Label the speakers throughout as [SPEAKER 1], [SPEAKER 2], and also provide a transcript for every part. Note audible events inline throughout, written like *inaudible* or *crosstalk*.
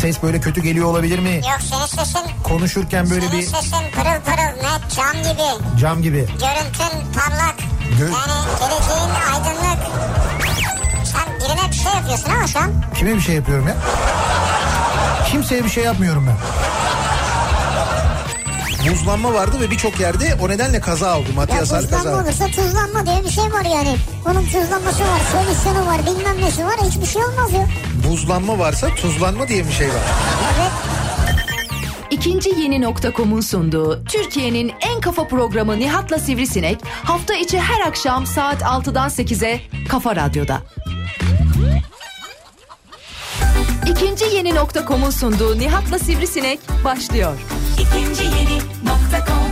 [SPEAKER 1] ses böyle kötü geliyor olabilir mi?
[SPEAKER 2] Yok senin sesin
[SPEAKER 1] Konuşurken böyle
[SPEAKER 2] senin
[SPEAKER 1] bir
[SPEAKER 2] sesin pırıl pırıl net cam gibi.
[SPEAKER 1] cam gibi.
[SPEAKER 2] Görüntün parlak.
[SPEAKER 1] Gö-
[SPEAKER 2] yani geleceğin aydınlık. Sen birine bir şey yapıyorsun ama şu an
[SPEAKER 1] Kime bir şey yapıyorum ya? Kimseye bir şey yapmıyorum ben.
[SPEAKER 3] Buzlanma vardı ve birçok yerde o nedenle kaza oldu.
[SPEAKER 2] Ya
[SPEAKER 3] Matiasar
[SPEAKER 2] tuzlanma
[SPEAKER 3] kaza.
[SPEAKER 2] olursa tuzlanma diye bir şey var yani. Onun tuzlanması var, solüsyonu var, bilmem nesi var. Hiçbir şey olmaz ya.
[SPEAKER 3] Buzlanma varsa tuzlanma diye bir şey var.
[SPEAKER 2] Evet.
[SPEAKER 4] İkinci yeni nokta.com'un sunduğu Türkiye'nin en kafa programı Nihat'la Sivrisinek hafta içi her akşam saat 6'dan 8'e Kafa Radyo'da. İkinci yeni nokta.com'un sunduğu Nihat'la Sivrisinek başlıyor.
[SPEAKER 5] İkinci yeni nokta kom.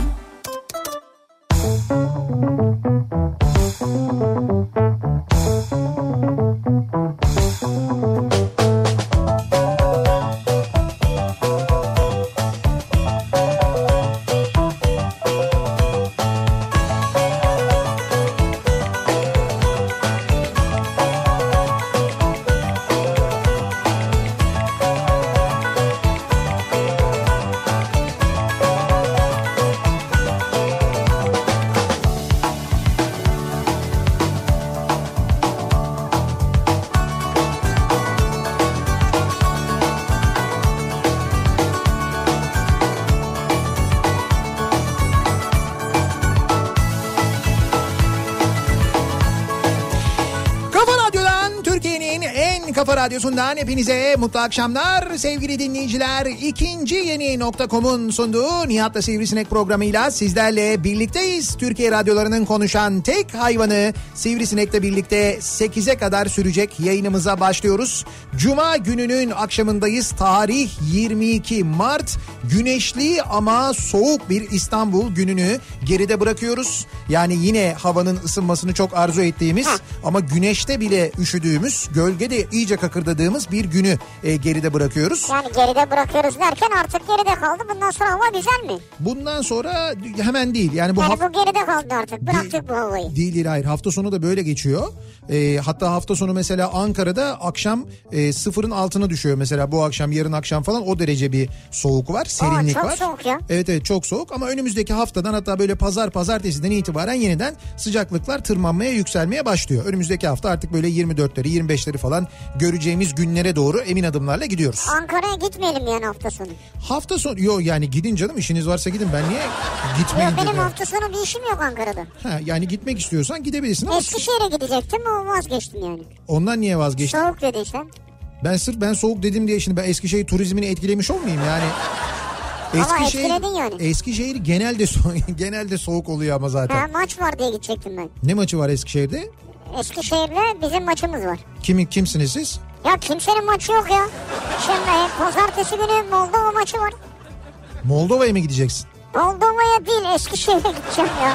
[SPEAKER 3] Kafa Radyo'dan Türkiye'nin en kafa radyosundan hepinize mutlu akşamlar sevgili dinleyiciler. İkinci yeni nokta.com'un sunduğu Nihat'la Sivrisinek programıyla sizlerle birlikteyiz. Türkiye radyolarının konuşan tek hayvanı Sivrisinek'le birlikte 8'e kadar sürecek yayınımıza başlıyoruz. Cuma gününün akşamındayız. Tarih 22 Mart güneşli ama soğuk bir İstanbul gününü geride bırakıyoruz. Yani yine havanın ısınmasını çok arzu ettiğimiz ama güneşte bile üşüdüğümüz, gölgede iyice kakırdadığımız bir günü e, geride bırakıyoruz.
[SPEAKER 2] Yani geride bırakıyoruz derken artık geride kaldı. Bundan sonra hava güzel mi?
[SPEAKER 3] Bundan sonra hemen değil. Yani bu
[SPEAKER 2] Yani
[SPEAKER 3] hafta
[SPEAKER 2] bu geride kaldı artık. Bıraktık bu havayı.
[SPEAKER 3] Değil değil hayır hafta sonu da böyle geçiyor. Ee, hatta hafta sonu mesela Ankara'da akşam e, sıfırın altına düşüyor mesela bu akşam yarın akşam falan o derece bir soğuk var serinlik
[SPEAKER 2] çok
[SPEAKER 3] var.
[SPEAKER 2] soğuk ya.
[SPEAKER 3] Evet evet çok soğuk ama önümüzdeki haftadan hatta böyle pazar pazartesiden itibaren yeniden sıcaklıklar tırmanmaya yükselmeye başlıyor. Önümüzdeki hafta artık böyle 24'leri 25'leri falan göreceğimiz günlere doğru emin adımlarla gidiyoruz.
[SPEAKER 2] Ankara'ya gitmeyelim yani hafta sonu.
[SPEAKER 3] Hafta sonu yok yani gidin canım işiniz varsa gidin ben niye
[SPEAKER 2] Yok
[SPEAKER 3] gitmeyin
[SPEAKER 2] benim
[SPEAKER 3] dedim.
[SPEAKER 2] hafta sonu bir işim yok Ankara'da.
[SPEAKER 3] Ha, yani gitmek istiyorsan gidebilirsin ama
[SPEAKER 2] Eskişehir'e gidecektim ama vazgeçtim yani.
[SPEAKER 3] ondan niye vazgeçtin?
[SPEAKER 2] Soğuk dedin sen.
[SPEAKER 3] Ben sırf ben soğuk dedim diye şimdi ben Eskişehir turizmini etkilemiş olmayayım yani.
[SPEAKER 2] Ama etkiledin yani.
[SPEAKER 3] Eskişehir genelde so- *laughs* genelde soğuk oluyor ama zaten.
[SPEAKER 2] Ha, maç var diye gidecektim ben.
[SPEAKER 3] Ne maçı var Eskişehir'de?
[SPEAKER 2] Eskişehir'le bizim maçımız var.
[SPEAKER 3] Kimin kimsiniz siz?
[SPEAKER 2] Ya kimsenin maçı yok ya. Şimdi e, pazartesi günü Moldova maçı var.
[SPEAKER 3] Moldova'ya mı gideceksin?
[SPEAKER 2] Moldova'ya değil Eskişehir'e gideceğim ya.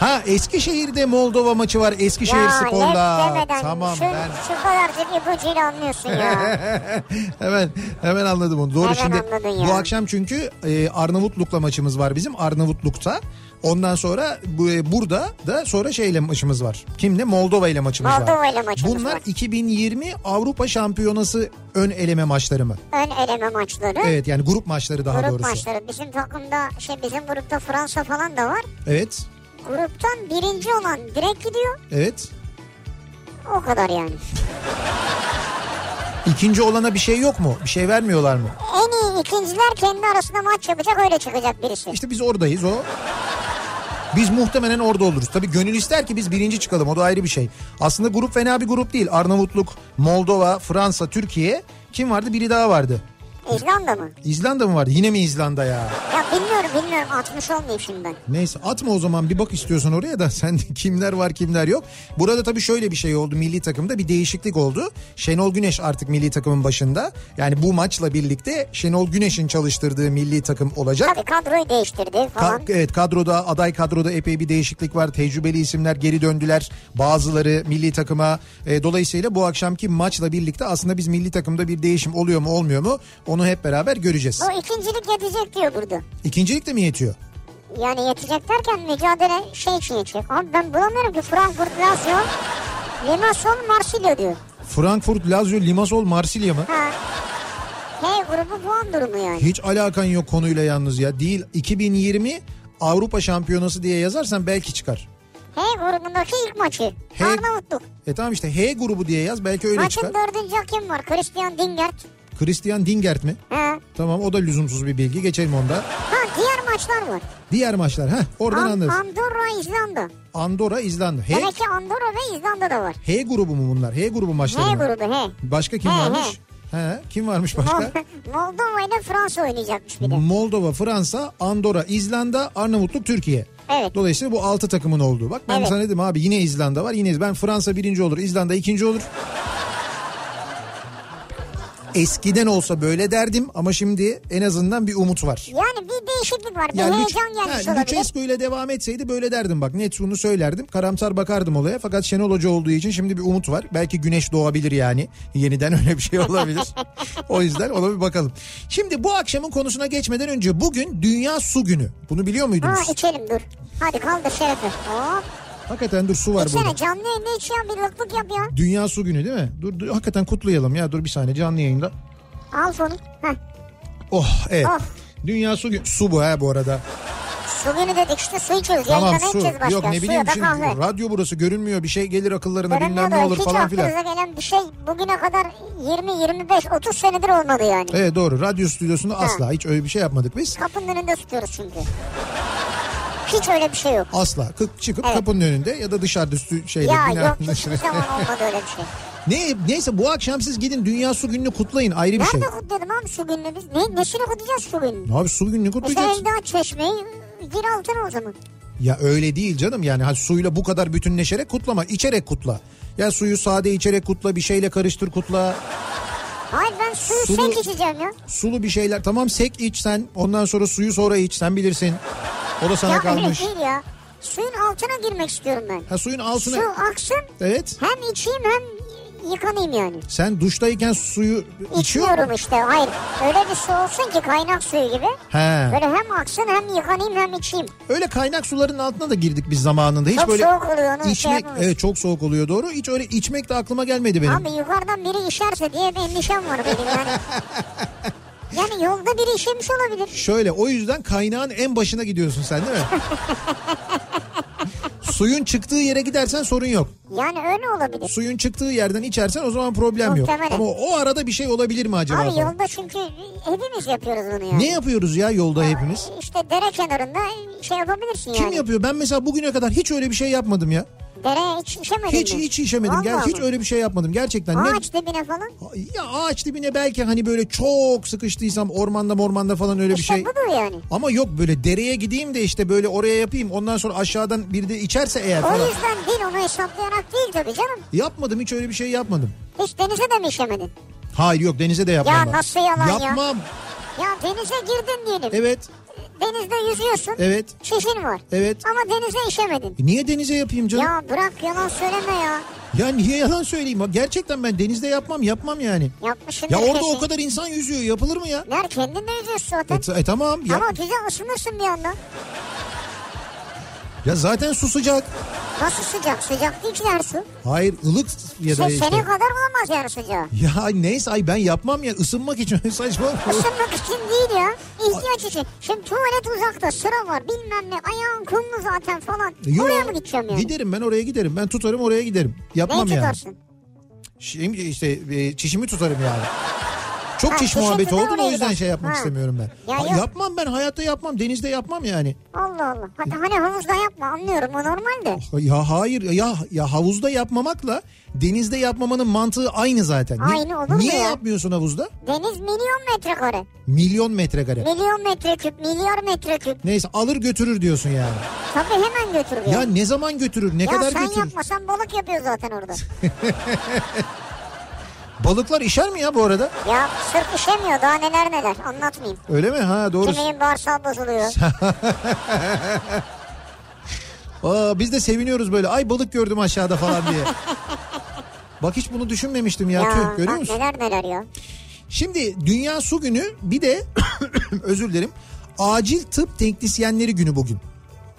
[SPEAKER 3] Ha Eskişehir'de Moldova maçı var Eskişehir
[SPEAKER 2] ya
[SPEAKER 3] Spor'la.
[SPEAKER 2] lep demeden
[SPEAKER 3] Tamam
[SPEAKER 2] şu,
[SPEAKER 3] ben
[SPEAKER 2] şu kadarcık ipucuyla
[SPEAKER 3] *laughs*
[SPEAKER 2] anlıyorsun ya.
[SPEAKER 3] hemen hemen anladım onu. Doğru
[SPEAKER 2] Hemen
[SPEAKER 3] şimdi
[SPEAKER 2] anladın
[SPEAKER 3] bu
[SPEAKER 2] ya.
[SPEAKER 3] akşam çünkü e, Arnavutluk'la maçımız var bizim Arnavutluk'ta. Ondan sonra bu, e, burada da sonra şeyle maçımız var. Kimle? Moldova ile maçımız var.
[SPEAKER 2] Moldova ile maçımız
[SPEAKER 3] Bunlar
[SPEAKER 2] var.
[SPEAKER 3] 2020 Avrupa Şampiyonası ön eleme maçları mı?
[SPEAKER 2] Ön eleme maçları.
[SPEAKER 3] Evet yani grup maçları daha
[SPEAKER 2] grup
[SPEAKER 3] doğrusu.
[SPEAKER 2] maçları. Bizim takımda şey bizim grupta Fransa falan da var.
[SPEAKER 3] Evet.
[SPEAKER 2] Gruptan birinci olan direkt gidiyor.
[SPEAKER 3] Evet.
[SPEAKER 2] O kadar yani.
[SPEAKER 3] İkinci olana bir şey yok mu? Bir şey vermiyorlar mı?
[SPEAKER 2] En iyi ikinciler kendi arasında maç yapacak öyle çıkacak birisi.
[SPEAKER 3] İşte biz oradayız o. Biz muhtemelen orada oluruz. Tabii gönül ister ki biz birinci çıkalım. O da ayrı bir şey. Aslında grup fena bir grup değil. Arnavutluk, Moldova, Fransa, Türkiye. Kim vardı? Biri daha vardı.
[SPEAKER 2] İzlanda mı?
[SPEAKER 3] İzlanda mı vardı? Yine mi İzlanda ya?
[SPEAKER 2] Ya bilmiyorum bilmiyorum atmış olmayayım şimdi ben.
[SPEAKER 3] Neyse atma o zaman bir bak istiyorsan oraya da *laughs* sen de kimler var kimler yok. Burada tabii şöyle bir şey oldu milli takımda bir değişiklik oldu. Şenol Güneş artık milli takımın başında. Yani bu maçla birlikte Şenol Güneş'in çalıştırdığı milli takım olacak.
[SPEAKER 2] Tabii kadroyu değiştirdi falan.
[SPEAKER 3] Ka- evet kadroda aday kadroda epey bir değişiklik var. Tecrübeli isimler geri döndüler. Bazıları milli takıma. E, dolayısıyla bu akşamki maçla birlikte aslında biz milli takımda bir değişim oluyor mu olmuyor mu onu hep beraber göreceğiz.
[SPEAKER 2] O ikincilik yetecek diyor burada.
[SPEAKER 3] İkincilik de mi yetiyor?
[SPEAKER 2] Yani yetecek derken mücadele şey için yetecek. Abi ben bulamıyorum ki Frankfurt Lazio, Limassol, Marsilya diyor.
[SPEAKER 3] Frankfurt, Lazio, Limassol, Marsilya mı?
[SPEAKER 2] Ha. grubu puan durumu yani.
[SPEAKER 3] Hiç alakan yok konuyla yalnız ya. Değil 2020 Avrupa Şampiyonası diye yazarsan belki çıkar.
[SPEAKER 2] H grubundaki ilk maçı.
[SPEAKER 3] H-
[SPEAKER 2] Arnavutluk.
[SPEAKER 3] E tamam işte H grubu diye yaz belki öyle
[SPEAKER 2] Maçın
[SPEAKER 3] çıkar.
[SPEAKER 2] dördüncü hakemi var. Christian Dingert.
[SPEAKER 3] Christian Dingert mi?
[SPEAKER 2] Ha.
[SPEAKER 3] Tamam o da lüzumsuz bir bilgi geçelim onda.
[SPEAKER 2] ha diğer maçlar var.
[SPEAKER 3] Diğer maçlar ha oradan
[SPEAKER 2] An-
[SPEAKER 3] anlarız.
[SPEAKER 2] Andorra, İzlanda.
[SPEAKER 3] Andorra İzlanda. H,
[SPEAKER 2] Demek ki Andorra ve İzlanda'da var.
[SPEAKER 3] H grubu mu bunlar? H grubu
[SPEAKER 2] H
[SPEAKER 3] maçları mı?
[SPEAKER 2] grubu H.
[SPEAKER 3] Başka kim
[SPEAKER 2] He,
[SPEAKER 3] varmış? He, kim varmış başka?
[SPEAKER 2] *laughs* Moldova ile Fransa oynayacakmış bir de.
[SPEAKER 3] Moldova, Fransa, Andorra, İzlanda, Arnavutluk, Türkiye.
[SPEAKER 2] Evet.
[SPEAKER 3] Dolayısıyla bu 6 takımın olduğu. Bak ben
[SPEAKER 2] Evet.
[SPEAKER 3] sana dedim abi yine İzlanda var. Yine ben Fransa birinci olur, İzlanda ikinci olur. Eskiden olsa böyle derdim ama şimdi en azından bir umut var.
[SPEAKER 2] Yani bir değişiklik var. Bir
[SPEAKER 3] Ya Lüç-
[SPEAKER 2] heyecan gelmiş
[SPEAKER 3] Ha,
[SPEAKER 2] olabilir.
[SPEAKER 3] Lucescu ile devam etseydi böyle derdim bak net şunu söylerdim. Karamsar bakardım olaya fakat Şenol Hoca olduğu için şimdi bir umut var. Belki güneş doğabilir yani. Yeniden *laughs* öyle bir şey olabilir. o yüzden ona bir bakalım. Şimdi bu akşamın konusuna geçmeden önce bugün Dünya Su Günü. Bunu biliyor muydunuz?
[SPEAKER 2] Ha içelim dur. Hadi kaldır şerefe. Hop.
[SPEAKER 3] Hakikaten dur su var burada.
[SPEAKER 2] İçsene canlı yayında içiyorsun bir lıklık yap ya.
[SPEAKER 3] Dünya Su Günü değil mi? Dur, dur hakikaten kutlayalım ya dur bir saniye canlı yayında.
[SPEAKER 2] Al fonu. Heh.
[SPEAKER 3] Oh evet.
[SPEAKER 2] Of.
[SPEAKER 3] Dünya Su Günü. Su bu ha bu arada.
[SPEAKER 2] Su günü dedik işte su içiyoruz.
[SPEAKER 3] Tamam
[SPEAKER 2] Yayında ne
[SPEAKER 3] su.
[SPEAKER 2] içeceğiz başka?
[SPEAKER 3] Yok ne
[SPEAKER 2] su
[SPEAKER 3] bileyim
[SPEAKER 2] ya da
[SPEAKER 3] şimdi
[SPEAKER 2] kahve.
[SPEAKER 3] radyo burası görünmüyor bir şey gelir akıllarına
[SPEAKER 2] Görünmüyor
[SPEAKER 3] bilmem
[SPEAKER 2] da
[SPEAKER 3] ne olur
[SPEAKER 2] hiç
[SPEAKER 3] falan filan.
[SPEAKER 2] aklınıza gelen bir şey bugüne kadar 20-25-30 senedir olmadı yani.
[SPEAKER 3] Evet doğru radyo stüdyosunda asla hiç öyle bir şey yapmadık biz.
[SPEAKER 2] Kapının önünde tutuyoruz çünkü. Hiç öyle bir şey yok.
[SPEAKER 3] Asla kık çıkıp
[SPEAKER 2] Evet.
[SPEAKER 3] kapının önünde ya da dışarıda stü- şeyde
[SPEAKER 2] Ya
[SPEAKER 3] binanın
[SPEAKER 2] yok hiçbir
[SPEAKER 3] dışarı.
[SPEAKER 2] zaman olmadı öyle bir şey.
[SPEAKER 3] *laughs* ne, neyse bu akşam siz gidin Dünya Su Günü'nü kutlayın ayrı bir şey.
[SPEAKER 2] Nerede kutlayalım abi su gününü biz? Ne, nesini kutlayacağız su gününü?
[SPEAKER 3] Abi su gününü
[SPEAKER 2] İşte
[SPEAKER 3] kutlayacağız.
[SPEAKER 2] Elda Çeşme'yi gir altına o zaman.
[SPEAKER 3] Ya öyle değil canım yani ha, suyla bu kadar bütünleşerek kutlama içerek kutla. Ya suyu sade içerek kutla bir şeyle karıştır kutla.
[SPEAKER 2] Hayır ben suyu
[SPEAKER 3] Sulu-
[SPEAKER 2] sek içeceğim ya.
[SPEAKER 3] Sulu bir şeyler tamam sek iç sen ondan sonra suyu sonra iç sen bilirsin. O da sana
[SPEAKER 2] ya şey-
[SPEAKER 3] kalmış.
[SPEAKER 2] öyle değil ya. Suyun altına girmek istiyorum ben.
[SPEAKER 3] Ha suyun altına.
[SPEAKER 2] Su aksın
[SPEAKER 3] Evet.
[SPEAKER 2] hem içeyim hem yıkanayım yani.
[SPEAKER 3] Sen duştayken suyu içiyor musun?
[SPEAKER 2] İçiyorum işte hayır. Öyle bir su olsun ki kaynak suyu gibi.
[SPEAKER 3] He.
[SPEAKER 2] Böyle hem aksın hem yıkanayım hem içeyim.
[SPEAKER 3] Öyle kaynak suların altına da girdik biz zamanında. Hiç
[SPEAKER 2] Çok
[SPEAKER 3] böyle
[SPEAKER 2] soğuk oluyor, onu şey
[SPEAKER 3] içmek,
[SPEAKER 2] yapamıyoruz.
[SPEAKER 3] evet, çok soğuk oluyor doğru. Hiç öyle içmek de aklıma gelmedi benim.
[SPEAKER 2] Abi yukarıdan biri işerse diye bir endişem var
[SPEAKER 3] *laughs*
[SPEAKER 2] benim yani. yani yolda biri işemiş olabilir.
[SPEAKER 3] Şöyle o yüzden kaynağın en başına gidiyorsun sen
[SPEAKER 2] *laughs*
[SPEAKER 3] değil mi? Suyun çıktığı yere gidersen sorun yok.
[SPEAKER 2] Yani öyle olabilir.
[SPEAKER 3] Suyun çıktığı yerden içersen o zaman problem yok.
[SPEAKER 2] Muhtemelen.
[SPEAKER 3] Ama o arada bir şey olabilir mi acaba?
[SPEAKER 2] Abi
[SPEAKER 3] falan?
[SPEAKER 2] yolda çünkü hepimiz yapıyoruz bunu yani.
[SPEAKER 3] Ne yapıyoruz ya yolda hepimiz?
[SPEAKER 2] İşte dere kenarında şey yapabilirsin
[SPEAKER 3] Kim
[SPEAKER 2] yani.
[SPEAKER 3] yapıyor? Ben mesela bugüne kadar hiç öyle bir şey yapmadım ya.
[SPEAKER 2] Dereye hiç işemedin
[SPEAKER 3] Hiç
[SPEAKER 2] mi?
[SPEAKER 3] hiç işemedim. Gel,
[SPEAKER 2] Vallahi
[SPEAKER 3] hiç
[SPEAKER 2] mi?
[SPEAKER 3] öyle bir şey yapmadım. Gerçekten. ne-
[SPEAKER 2] Ağaç dibine falan.
[SPEAKER 3] Ya ağaç dibine belki hani böyle çok sıkıştıysam ormanda mormanda falan öyle bir
[SPEAKER 2] İşte
[SPEAKER 3] şey.
[SPEAKER 2] budur yani.
[SPEAKER 3] Ama yok böyle dereye gideyim de işte böyle oraya yapayım ondan sonra aşağıdan bir de içerse eğer
[SPEAKER 2] O
[SPEAKER 3] falan.
[SPEAKER 2] yüzden değil onu hesaplayarak değil tabii canım.
[SPEAKER 3] Yapmadım hiç öyle bir şey yapmadım.
[SPEAKER 2] Hiç denize de mi işemedin?
[SPEAKER 3] Hayır yok denize de yapmam.
[SPEAKER 2] Ya
[SPEAKER 3] ben.
[SPEAKER 2] nasıl yalan ya?
[SPEAKER 3] Yapmam.
[SPEAKER 2] Ya denize girdin diyelim.
[SPEAKER 3] Evet
[SPEAKER 2] Denizde yüzüyorsun.
[SPEAKER 3] evet
[SPEAKER 2] Çişin var.
[SPEAKER 3] evet.
[SPEAKER 2] Ama denize işemedin.
[SPEAKER 3] E Niye denize yapayım canım? Ya,
[SPEAKER 2] Ya bırak yalan söyleme ya.
[SPEAKER 3] niye yalan söyleyeyim? Bak Gerçekten ben denizde yapmam yapmam yani.
[SPEAKER 2] Yapmışsın.
[SPEAKER 3] Ya orada o kadar insan yüzüyor yapılır mı ya?
[SPEAKER 2] Ner kendin de yüzüyorsun
[SPEAKER 3] E,
[SPEAKER 2] zaten.
[SPEAKER 3] t- e tamam ya,
[SPEAKER 2] Ama güzel ısınırsın bir anda.
[SPEAKER 3] ya zaten su sıcak.
[SPEAKER 2] Nasıl sıcak? Sıcak değil ki her su.
[SPEAKER 3] Hayır ılık ya da
[SPEAKER 2] Sen,
[SPEAKER 3] işte.
[SPEAKER 2] Senin kadar olmaz yani sıcağı.
[SPEAKER 3] Ya neyse ay ben yapmam ya ısınmak için *laughs* saçma.
[SPEAKER 2] Isınmak için değil ya. İhtiyaç için. Şimdi tuvalet uzakta sıra var bilmem ne. Ayağın kumlu zaten falan.
[SPEAKER 3] Yo,
[SPEAKER 2] şey, Oraya mı gideceğim yani?
[SPEAKER 3] Giderim ben oraya giderim. Ben tutarım oraya giderim. Yapmam
[SPEAKER 2] Neyi
[SPEAKER 3] yani.
[SPEAKER 2] tutarsın?
[SPEAKER 3] Şimdi işte e, çişimi tutarım yani.
[SPEAKER 2] Ha,
[SPEAKER 3] Çok çiş
[SPEAKER 2] çişe
[SPEAKER 3] muhabbeti
[SPEAKER 2] tutar,
[SPEAKER 3] oldu mu o
[SPEAKER 2] oraya
[SPEAKER 3] yüzden
[SPEAKER 2] gider.
[SPEAKER 3] şey yapmak
[SPEAKER 2] Ha.
[SPEAKER 3] istemiyorum ben.
[SPEAKER 2] Ya
[SPEAKER 3] Ha,
[SPEAKER 2] yok.
[SPEAKER 3] yapmam ben hayatta yapmam denizde yapmam yani.
[SPEAKER 2] Allah Allah. Hadi hani havuzda yapma anlıyorum o normal de.
[SPEAKER 3] Ya hayır ya ya havuzda yapmamakla denizde yapmamanın mantığı aynı zaten. Ni-
[SPEAKER 2] Aynı olur mu
[SPEAKER 3] Niye
[SPEAKER 2] ya?
[SPEAKER 3] yapmıyorsun havuzda?
[SPEAKER 2] Deniz milyon metrekare.
[SPEAKER 3] Milyon metrekare.
[SPEAKER 2] Milyon metreküp, milyar metreküp.
[SPEAKER 3] Neyse alır götürür diyorsun yani.
[SPEAKER 2] Tabii hemen götürüyor.
[SPEAKER 3] Ya ne zaman götürür? Ne
[SPEAKER 2] Ya
[SPEAKER 3] kadar
[SPEAKER 2] sen
[SPEAKER 3] götürür?
[SPEAKER 2] yapmasan balık yapıyor zaten orada.
[SPEAKER 3] Balıklar işer mi ya bu arada?
[SPEAKER 2] ya sırf işemiyor daha neler neler anlatmayayım.
[SPEAKER 3] Öyle mi? Ha doğru.
[SPEAKER 2] Kemiğin bağırsağı bozuluyor.
[SPEAKER 3] Aa, biz de seviniyoruz böyle. Ay balık gördüm aşağıda falan
[SPEAKER 2] *laughs*
[SPEAKER 3] diye. Bak hiç bunu düşünmemiştim ya. Tüh, görüyor
[SPEAKER 2] bak
[SPEAKER 3] musun?
[SPEAKER 2] Neler neler ya.
[SPEAKER 3] Şimdi Dünya Su *coughs* Günü bir de özür dilerim. Acil Tıp Teknisyenleri Günü bugün.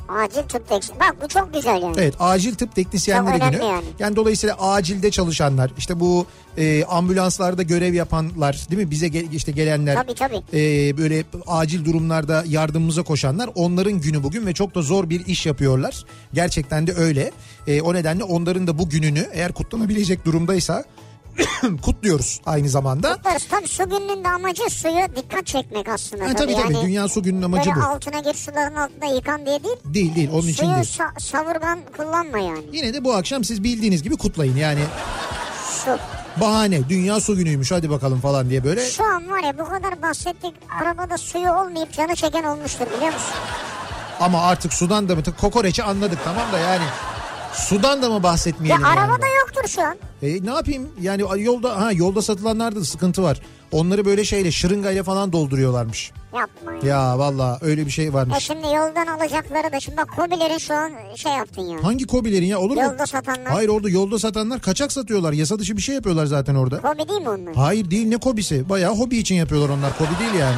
[SPEAKER 2] Acil tıp teknik. Bak bu çok güzel yani.
[SPEAKER 3] Evet acil tıp teknisyenleri
[SPEAKER 2] Çok
[SPEAKER 3] günü.
[SPEAKER 2] önemli
[SPEAKER 3] Yani.
[SPEAKER 2] yani.
[SPEAKER 3] dolayısıyla acilde çalışanlar işte bu e, ambulanslarda görev yapanlar değil mi bize ge- işte gelenler.
[SPEAKER 2] Tabii, tabii.
[SPEAKER 3] e, böyle acil durumlarda yardımımıza koşanlar onların günü bugün ve çok da zor bir iş yapıyorlar. Gerçekten de öyle. E, o nedenle onların da bu gününü eğer kutlanabilecek durumdaysa *coughs* kutluyoruz aynı zamanda.
[SPEAKER 2] Kutlarız. Tabii su gününün de amacı suyu dikkat çekmek aslında.
[SPEAKER 3] Ha, tabii tabii
[SPEAKER 2] yani
[SPEAKER 3] Dünya Su Günü'nün amacı
[SPEAKER 2] böyle
[SPEAKER 3] bu.
[SPEAKER 2] altına gir suların altında yıkan diye değil.
[SPEAKER 3] Değil değil onun için
[SPEAKER 2] Suyu
[SPEAKER 3] değil.
[SPEAKER 2] sa- savurgan kullanma yani.
[SPEAKER 3] Yine de bu akşam siz bildiğiniz gibi kutlayın yani
[SPEAKER 2] Su.
[SPEAKER 3] bahane Dünya Su Günü'ymüş hadi bakalım falan diye böyle.
[SPEAKER 2] Şu an var ya bu kadar bahsettik arabada suyu olmayıp canı çeken olmuştur biliyor musun?
[SPEAKER 3] Ama artık sudan da mı? Kokoreçi anladık tamam da yani. Sudan da mı
[SPEAKER 2] Ya
[SPEAKER 3] bahsetmeyelim yani?
[SPEAKER 2] arabada yoktur şu an.
[SPEAKER 3] E, ne yapayım? Yani yolda ha yolda satılanlarda da sıkıntı var. Onları böyle şeyle şırıngayla falan dolduruyorlarmış.
[SPEAKER 2] Yapma ya.
[SPEAKER 3] Ya valla öyle bir şey
[SPEAKER 2] E
[SPEAKER 3] varmış.
[SPEAKER 2] şimdi yoldan alacakları da şimdi bak Kobiler'in şu an şey yaptın ya.
[SPEAKER 3] Hangi kobilerin ya olur mu?
[SPEAKER 2] Yolda satanlar.
[SPEAKER 3] Hayır orada yolda satanlar kaçak satıyorlar. Yasa dışı bir şey yapıyorlar zaten orada.
[SPEAKER 2] Kobi değil mi onlar?
[SPEAKER 3] Hayır değil ne kobisi? Bayağı hobi için yapıyorlar onlar. Kobi değil yani.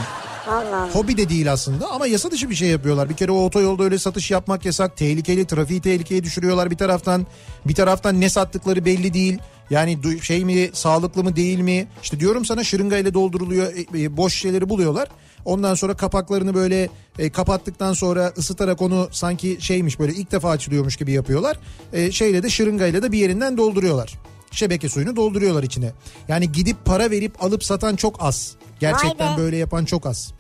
[SPEAKER 2] Allah Allah.
[SPEAKER 3] Hobi de değil aslında ama yasa dışı bir şey yapıyorlar. Bir kere o otoyolda öyle satış yapmak yasak. Tehlikeli, trafiği tehlikeye düşürüyorlar bir taraftan. Bir taraftan ne sattıkları belli değil. Yani du- şey mi, sağlıklı mı değil mi? İşte diyorum sana şırıngayla dolduruluyor, e, e, boş şeyleri buluyorlar. Ondan sonra kapaklarını böyle e, kapattıktan sonra ısıtarak onu sanki şeymiş böyle ilk defa açılıyormuş gibi yapıyorlar. E, şeyle de şırıngayla da bir yerinden dolduruyorlar. Şebeke suyunu dolduruyorlar içine. Yani gidip para verip alıp satan çok az. Gerçekten
[SPEAKER 2] be.
[SPEAKER 3] böyle yapan çok az.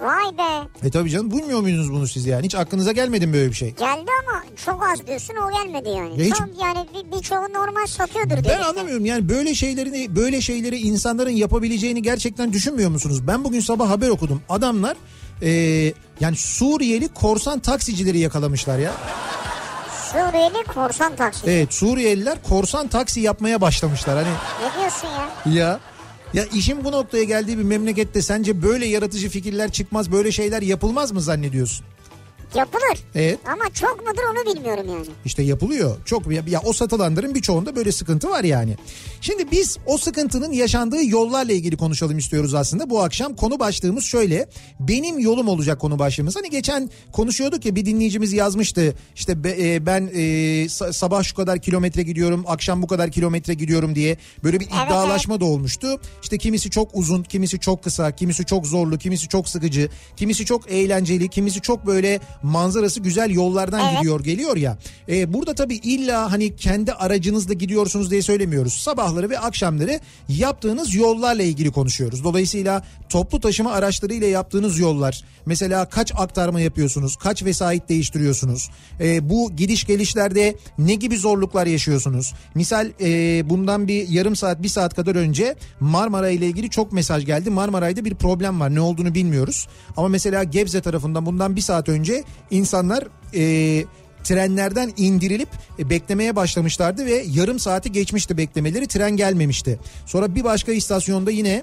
[SPEAKER 2] Vay be.
[SPEAKER 3] E tabii canım bulmuyor muydunuz bunu siz yani? Hiç aklınıza gelmedi mi böyle bir şey?
[SPEAKER 2] Geldi ama çok az diyorsun o gelmedi yani.
[SPEAKER 3] Ya hiç-
[SPEAKER 2] Çok yani bir, birçoğu normal satıyordur diye.
[SPEAKER 3] Ben
[SPEAKER 2] düşünüyorum.
[SPEAKER 3] anlamıyorum yani böyle şeylerini böyle şeyleri insanların yapabileceğini gerçekten düşünmüyor musunuz? Ben bugün sabah haber okudum. Adamlar e, yani Suriyeli korsan taksicileri yakalamışlar ya.
[SPEAKER 2] Suriyeli korsan taksi.
[SPEAKER 3] Evet Suriyeliler korsan taksi yapmaya başlamışlar. Hani
[SPEAKER 2] Ne diyorsun ya?
[SPEAKER 3] Ya ya işin bu noktaya geldiği bir memlekette sence böyle yaratıcı fikirler çıkmaz, böyle şeyler yapılmaz mı zannediyorsun?
[SPEAKER 2] Yapılır.
[SPEAKER 3] Evet.
[SPEAKER 2] Ama çok mudur onu bilmiyorum yani.
[SPEAKER 3] İşte yapılıyor. Çok ya, ya o satılanların birçoğunda böyle sıkıntı var yani. Şimdi biz o sıkıntının yaşandığı yollarla ilgili konuşalım istiyoruz aslında. Bu akşam konu başlığımız şöyle. Benim yolum olacak konu başlığımız. Hani geçen konuşuyorduk ya bir dinleyicimiz yazmıştı. İşte be- e, ben e, sa- sabah şu kadar kilometre gidiyorum, akşam bu kadar kilometre gidiyorum diye böyle bir iddialaşma da olmuştu. İşte kimisi çok uzun, kimisi çok kısa, kimisi çok zorlu, kimisi çok sıkıcı, kimisi çok eğlenceli, kimisi çok böyle manzarası güzel yollardan gidiyor geliyor ya. Ee, burada tabii illa hani kendi aracınızla gidiyorsunuz diye söylemiyoruz. Sabahları ve akşamları yaptığınız yollarla ilgili konuşuyoruz. Dolayısıyla toplu taşıma araçlarıyla yaptığınız yollar mesela kaç aktarma yapıyorsunuz, kaç vesait değiştiriyorsunuz, Ee, bu gidiş gelişlerde ne gibi zorluklar yaşıyorsunuz? Misal e, bundan bir yarım saat bir saat kadar önce Marmara ile ilgili çok mesaj geldi. Marmaray'da bir problem var ne olduğunu bilmiyoruz. Ama mesela Gebze tarafından bundan bir saat önce insanlar e, trenlerden indirilip e, beklemeye başlamışlardı ve yarım saati geçmişti beklemeleri tren gelmemişti. Sonra bir başka istasyonda yine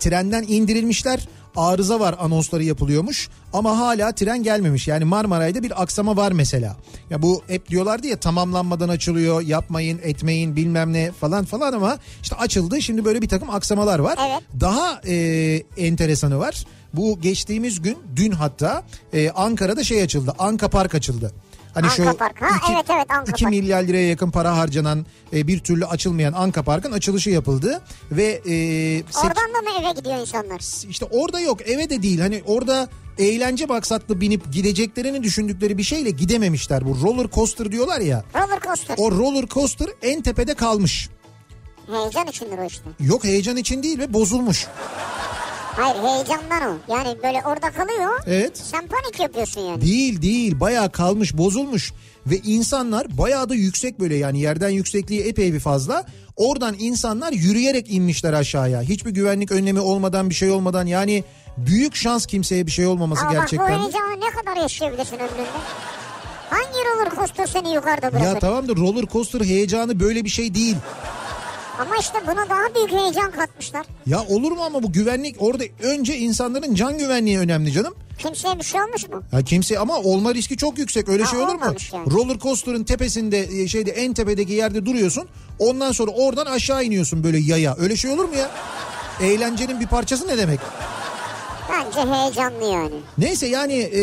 [SPEAKER 3] trenden indirilmişler. Arıza var anonsları yapılıyormuş ama hala tren gelmemiş. Yani Marmaray'da bir aksama var mesela. Ya bu hep diyorlardı ya tamamlanmadan açılıyor yapmayın etmeyin bilmem ne falan falan ama işte açıldı şimdi böyle bir takım aksamalar var. Daha e, enteresanı var. Bu geçtiğimiz gün dün hatta e, Ankara'da şey açıldı Anka Park açıldı. Hani
[SPEAKER 2] Anka
[SPEAKER 3] şu
[SPEAKER 2] Park, ha, evet, evet, Anka
[SPEAKER 3] iki
[SPEAKER 2] Park.
[SPEAKER 3] milyar liraya yakın para harcanan e, bir türlü açılmayan Anka Park'ın açılışı yapıldı ve e, sek-
[SPEAKER 2] Oradan da mı eve gidiyor insanlar?
[SPEAKER 3] işte orada yok eve de değil hani orada eğlence maksatlı binip gideceklerini düşündükleri bir şeyle gidememişler bu roller coaster diyorlar ya
[SPEAKER 2] Roller coaster.
[SPEAKER 3] o roller coaster en tepede kalmış
[SPEAKER 2] Heyecan içindir o işte.
[SPEAKER 3] yok heyecan için değil ve bozulmuş
[SPEAKER 2] Hayır heyecandan o. Yani böyle orada kalıyor.
[SPEAKER 3] Evet.
[SPEAKER 2] Sen panik yapıyorsun yani.
[SPEAKER 3] değil değil bayağı kalmış bozulmuş ve insanlar bayağı da yüksek böyle yani yerden yüksekliği epey bir fazla oradan insanlar yürüyerek inmişler aşağıya hiçbir güvenlik önlemi olmadan bir şey olmadan yani büyük şans kimseye bir şey olmaması
[SPEAKER 2] Ama
[SPEAKER 3] gerçekten.
[SPEAKER 2] bak bu heyecanı ne kadar yaşayabilirsin ömründe? Hangi roller coaster seni yukarıda
[SPEAKER 3] Ya
[SPEAKER 2] bırakır?
[SPEAKER 3] tamam da roller coaster heyecanı böyle bir şey değil.
[SPEAKER 2] Ama işte buna daha büyük heyecan katmışlar.
[SPEAKER 3] Ya olur mu ama bu güvenlik orada önce insanların can güvenliği önemli canım.
[SPEAKER 2] Kimseye bir şey olmuş mu?
[SPEAKER 3] Ya kimse ama olma riski çok yüksek öyle
[SPEAKER 2] Ha,
[SPEAKER 3] şey olur mu?
[SPEAKER 2] olmamış yani.
[SPEAKER 3] Roller coaster'ın tepesinde e, şeyde en tepedeki yerde duruyorsun. Ondan sonra oradan aşağı iniyorsun böyle yaya. Öyle şey olur mu ya? Eğlencenin bir parçası ne demek?
[SPEAKER 2] Bence heyecanlı yani.
[SPEAKER 3] Neyse yani e,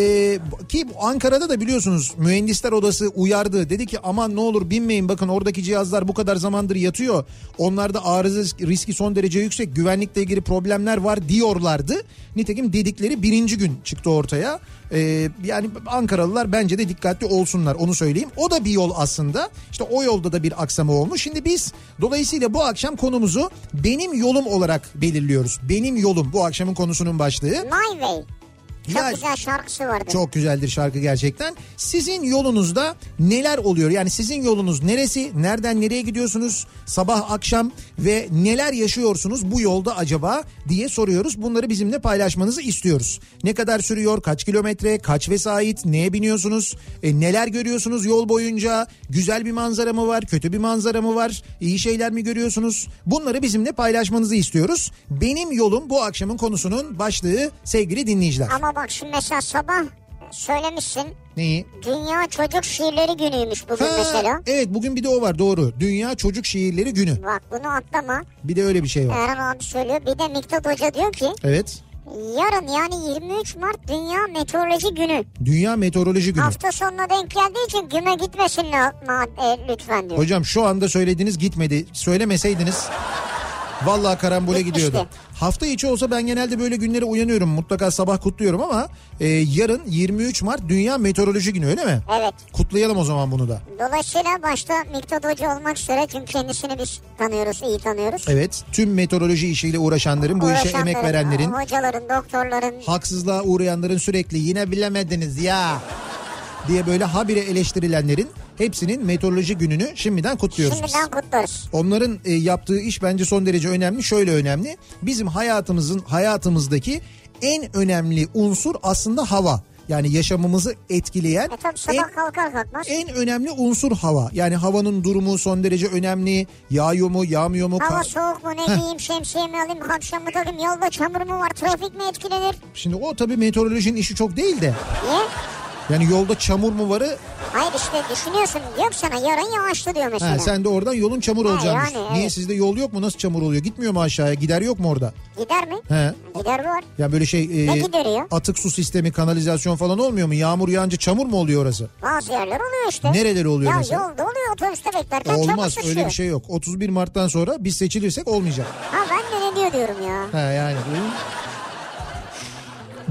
[SPEAKER 3] ki Ankara'da da biliyorsunuz mühendisler odası uyardı. Dedi ki aman ne olur binmeyin bakın oradaki cihazlar bu kadar zamandır yatıyor. Onlarda arıza riski son derece yüksek güvenlikle ilgili problemler var diyorlardı. Nitekim dedikleri birinci gün çıktı ortaya. E, yani Ankaralılar bence de dikkatli olsunlar onu söyleyeyim. O da bir yol aslında. İşte o yolda da bir aksama olmuş. Şimdi biz dolayısıyla bu akşam konumuzu benim yolum olarak belirliyoruz. Benim yolum bu akşamın konusunun başlığı.
[SPEAKER 2] My Way. Çok
[SPEAKER 3] Ya-
[SPEAKER 2] güzel şarkısı vardı.
[SPEAKER 3] çok güzeldir şarkı gerçekten. Sizin yolunuzda neler oluyor? Yani sizin yolunuz neresi? Nereden nereye gidiyorsunuz? Sabah, akşam ve neler yaşıyorsunuz bu yolda acaba diye soruyoruz. Bunları bizimle paylaşmanızı istiyoruz. Ne kadar sürüyor? Kaç kilometre? Kaç vesait? Neye biniyorsunuz? E, neler görüyorsunuz yol boyunca? Güzel bir manzara mı var? Kötü bir manzara mı var? İyi şeyler mi görüyorsunuz? Bunları bizimle paylaşmanızı istiyoruz. Benim yolum bu akşamın konusunun başlığı sevgili dinleyiciler.
[SPEAKER 2] Ama bak şimdi mesela sabah söylemişsin.
[SPEAKER 3] Neyi?
[SPEAKER 2] Dünya Çocuk Şiirleri Günü'ymüş bugün
[SPEAKER 3] Ha,
[SPEAKER 2] mesela.
[SPEAKER 3] Evet bugün bir de o var doğru. Dünya Çocuk Şiirleri Günü.
[SPEAKER 2] Bak bunu atlama.
[SPEAKER 3] Bir de öyle bir şey var.
[SPEAKER 2] Erhan abi söylüyor. Bir de Miktat Hoca diyor ki
[SPEAKER 3] Evet.
[SPEAKER 2] yarın yani 23 Mart Dünya Meteoroloji Günü.
[SPEAKER 3] Dünya Meteoroloji Günü.
[SPEAKER 2] Hafta sonuna denk geldiği için güme gitmesin la- ma- e, lütfen diyor.
[SPEAKER 3] Hocam şu anda söylediğiniz gitmedi. Söylemeseydiniz vallahi karambole
[SPEAKER 2] Gitmişti.
[SPEAKER 3] gidiyordu. Hafta içi olsa ben genelde böyle günlere uyanıyorum. Mutlaka sabah kutluyorum ama e, yarın 23 Mart Dünya Meteoroloji Günü öyle mi?
[SPEAKER 2] Evet.
[SPEAKER 3] Kutlayalım o zaman bunu da.
[SPEAKER 2] Dolayısıyla başta Miktat Hoca olmak üzere çünkü kendisini biz tanıyoruz, iyi tanıyoruz.
[SPEAKER 3] Evet. Tüm meteoroloji işiyle uğraşanların, bu işe
[SPEAKER 2] Uğraşanların,
[SPEAKER 3] emek verenlerin,
[SPEAKER 2] e, Hocaların, doktorların.
[SPEAKER 3] haksızlığa uğrayanların sürekli yine bilemediniz ya diye böyle habire eleştirilenlerin hepsinin meteoroloji gününü şimdiden kutluyoruz. biz.
[SPEAKER 2] Şimdiden kutlarız.
[SPEAKER 3] Onların e, yaptığı iş bence son derece önemli. Şöyle önemli. Bizim hayatımızın hayatımızdaki en önemli unsur aslında hava. Yani yaşamımızı etkileyen
[SPEAKER 2] E tabi
[SPEAKER 3] en-
[SPEAKER 2] sabah kalkar kalkmaz.
[SPEAKER 3] en önemli unsur hava. Yani havanın durumu son derece önemli. Yağıyor mu, yağmıyor mu?
[SPEAKER 2] Hava
[SPEAKER 3] kar-
[SPEAKER 2] soğuk mu ne giyeyim şemsiye mi alayım kapşon mu takayım yolda çamur mu var trafik mi etkilenir?
[SPEAKER 3] Şimdi o tabii meteorolojinin işi çok değil de.
[SPEAKER 2] Niye?
[SPEAKER 3] Yani yolda çamur mu varı
[SPEAKER 2] Hayır işte düşünüyorsun diyorum sana yarın yağışlı diyor mesela.
[SPEAKER 3] Ha, sen de oradan yolun çamur
[SPEAKER 2] Ha,
[SPEAKER 3] olacağını
[SPEAKER 2] yani,
[SPEAKER 3] düşün.
[SPEAKER 2] evet.
[SPEAKER 3] Niye sizde yol yok mu? Nasıl çamur oluyor? Gitmiyor mu aşağıya? Gider yok mu orada?
[SPEAKER 2] Gider mi?
[SPEAKER 3] He.
[SPEAKER 2] Gider var.
[SPEAKER 3] Yani böyle şey
[SPEAKER 2] Ne
[SPEAKER 3] e,
[SPEAKER 2] gideriyor?
[SPEAKER 3] atık su sistemi, kanalizasyon falan olmuyor mu? Yağmur yağınca çamur mu oluyor orası?
[SPEAKER 2] Bazı yerler oluyor işte.
[SPEAKER 3] Nereleri oluyor
[SPEAKER 2] ya
[SPEAKER 3] mesela?
[SPEAKER 2] yolda oluyor otobüste beklerken çamur
[SPEAKER 3] Olmaz
[SPEAKER 2] sıçrıyor.
[SPEAKER 3] öyle bir şey yok. 31 Mart'tan sonra biz seçilirsek olmayacak.
[SPEAKER 2] Ha ben de ne diyor diyorum ya.
[SPEAKER 3] Ha yani.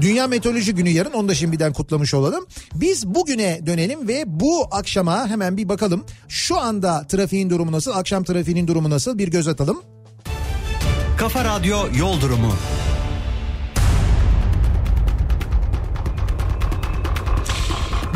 [SPEAKER 3] Dünya Meteoroloji Günü yarın onu da şimdiden kutlamış olalım. Biz bugüne dönelim ve bu akşama hemen bir bakalım. Şu anda trafiğin durumu nasıl? Akşam trafiğinin durumu nasıl? Bir göz atalım.
[SPEAKER 6] Kafa Radyo Yol Durumu.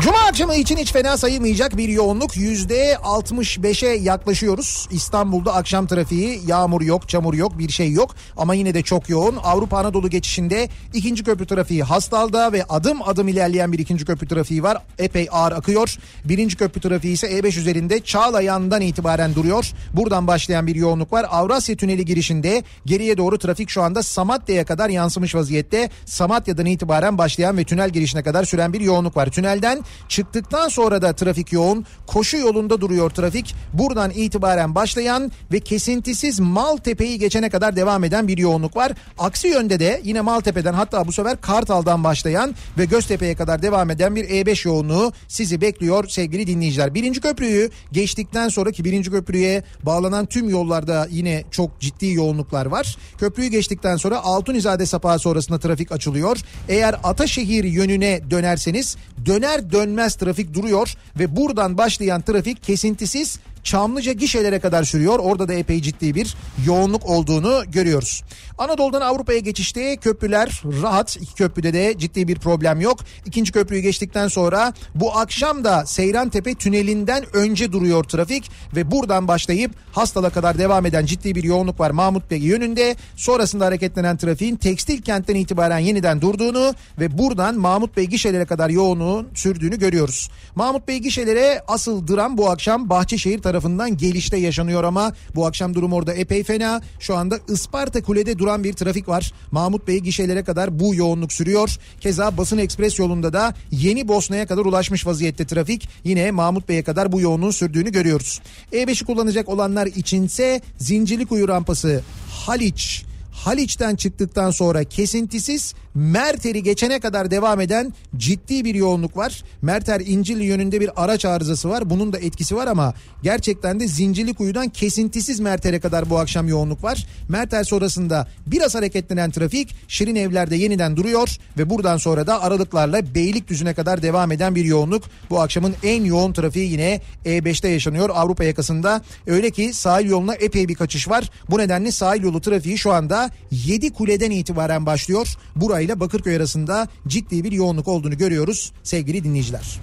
[SPEAKER 3] Cuma akşamı için hiç fena sayılmayacak bir yoğunluk. Yüzde 65'e yaklaşıyoruz. İstanbul'da akşam trafiği yağmur yok, çamur yok, bir şey yok. Ama yine de çok yoğun. Avrupa Anadolu geçişinde ikinci köprü trafiği Hastal'da ve adım adım ilerleyen bir ikinci köprü trafiği var. Epey ağır akıyor. Birinci köprü trafiği ise E5 üzerinde Çağlayan'dan itibaren duruyor. Buradan başlayan bir yoğunluk var. Avrasya Tüneli girişinde geriye doğru trafik şu anda Samatya'ya kadar yansımış vaziyette. Samatya'dan itibaren başlayan ve tünel girişine kadar süren bir yoğunluk var. Tünelden çıktıktan sonra da trafik yoğun. Koşu yolunda duruyor trafik. Buradan itibaren başlayan ve kesintisiz Maltepe'yi geçene kadar devam eden bir yoğunluk var. Aksi yönde de yine Maltepe'den hatta bu sefer Kartal'dan başlayan ve Göztepe'ye kadar devam eden bir E5 yoğunluğu sizi bekliyor sevgili dinleyiciler. Birinci köprüyü geçtikten sonraki birinci köprüye bağlanan tüm yollarda yine çok ciddi yoğunluklar var. Köprüyü geçtikten sonra Altunizade sapağı sonrasında trafik açılıyor. Eğer Ataşehir yönüne dönerseniz döner dönmez trafik duruyor ve buradan başlayan trafik kesintisiz Çamlıca gişelere kadar sürüyor. Orada da epey ciddi bir yoğunluk olduğunu görüyoruz. Anadolu'dan Avrupa'ya geçişte köprüler rahat. İki köprüde de ciddi bir problem yok. İkinci köprüyü geçtikten sonra bu akşam da Seyran Tepe tünelinden önce duruyor trafik ve buradan başlayıp Hastal'a kadar devam eden ciddi bir yoğunluk var Mahmut Bey yönünde. Sonrasında hareketlenen trafiğin tekstil kentten itibaren yeniden durduğunu ve buradan Mahmut Bey gişelere kadar yoğunluğun sürdüğünü görüyoruz. Mahmut Bey gişelere asıl dram bu akşam Bahçeşehir tarafından gelişte yaşanıyor ama bu akşam durum orada epey fena. Şu anda Isparta Kule'de duran bir trafik var. Mahmut Bey gişelere kadar bu yoğunluk sürüyor. Keza Basın Ekspres yolunda da Yeni Bosna'ya kadar ulaşmış vaziyette trafik. Yine Mahmut Bey'e kadar bu yoğunluğun sürdüğünü E görüyoruz. E5'i kullanacak olanlar içinse Zincirlikuyu rampası Haliç Haliç'ten çıktıktan sonra kesintisiz Merter'i geçene kadar devam eden ciddi bir yoğunluk var. Merter İncil yönünde bir araç arızası var. Bunun da etkisi var ama gerçekten de Zincirlikuyu'dan kesintisiz Merter'e kadar bu akşam yoğunluk var. Merter sonrasında biraz hareketlenen trafik Şirin Evler'de yeniden duruyor ve buradan sonra da aralıklarla Beylikdüzü'ne kadar devam eden bir yoğunluk. Bu akşamın en yoğun trafiği yine E5'te yaşanıyor Avrupa yakasında. Öyle ki sahil yoluna epey bir kaçış var. Bu nedenle sahil yolu trafiği şu anda 7 kuleden itibaren başlıyor. Burayla Bakırköy arasında ciddi bir yoğunluk olduğunu görüyoruz sevgili dinleyiciler.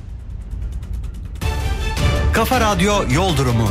[SPEAKER 6] Kafa Radyo Yol Durumu.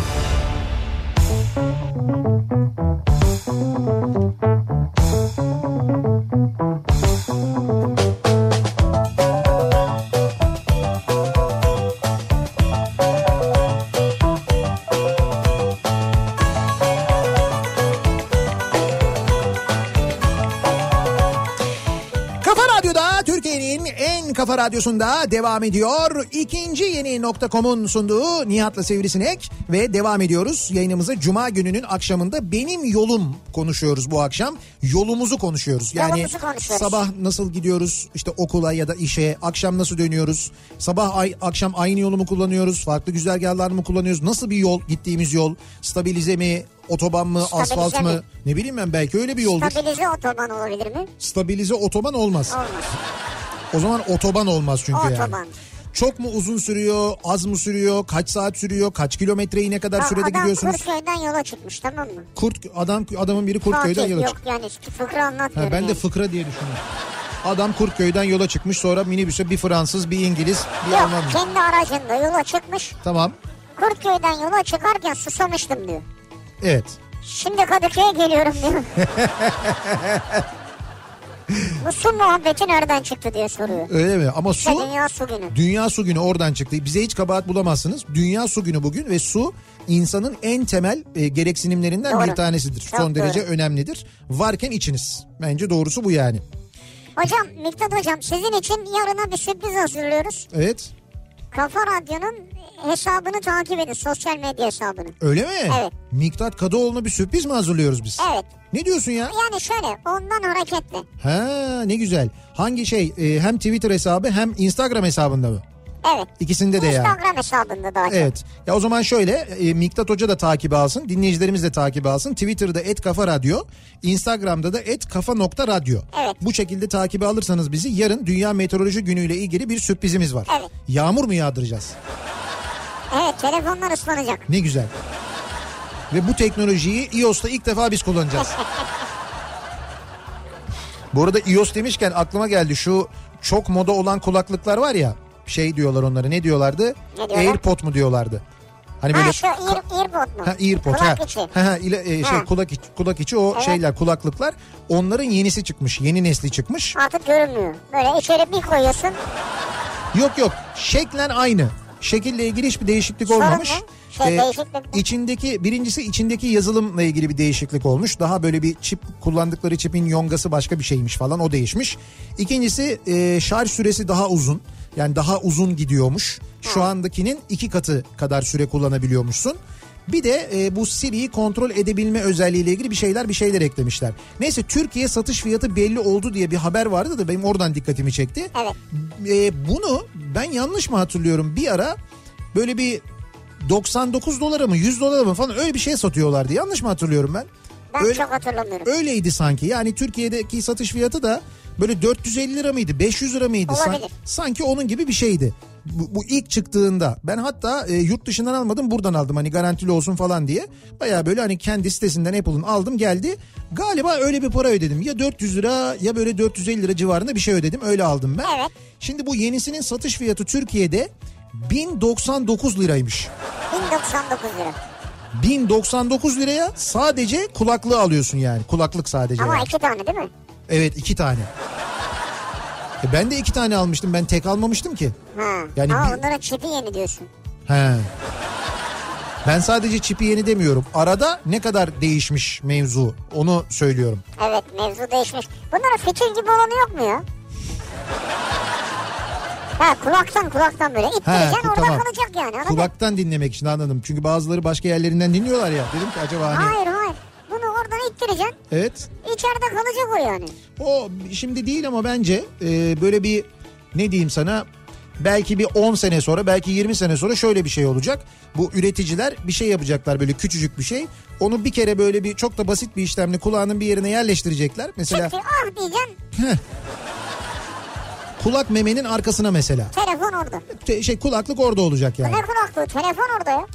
[SPEAKER 1] Kafa Radyo'da Türkiye'nin en kafa radyosunda devam ediyor. İkinci yeni nokta.com'un sunduğu Nihat'la Sivrisinek ve devam ediyoruz. Yayınımızı Cuma gününün akşamında benim yolum konuşuyoruz bu akşam. Yolumuzu konuşuyoruz. Yani
[SPEAKER 2] Yolumuzu konuşuyoruz.
[SPEAKER 3] Sabah nasıl gidiyoruz işte okula ya da işe, akşam nasıl dönüyoruz, sabah ay, akşam aynı yolu mu kullanıyoruz, farklı güzergahlar mı kullanıyoruz, nasıl bir yol gittiğimiz yol, stabilize mi, otoban mı,
[SPEAKER 2] Stabilize
[SPEAKER 3] asfalt mı?
[SPEAKER 2] mi?
[SPEAKER 3] ne bileyim ben belki öyle bir yoldur.
[SPEAKER 2] Stabilize otoban olabilir mi?
[SPEAKER 3] Stabilize otoban olmaz.
[SPEAKER 2] Olmaz.
[SPEAKER 3] O zaman otoban olmaz çünkü yani.
[SPEAKER 2] Otoban.
[SPEAKER 3] Çok mu uzun sürüyor, az mı sürüyor, kaç saat sürüyor, kaç kilometreyi ne kadar
[SPEAKER 2] Bak,
[SPEAKER 3] sürede
[SPEAKER 2] adam
[SPEAKER 3] gidiyorsunuz?
[SPEAKER 2] Kurköy'den yola çıkmış tamam mı?
[SPEAKER 3] Kurt adam adamın biri Kurtköy'den
[SPEAKER 2] Fatih,
[SPEAKER 3] yola
[SPEAKER 2] Yok
[SPEAKER 3] çıkmış.
[SPEAKER 2] yani fıkra
[SPEAKER 3] Ha,
[SPEAKER 2] anlatmıyorum.
[SPEAKER 3] ben de
[SPEAKER 2] yani.
[SPEAKER 3] fıkra diye düşünüyorum. Adam Kurtköy'den yola çıkmış sonra minibüse bir Fransız, bir İngiliz, bir Alman.
[SPEAKER 2] Yok kendi aracında yola çıkmış.
[SPEAKER 3] Tamam.
[SPEAKER 2] Kurtköy'den yola çıkarken susamıştım diyor.
[SPEAKER 3] Evet.
[SPEAKER 2] Şimdi Kadıköy'e geliyorum
[SPEAKER 3] *laughs*
[SPEAKER 2] diyor. Bu su muhabbeti nereden çıktı diye soruyor.
[SPEAKER 3] Öyle mi? Ama
[SPEAKER 2] Ve
[SPEAKER 3] su
[SPEAKER 2] Dünya su günü.
[SPEAKER 3] Dünya Su Günü oradan çıktı. Bize hiç kabahat bulamazsınız. Dünya Su Günü bugün ve su insanın en temel e, gereksinimlerinden
[SPEAKER 2] Doğru.
[SPEAKER 3] bir tanesidir.
[SPEAKER 2] Çok
[SPEAKER 3] Son derece
[SPEAKER 2] doğru.
[SPEAKER 3] önemlidir. Varken içiniz. Bence doğrusu bu yani.
[SPEAKER 2] Hocam Miktat hocam sizin için yarına bir sürpriz hazırlıyoruz.
[SPEAKER 3] Evet.
[SPEAKER 2] Kafa Radyo'nun hesabını takip edin. Sosyal medya hesabını.
[SPEAKER 3] Öyle mi?
[SPEAKER 2] Evet.
[SPEAKER 3] Miktat Kadıoğlu'na bir sürpriz mi hazırlıyoruz biz?
[SPEAKER 2] Evet.
[SPEAKER 3] Ne diyorsun ya?
[SPEAKER 2] Yani şöyle ondan hareketle.
[SPEAKER 3] Ha ne güzel. Hangi şey? e, hem Twitter hesabı hem Instagram hesabında mı?
[SPEAKER 2] Evet.
[SPEAKER 3] İkisinde de ya.
[SPEAKER 2] Instagram hesabında daha çok.
[SPEAKER 3] Evet. Ya o zaman şöyle e, Miktat Hoca da takibi alsın. Dinleyicilerimiz de takibi alsın. Twitter'da et kafa radyo. Instagram'da da et kafa nokta radyo.
[SPEAKER 2] Evet.
[SPEAKER 3] Bu şekilde takibi alırsanız bizi yarın Dünya Meteoroloji Günü ile ilgili bir sürprizimiz var.
[SPEAKER 2] Evet.
[SPEAKER 3] Yağmur mu yağdıracağız?
[SPEAKER 2] Evet telefonlar ıslanacak.
[SPEAKER 3] Ne güzel. Ve bu teknolojiyi iOS'ta ilk defa biz kullanacağız. bu arada iOS demişken aklıma geldi şu çok moda olan kulaklıklar var ya. Şey diyorlar onlara ne diyorlardı?
[SPEAKER 2] Ne diyorlar?
[SPEAKER 3] AirPod mu diyorlardu? Hani
[SPEAKER 2] Ha
[SPEAKER 3] böyle
[SPEAKER 2] şu ear, earbud mu?
[SPEAKER 3] Ha earpod
[SPEAKER 2] Kulak
[SPEAKER 3] ha.
[SPEAKER 2] içi.
[SPEAKER 3] Ha ha, ile, e, şey
[SPEAKER 2] Ha.
[SPEAKER 3] kulak içi, kulak içi o
[SPEAKER 2] Evet.
[SPEAKER 3] şeyler kulaklıklar. Onların yenisi çıkmış. Yeni nesli çıkmış.
[SPEAKER 2] Artık görünmüyor. Böyle içeri bir koyuyorsun.
[SPEAKER 3] Yok yok. Şeklen aynı. Şekille ilgili hiçbir değişiklik olmamış. Ee,
[SPEAKER 2] ne? Şey, değişiklik mi?
[SPEAKER 3] içindeki birincisi içindeki yazılımla ilgili bir değişiklik olmuş. Daha böyle bir çip kullandıkları çipin yongası başka bir şeymiş falan o değişmiş. İkincisi e, şarj süresi daha uzun. Yani daha uzun gidiyormuş. Şu andakinin iki katı kadar süre kullanabiliyormuşsun. Bir de e, bu Siri'yi kontrol edebilme özelliğiyle ilgili bir şeyler bir şeyler eklemişler. Neyse Türkiye satış fiyatı belli oldu diye bir haber vardı da benim oradan dikkatimi çekti.
[SPEAKER 2] Evet.
[SPEAKER 3] E, bunu ben yanlış mı hatırlıyorum bir ara böyle bir 99 dolara mı 100 dolara mı falan öyle bir şey satıyorlardı yanlış mı hatırlıyorum ben?
[SPEAKER 2] Ben
[SPEAKER 3] öyle,
[SPEAKER 2] çok hatırlamıyorum.
[SPEAKER 3] öyleydi sanki yani Türkiye'deki satış fiyatı da böyle 450 lira mıydı 500 lira mıydı? San-
[SPEAKER 2] Olabilir.
[SPEAKER 3] sanki onun gibi bir şeydi. Bu, bu ilk çıktığında ben hatta e, yurt dışından almadım buradan aldım hani garantili olsun falan diye. Baya böyle hani kendi sitesinden Apple'ın aldım geldi. Galiba öyle bir para ödedim. Ya 400 lira ya böyle 450 lira civarında bir şey ödedim öyle aldım ben.
[SPEAKER 2] Evet.
[SPEAKER 3] Şimdi bu yenisinin satış fiyatı Türkiye'de 1099 liraymış.
[SPEAKER 2] 1099 lira.
[SPEAKER 3] 1099 liraya sadece kulaklığı alıyorsun yani. Kulaklık sadece.
[SPEAKER 2] Ama
[SPEAKER 3] yani.
[SPEAKER 2] iki tane değil mi?
[SPEAKER 3] Evet iki tane. E ben de iki tane almıştım. Ben tek almamıştım ki.
[SPEAKER 2] Ha.
[SPEAKER 3] Yani
[SPEAKER 2] Ama
[SPEAKER 3] bir-
[SPEAKER 2] onların çipi yeni diyorsun.
[SPEAKER 3] He. Ben sadece çipi yeni demiyorum. Arada ne kadar değişmiş mevzu onu söylüyorum.
[SPEAKER 2] Evet mevzu değişmiş. Bunların fitil gibi olanı yok mu ya? Ha kulaktan kulaktan böyle ittireceksin
[SPEAKER 3] ku-
[SPEAKER 2] orada
[SPEAKER 3] tamam.
[SPEAKER 2] kalacak yani. Anladın?
[SPEAKER 3] Kulaktan dinlemek için anladım. Çünkü bazıları başka yerlerinden dinliyorlar ya. Dedim ki acaba hani...
[SPEAKER 2] Hayır hayır. Bunu oradan çektireceksin.
[SPEAKER 3] Evet.
[SPEAKER 2] İçeride hani. kalacak o yani.
[SPEAKER 3] O şimdi değil ama bence e, böyle bir ne diyeyim sana belki bir 10 sene sonra belki 20 sene sonra şöyle bir şey olacak. Bu üreticiler bir şey yapacaklar böyle küçücük bir şey. Onu bir kere böyle bir çok da basit bir işlemle kulağının bir yerine yerleştirecekler. Mesela
[SPEAKER 2] Çıktı ah diyeceksin
[SPEAKER 3] kulak memenin arkasına mesela.
[SPEAKER 2] telefon orada.
[SPEAKER 3] Te- şey kulaklık orada olacak yani.
[SPEAKER 2] Ne kulaklığı telefon orada ya.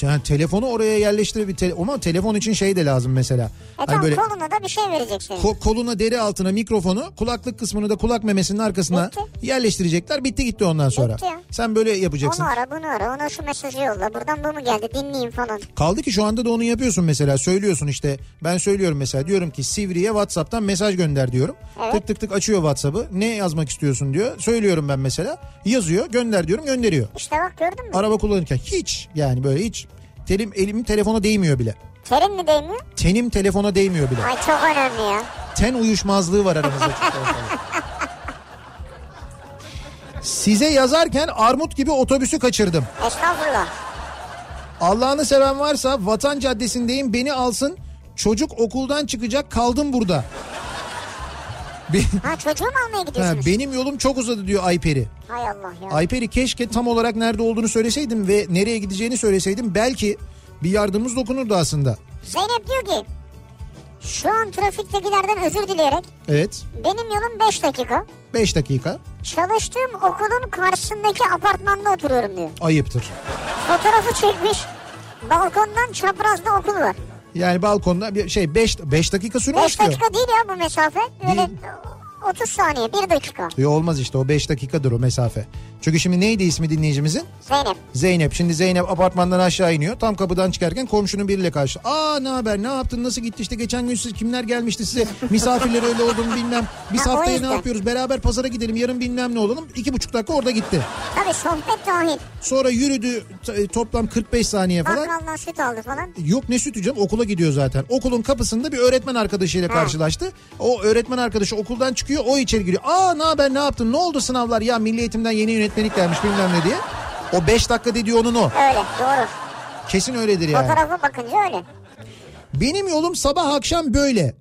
[SPEAKER 3] Yani telefonu oraya yerleştirip ama telefon için şey de lazım mesela.
[SPEAKER 2] E
[SPEAKER 3] Hani
[SPEAKER 2] tamam
[SPEAKER 3] böyle
[SPEAKER 2] koluna da bir şey vereceksin.
[SPEAKER 3] ko- koluna deri altına mikrofonu kulaklık kısmını da kulak memesinin arkasına
[SPEAKER 2] Bitti.
[SPEAKER 3] yerleştirecekler. Bitti gitti ondan sonra.
[SPEAKER 2] Bitti ya.
[SPEAKER 3] Sen böyle yapacaksın.
[SPEAKER 2] Onu ara bunu ara ona şu mesajı yolla buradan bu mu geldi dinleyin falan.
[SPEAKER 3] Kaldı ki şu anda da onu yapıyorsun mesela. Söylüyorsun işte. Ben söylüyorum mesela. Diyorum ki Sivri'ye WhatsApp'tan mesaj gönder diyorum.
[SPEAKER 2] Evet.
[SPEAKER 3] Tık tık tık açıyor WhatsApp'ı. Ne yazmak istiyorsun diyor. Söylüyorum ben mesela. Yazıyor. Gönder diyorum. Gönderiyor.
[SPEAKER 2] İşte bak gördün mü?
[SPEAKER 3] Araba kullanırken hiç yani böyle hiç telim elim telefona değmiyor bile.
[SPEAKER 2] Terim mi değmiyor?
[SPEAKER 3] Tenim telefona değmiyor bile.
[SPEAKER 2] Ay çok önemli ya.
[SPEAKER 3] Ten uyuşmazlığı var aramızda. çok ortada. Size yazarken armut gibi otobüsü kaçırdım.
[SPEAKER 2] Estağfurullah.
[SPEAKER 3] Allah'ını seven varsa Vatan Caddesi'ndeyim beni alsın. Çocuk okuldan çıkacak kaldım burada. *laughs* Be-
[SPEAKER 2] Ha çocuğu mu almaya
[SPEAKER 3] Ha,
[SPEAKER 2] gidiyorsunuz?
[SPEAKER 3] benim yolum çok uzadı diyor Ayperi.
[SPEAKER 2] Hay Allah ya.
[SPEAKER 3] Ayperi keşke tam olarak nerede olduğunu söyleseydim ve nereye gideceğini söyleseydim belki bir yardımımız dokunurdu aslında.
[SPEAKER 2] Zeynep diyor ki şu an trafiktekilerden özür dileyerek
[SPEAKER 3] Evet.
[SPEAKER 2] benim yolum 5 dakika.
[SPEAKER 3] 5 dakika
[SPEAKER 2] Çalıştığım okulun karşısındaki apartmanda oturuyorum diyor.
[SPEAKER 3] ayıptır.
[SPEAKER 2] Fotoğrafı çekmiş. Balkondan çaprazda okul var.
[SPEAKER 3] Yani balkonda bir şey 5 5 dakika sürmüş
[SPEAKER 2] 5
[SPEAKER 3] diyor.
[SPEAKER 2] dakika değil ya bu mesafe. Öyle
[SPEAKER 3] Değil.
[SPEAKER 2] 30 saniye 1 dakika.
[SPEAKER 3] Yo olmaz işte o 5 dakikadır o mesafe. Çünkü şimdi neydi ismi dinleyicimizin?
[SPEAKER 2] Zeynep.
[SPEAKER 3] Zeynep. Şimdi Zeynep apartmandan aşağı iniyor. Tam kapıdan çıkarken komşunun biriyle karşı. Aa ne haber ne yaptın nasıl gitti işte geçen gün siz kimler gelmişti size misafirler öyle oldu mu bilmem. Biz
[SPEAKER 2] Ha, o
[SPEAKER 3] haftaya ne
[SPEAKER 2] yüzden.
[SPEAKER 3] yapıyoruz beraber pazara gidelim yarın bilmem ne olalım. İki buçuk dakika orada gitti.
[SPEAKER 2] Tabii sohbet dahil.
[SPEAKER 3] Sonra yürüdü t- e, toplam 45 saniye falan.
[SPEAKER 2] Bakkaldan süt aldı falan.
[SPEAKER 3] Yok ne sütü canım okula gidiyor zaten. Okulun kapısında bir öğretmen arkadaşıyla karşılaştı. O öğretmen arkadaşı okuldan çıkıyor o içeri giriyor. Aa ne haber ne yaptın ne oldu sınavlar ya milli eğitimden yeni yönetmelik gelmiş bilmem ne diye. O 5 dakika dediği onun o.
[SPEAKER 2] Öyle doğru.
[SPEAKER 3] Kesin öyledir yani.
[SPEAKER 2] Fotoğrafa bakınca öyle.
[SPEAKER 3] Benim yolum sabah akşam böyle.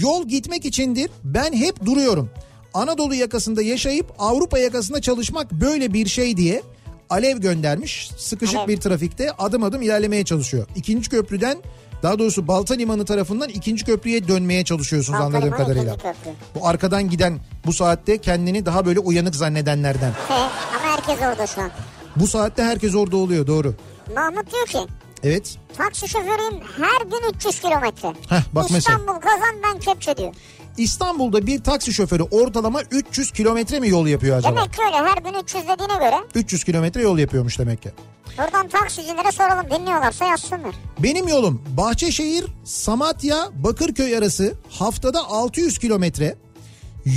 [SPEAKER 3] Yol gitmek içindir. Ben hep duruyorum. Anadolu yakasında yaşayıp Avrupa yakasında çalışmak böyle bir şey diye Alev göndermiş. Sıkışık
[SPEAKER 2] Alev.
[SPEAKER 3] bir trafikte adım adım ilerlemeye çalışıyor. İkinci köprüden daha doğrusu Balta Limanı tarafından ikinci köprüye dönmeye çalışıyorsunuz
[SPEAKER 2] Balta
[SPEAKER 3] anladığım
[SPEAKER 2] Limanı
[SPEAKER 3] kadarıyla.
[SPEAKER 2] ikinci köprü.
[SPEAKER 3] Bu arkadan giden bu saatte kendini daha böyle uyanık zannedenlerden.
[SPEAKER 2] He, ama herkes orada şu an.
[SPEAKER 3] Bu saatte herkes orada oluyor doğru.
[SPEAKER 2] Mahmut diyor ki
[SPEAKER 3] Evet.
[SPEAKER 2] taksi şoförüyüm her gün 300 kilometre.
[SPEAKER 3] Heh, bak mesela.
[SPEAKER 2] İstanbul kazan ben kepçe diyor.
[SPEAKER 3] İstanbul'da bir taksi şoförü ortalama 300 kilometre mi yol yapıyor acaba?
[SPEAKER 2] Demek ki öyle her gün 300 dediğine göre
[SPEAKER 3] 300 kilometre yol yapıyormuş demek ki.
[SPEAKER 2] buradan taksicilere soralım dinliyorlarsa yazsınlar.
[SPEAKER 3] Benim yolum Bahçeşehir, Samatya, Bakırköy arası haftada 600 kilometre.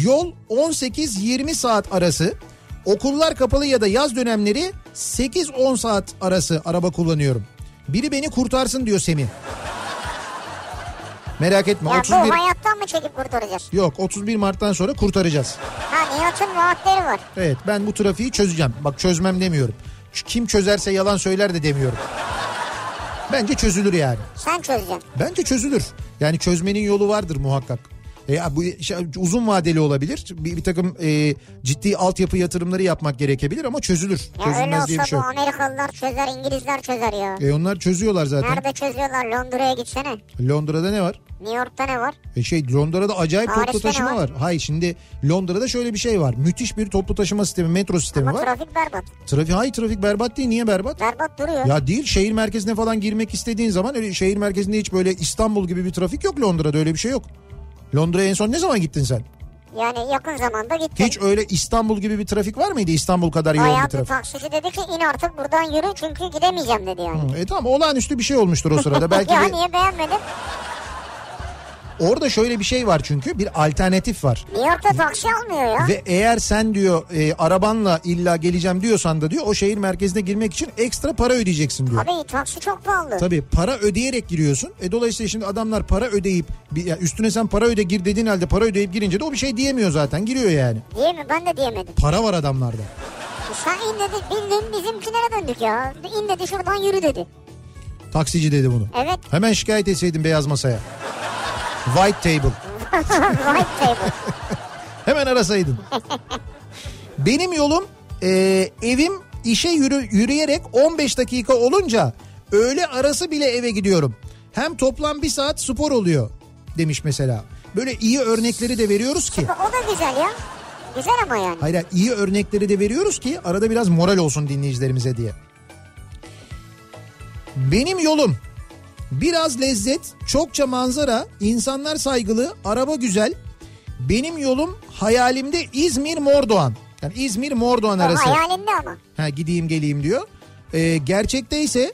[SPEAKER 3] Yol 18-20 saat arası. Okullar kapalı ya da yaz dönemleri 8-10 saat arası araba kullanıyorum. Biri beni kurtarsın diyor Semih. Merak etme
[SPEAKER 2] Ya
[SPEAKER 3] 31
[SPEAKER 2] bu hayattan mı çekip kurtaracağız?
[SPEAKER 3] Yok 31 Mart'tan sonra kurtaracağız.
[SPEAKER 2] Ha Nihat'ın vaatleri var.
[SPEAKER 3] Evet ben bu trafiği çözeceğim. Bak çözmem demiyorum. Şu Kim çözerse yalan söyler de demiyorum. Bence çözülür yani.
[SPEAKER 2] Sen çözeceksin.
[SPEAKER 3] Bence çözülür. Yani çözmenin yolu vardır muhakkak. E, ya bu şey, uzun vadeli olabilir. Bir, bir takım e, ciddi altyapı yatırımları yapmak gerekebilir ama çözülür.
[SPEAKER 2] Ya öyle
[SPEAKER 3] Çözülmez diye bir
[SPEAKER 2] olsa
[SPEAKER 3] şey
[SPEAKER 2] bu
[SPEAKER 3] yok.
[SPEAKER 2] Amerikalılar çözer İngilizler çözer ya.
[SPEAKER 3] E, onlar çözüyorlar zaten.
[SPEAKER 2] Nerede çözüyorlar Londra'ya gitsene.
[SPEAKER 3] Londra'da ne var?
[SPEAKER 2] New York'ta ne var?
[SPEAKER 3] E şey Londra'da acayip toplu
[SPEAKER 2] Paris'te ne
[SPEAKER 3] taşıma
[SPEAKER 2] var?
[SPEAKER 3] var. Hayır şimdi Londra'da şöyle bir şey var. Müthiş bir toplu taşıma sistemi, metro sistemi
[SPEAKER 2] Ama
[SPEAKER 3] var.
[SPEAKER 2] trafik berbat.
[SPEAKER 3] Trafik hayır trafik berbat değil. Niye berbat?
[SPEAKER 2] Berbat duruyor.
[SPEAKER 3] Ya değil şehir merkezine falan girmek istediğin zaman öyle şehir merkezinde hiç böyle İstanbul gibi bir trafik yok Londra'da öyle bir şey yok. Londra'ya en son ne zaman gittin sen?
[SPEAKER 2] Yani yakın zamanda gitti.
[SPEAKER 3] Hiç öyle İstanbul gibi bir trafik var mıydı İstanbul kadar yoğun
[SPEAKER 2] Bayağı
[SPEAKER 3] bir
[SPEAKER 2] bir
[SPEAKER 3] trafik?
[SPEAKER 2] taksici dedi ki in artık buradan yürü çünkü gidemeyeceğim dedi yani.
[SPEAKER 3] E tamam olağanüstü bir şey olmuştur o sırada. Belki
[SPEAKER 2] *laughs* ya
[SPEAKER 3] bir-
[SPEAKER 2] niye beğenmedin?
[SPEAKER 3] orada şöyle bir şey var çünkü bir alternatif var.
[SPEAKER 2] New York'ta taksi almıyor ya.
[SPEAKER 3] Ve eğer sen diyor e, arabanla illa geleceğim diyorsan da diyor o şehir merkezine girmek için ekstra para ödeyeceksin diyor.
[SPEAKER 2] Abi taksi çok pahalı.
[SPEAKER 3] Tabii para ödeyerek giriyorsun. E dolayısıyla şimdi adamlar para ödeyip bir- ya üstüne sen para öde gir dediğin halde para ödeyip girince de o bir şey diyemiyor zaten. Giriyor yani.
[SPEAKER 2] Diye mi? Ben de diyemedim. E
[SPEAKER 3] Para var adamlarda.
[SPEAKER 2] Sen in dedi bildiğin bizimkilere döndük ya. İn dedi şuradan yürü dedi.
[SPEAKER 3] Taksici dedi bunu.
[SPEAKER 2] Evet.
[SPEAKER 3] Hemen şikayet etseydin beyaz masaya. White Table.
[SPEAKER 2] *laughs* White table.
[SPEAKER 3] *laughs* Hemen arasaydın. Benim yolum e, evim işe yürü, yürüyerek 15 dakika olunca öğle arası bile eve gidiyorum. Hem toplam bir saat spor oluyor demiş mesela. Böyle iyi örnekleri de veriyoruz ki.
[SPEAKER 2] O da güzel ya. Güzel ama yani.
[SPEAKER 3] Hayır hayır, iyi örnekleri de veriyoruz ki arada biraz moral olsun dinleyicilerimize diye. Benim yolum biraz lezzet, çokça manzara, insanlar saygılı, araba güzel. Benim yolum hayalimde İzmir Mordoğan. Yani İzmir Mordoğan
[SPEAKER 2] O
[SPEAKER 3] arası.
[SPEAKER 2] hayalinde ama.
[SPEAKER 3] Ha, gideyim geleyim diyor. Ee, gerçekte ise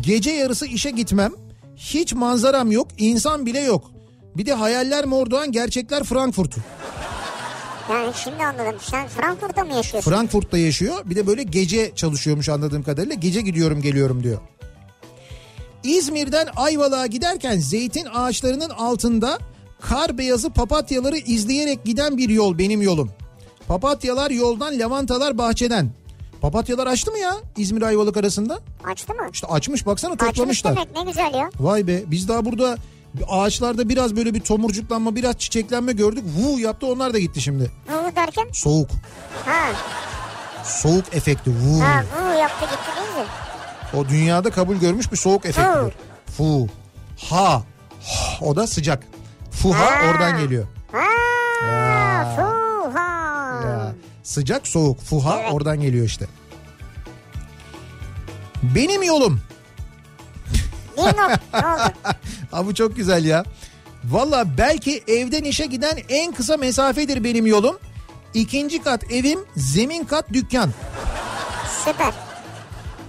[SPEAKER 3] gece yarısı işe gitmem. Hiç manzaram yok, insan bile yok. Bir de hayaller Mordoğan, gerçekler Frankfurt.
[SPEAKER 2] Yani şimdi anladım. Sen Frankfurt'ta mı yaşıyorsun?
[SPEAKER 3] Frankfurt'ta yaşıyor. Bir de böyle gece çalışıyormuş anladığım kadarıyla. Gece gidiyorum geliyorum diyor. İzmir'den Ayvalık'a giderken zeytin ağaçlarının altında kar beyazı papatyaları izleyerek giden bir yol benim yolum. Papatyalar yoldan, lavantalar bahçeden. Papatyalar açtı mı ya İzmir Ayvalık arasında?
[SPEAKER 2] Açtı mı?
[SPEAKER 3] İşte açmış baksana
[SPEAKER 2] Açmış
[SPEAKER 3] toplamışlar.
[SPEAKER 2] demek ne güzel ya.
[SPEAKER 3] Vay be biz daha burada ağaçlarda biraz böyle bir tomurcuklanma, biraz çiçeklenme gördük. Vu yaptı onlar da gitti şimdi.
[SPEAKER 2] Vuvu derken
[SPEAKER 3] Soğuk.
[SPEAKER 2] ha
[SPEAKER 3] Soğuk efekti. Vu.
[SPEAKER 2] ha vuvu yaptı gitti değil mi?
[SPEAKER 3] O dünyada kabul görmüş bir soğuk efektidir. Fu. Ha. H, O da sıcak. Fuha
[SPEAKER 2] Ha.
[SPEAKER 3] oradan geliyor.
[SPEAKER 2] Ha
[SPEAKER 3] Ya.
[SPEAKER 2] fuha.
[SPEAKER 3] Ya. Sıcak soğuk. Fuha
[SPEAKER 2] Evet.
[SPEAKER 3] oradan geliyor işte. Benim yolum. *laughs*
[SPEAKER 2] Bir nok- ne oldu?
[SPEAKER 3] Ha bu çok güzel ya. Valla belki evden işe giden en kısa mesafedir benim yolum. İkinci kat evim, zemin kat dükkan.
[SPEAKER 2] Süper.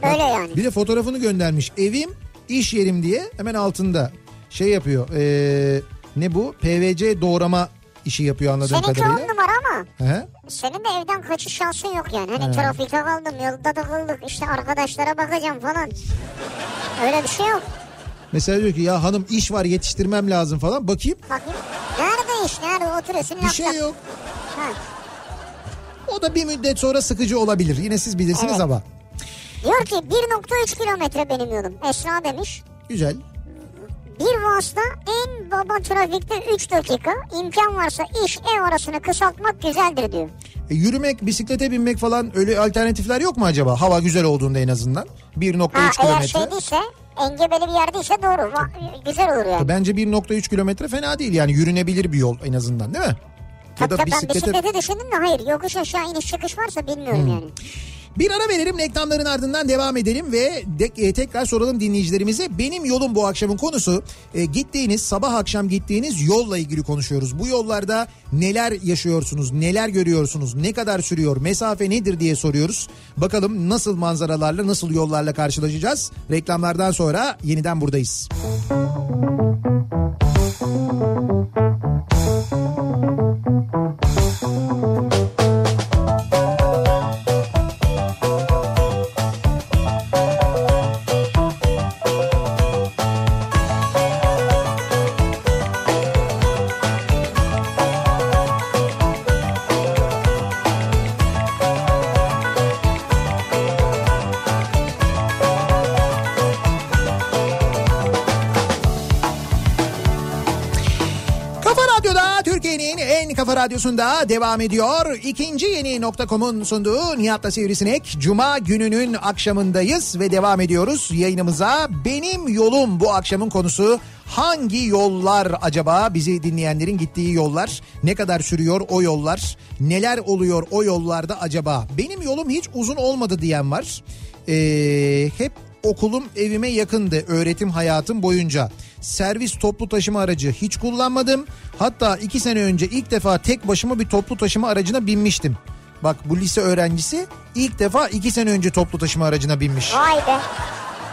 [SPEAKER 2] Öyle yani.
[SPEAKER 3] Bir de fotoğrafını göndermiş. Evim, iş yerim diye hemen altında şey yapıyor. Ee, ne bu? PVC doğrama işi yapıyor anladığım
[SPEAKER 2] Seninki on
[SPEAKER 3] kadarıyla.
[SPEAKER 2] numara ama
[SPEAKER 3] He?
[SPEAKER 2] senin de evden kaçış şansın yok yani. Hani trafikte kaldım, yolda takıldık, işte arkadaşlara bakacağım falan. Öyle bir şey yok.
[SPEAKER 3] Mesela diyor ki ya hanım iş var yetiştirmem lazım falan. Bakayım
[SPEAKER 2] Bakayım. Nerede iş? Nerede oturuyorsun?
[SPEAKER 3] bir
[SPEAKER 2] Laptop.
[SPEAKER 3] şey yok.
[SPEAKER 2] Ha.
[SPEAKER 3] O da bir müddet sonra sıkıcı olabilir. Yine siz bilirsiniz
[SPEAKER 2] Evet.
[SPEAKER 3] ama.
[SPEAKER 2] Diyor ki 1.3 kilometre benim yolum. Esra demiş.
[SPEAKER 3] Güzel.
[SPEAKER 2] Bir vasıta en baba trafikte 3 dakika. imkan varsa iş ev arasını kısaltmak güzeldir diyor.
[SPEAKER 3] E, yürümek, bisiklete binmek falan öyle alternatifler yok mu acaba? Hava güzel olduğunda en azından. 1.3
[SPEAKER 2] Ha, eğer
[SPEAKER 3] kilometre.
[SPEAKER 2] şey değilse engebeli bir yerdeyse doğru. Va- güzel olur yani.
[SPEAKER 3] Bence 1.3 kilometre fena değil yani yürünebilir bir yol en azından değil mi? Ya
[SPEAKER 2] Tabii
[SPEAKER 3] da
[SPEAKER 2] tabii ben
[SPEAKER 3] bisiklete Hmm.
[SPEAKER 2] bisiklete düşündüm de hayır yokuş aşağı iniş çıkış varsa bilmiyorum yani.
[SPEAKER 3] Bir ara verelim reklamların ardından devam edelim ve de- e, tekrar soralım dinleyicilerimize. Benim yolum bu akşamın konusu e, gittiğiniz sabah akşam gittiğiniz yolla ilgili konuşuyoruz. Bu yollarda neler yaşıyorsunuz, neler görüyorsunuz, ne kadar sürüyor, mesafe nedir diye soruyoruz. Bakalım nasıl manzaralarla, nasıl yollarla karşılaşacağız. Reklamlardan sonra yeniden buradayız. Kafa Radyo'da Türkiye'nin en kafa radyosunda devam ediyor. İkinci yeni nokta.com'un sunduğu Nihat'la Sivrisinek. Cuma gününün akşamındayız ve devam ediyoruz yayınımıza. Benim yolum bu akşamın konusu hangi yollar acaba bizi dinleyenlerin gittiği yollar ne kadar sürüyor o yollar neler oluyor o yollarda acaba benim yolum hiç uzun olmadı diyen var Ee, hep Okulum evime yakındı öğretim hayatım boyunca. Servis toplu taşıma aracı hiç kullanmadım. Hatta iki sene önce ilk defa tek başıma bir toplu taşıma aracına binmiştim. Bak bu lise öğrencisi ilk defa iki sene önce toplu taşıma aracına binmiş.
[SPEAKER 2] Vay be.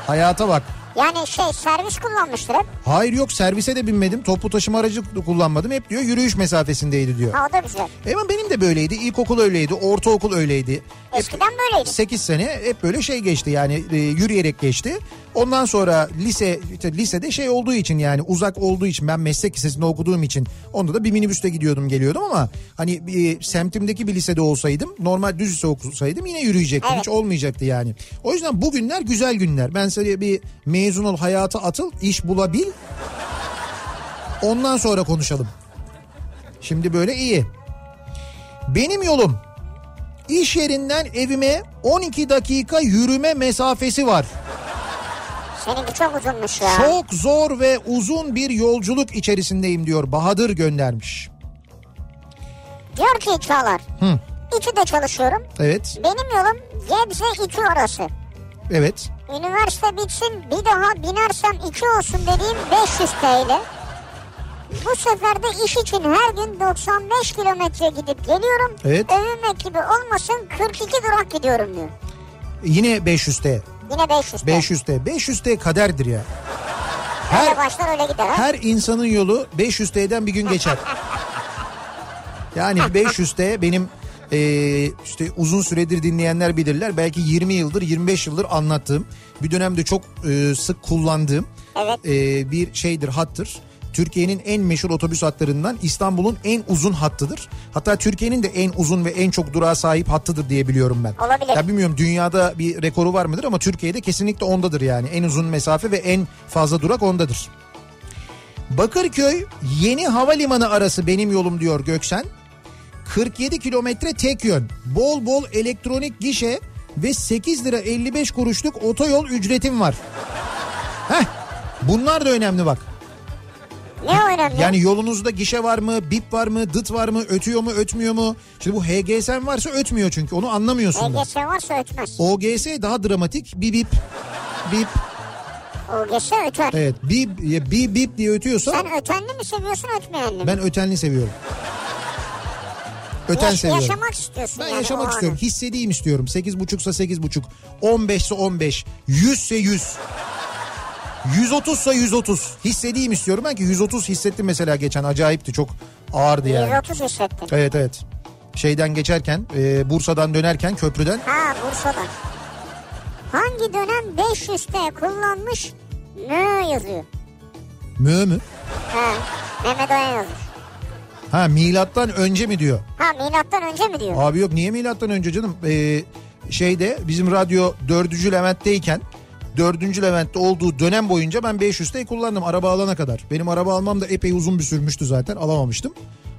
[SPEAKER 3] Hayata bak.
[SPEAKER 2] Yani şey servis kullanmıştır hep.
[SPEAKER 3] Hayır yok servise de binmedim toplu taşıma aracı kullanmadım hep diyor yürüyüş mesafesindeydi diyor.
[SPEAKER 2] Ha o da güzel.
[SPEAKER 3] E Ama benim de böyleydi ilkokul öyleydi ortaokul öyleydi. Hep-
[SPEAKER 2] Eskiden böyleydi.
[SPEAKER 3] 8 sene hep böyle şey geçti yani e, yürüyerek geçti. Ondan sonra lise işte lisede şey olduğu için yani uzak olduğu için ben meslek lisesinde okuduğum için onda da bir minibüste gidiyordum geliyordum ama hani e, semtimdeki bir lisede olsaydım normal düz lise okusaydım yine yürüyecektim
[SPEAKER 2] Evet.
[SPEAKER 3] hiç olmayacaktı yani. O yüzden bugünler güzel günler. Ben sana bir mezun ol hayata atıl iş bulabil Ondan sonra konuşalım. Şimdi böyle iyi. Benim yolum iş yerinden evime 12 dakika yürüme mesafesi var.
[SPEAKER 2] Seninki çok uzunmuş ya.
[SPEAKER 3] Çok zor ve uzun bir yolculuk içerisindeyim diyor Bahadır göndermiş.
[SPEAKER 2] Diyor ki Çağlar. Hı. İTÜ'de çalışıyorum.
[SPEAKER 3] Evet,
[SPEAKER 2] Benim yolum Gebze İTÜ arası.
[SPEAKER 3] evet.
[SPEAKER 2] Üniversite bitsin bir daha binersem iki olsun dediğim 500 TL. Bu sefer de iş için her gün 95 kilometre gidip geliyorum.
[SPEAKER 3] Evet.
[SPEAKER 2] Övünmek gibi olmasın 42 durak gidiyorum diyor.
[SPEAKER 3] Yine 500T.
[SPEAKER 2] Yine 500 TL.
[SPEAKER 3] 500T. 500T kaderdir ya. Her
[SPEAKER 2] Öyle başlar öyle gider. ha?
[SPEAKER 3] her insanın yolu 500T'den bir gün geçer. Yani
[SPEAKER 2] *laughs*
[SPEAKER 3] 500T benim e, işte uzun süredir dinleyenler bilirler. Belki 20 yıldır 25 yıldır anlattığım bir dönemde çok e, sık kullandığım
[SPEAKER 2] Evet.
[SPEAKER 3] e, bir şeydir hattır. Türkiye'nin en meşhur otobüs hatlarından İstanbul'un en uzun hattıdır. Hatta Türkiye'nin de en uzun ve en çok durağa sahip hattıdır diye biliyorum ben.
[SPEAKER 2] Olabilir.
[SPEAKER 3] Ya bilmiyorum dünyada bir rekoru var mıdır ama Türkiye'de kesinlikle ondadır yani. En uzun mesafe ve en fazla durak ondadır. Bakırköy yeni havalimanı arası benim yolum diyor Göksen. 47 kilometre tek yön. Bol bol elektronik gişe ve 8 lira 55 kuruşluk otoyol ücretim var. Heh, bunlar da önemli bak.
[SPEAKER 2] Ne önemli?
[SPEAKER 3] Yani yolunuzda gişe var mı, bip var mı, dıt var mı, ötüyor mu, ötmüyor mu? Şimdi bu HGS'n varsa ötmüyor çünkü onu anlamıyorsun da.
[SPEAKER 2] OGS varsa ötmez.
[SPEAKER 3] OGS daha dramatik. Bip bip. Bip.
[SPEAKER 2] OGS öter.
[SPEAKER 3] Evet. Bip, bip, bip diye ötüyorsa...
[SPEAKER 2] Sen ötenli mi seviyorsun ötmeyenli mi?
[SPEAKER 3] Ben ötenli seviyorum. Öten
[SPEAKER 2] Yaş-
[SPEAKER 3] seviyorum.
[SPEAKER 2] Yaşamak istiyorsun
[SPEAKER 3] ben
[SPEAKER 2] yani o
[SPEAKER 3] yaşamak
[SPEAKER 2] anı.
[SPEAKER 3] istiyorum. Hissedeyim istiyorum. 8.5'sa 8.5. 15'se 15. 100'se 100. 130'sa 130. Hissedeyim istiyorum. Ben ki 130 hissettim mesela geçen. Acayipti. Çok ağırdı yani.
[SPEAKER 2] 130 hissettin.
[SPEAKER 3] Evet evet. Şeyden geçerken, e, Bursa'dan dönerken köprüden.
[SPEAKER 2] Ha Bursa'dan. Hangi dönem 500'te kullanmış mü yazıyor.
[SPEAKER 3] Mü mü?
[SPEAKER 2] Ha, Mehmet Oya yazmış.
[SPEAKER 3] Ha milattan önce mi diyor.
[SPEAKER 2] Ha milattan önce mi diyor?
[SPEAKER 3] Abi yok niye milattan önce canım? Ee, şeyde bizim radyo 4. Levent'teyken 4. Levent'te olduğu dönem boyunca ben 500T kullandım araba alana kadar. Benim araba almam da epey uzun bir sürmüştü zaten alamamıştım.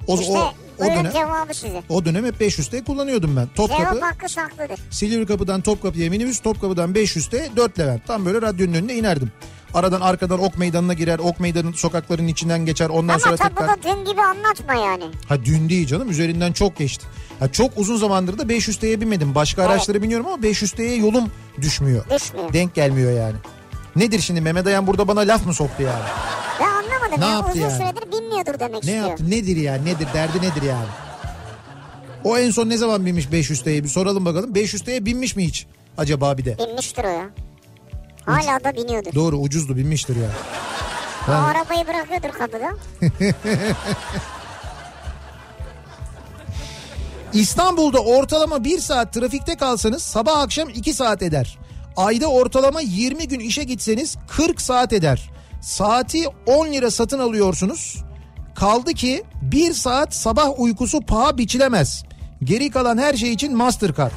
[SPEAKER 3] O,
[SPEAKER 2] işte
[SPEAKER 3] o, o
[SPEAKER 2] buyurun
[SPEAKER 3] dönem
[SPEAKER 2] cevabı size.
[SPEAKER 3] o dönem hep 500T kullanıyordum ben. Topkapı,
[SPEAKER 2] Cevap hakkı saklıdır.
[SPEAKER 3] Silivri Kapı'dan Topkapı'ya minibüs, Topkapı'dan 500'te 4 Levent. Tam böyle radyonun önüne inerdim. Aradan arkadan Ok Meydanı'na girer, Ok Meydanı'nın sokaklarının içinden geçer. Ondan
[SPEAKER 2] Ama
[SPEAKER 3] sonra
[SPEAKER 2] tabi bu
[SPEAKER 3] tekrar...
[SPEAKER 2] da dün gibi anlatma yani.
[SPEAKER 3] Ha dün değil canım üzerinden çok geçti. Ha, çok uzun zamandır da 500T'ye binmedim. Başka araçlara biniyorum ama 500T'ye yolum düşmüyor.
[SPEAKER 2] Düşmüyor.
[SPEAKER 3] Denk gelmiyor yani. Nedir şimdi Mehmet Ayan burada bana laf mı soktu yani?
[SPEAKER 2] Ben anlamadım
[SPEAKER 3] Ne
[SPEAKER 2] ya
[SPEAKER 3] yaptı
[SPEAKER 2] uzun
[SPEAKER 3] yani?
[SPEAKER 2] süredir bilmiyordur demek
[SPEAKER 3] Ne
[SPEAKER 2] istiyor.
[SPEAKER 3] yaptı nedir yani nedir derdi nedir yani? O en son ne zaman binmiş 500T'ye bir soralım bakalım. 500T'ye binmiş mi hiç acaba bir de?
[SPEAKER 2] Binmiştir o ya. Hala da biniyordur.
[SPEAKER 3] Doğru ucuzdu binmiştir ya.
[SPEAKER 2] O arabayı bırakıyordur kapıda.
[SPEAKER 3] İstanbul'da ortalama 1 saat trafikte kalsanız sabah akşam 2 saat eder. Ayda ortalama 20 gün işe gitseniz 40 saat eder. Saati 10 lira satın alıyorsunuz. Kaldı ki 1 saat sabah uykusu paha biçilemez. Geri kalan her şey için Mastercard.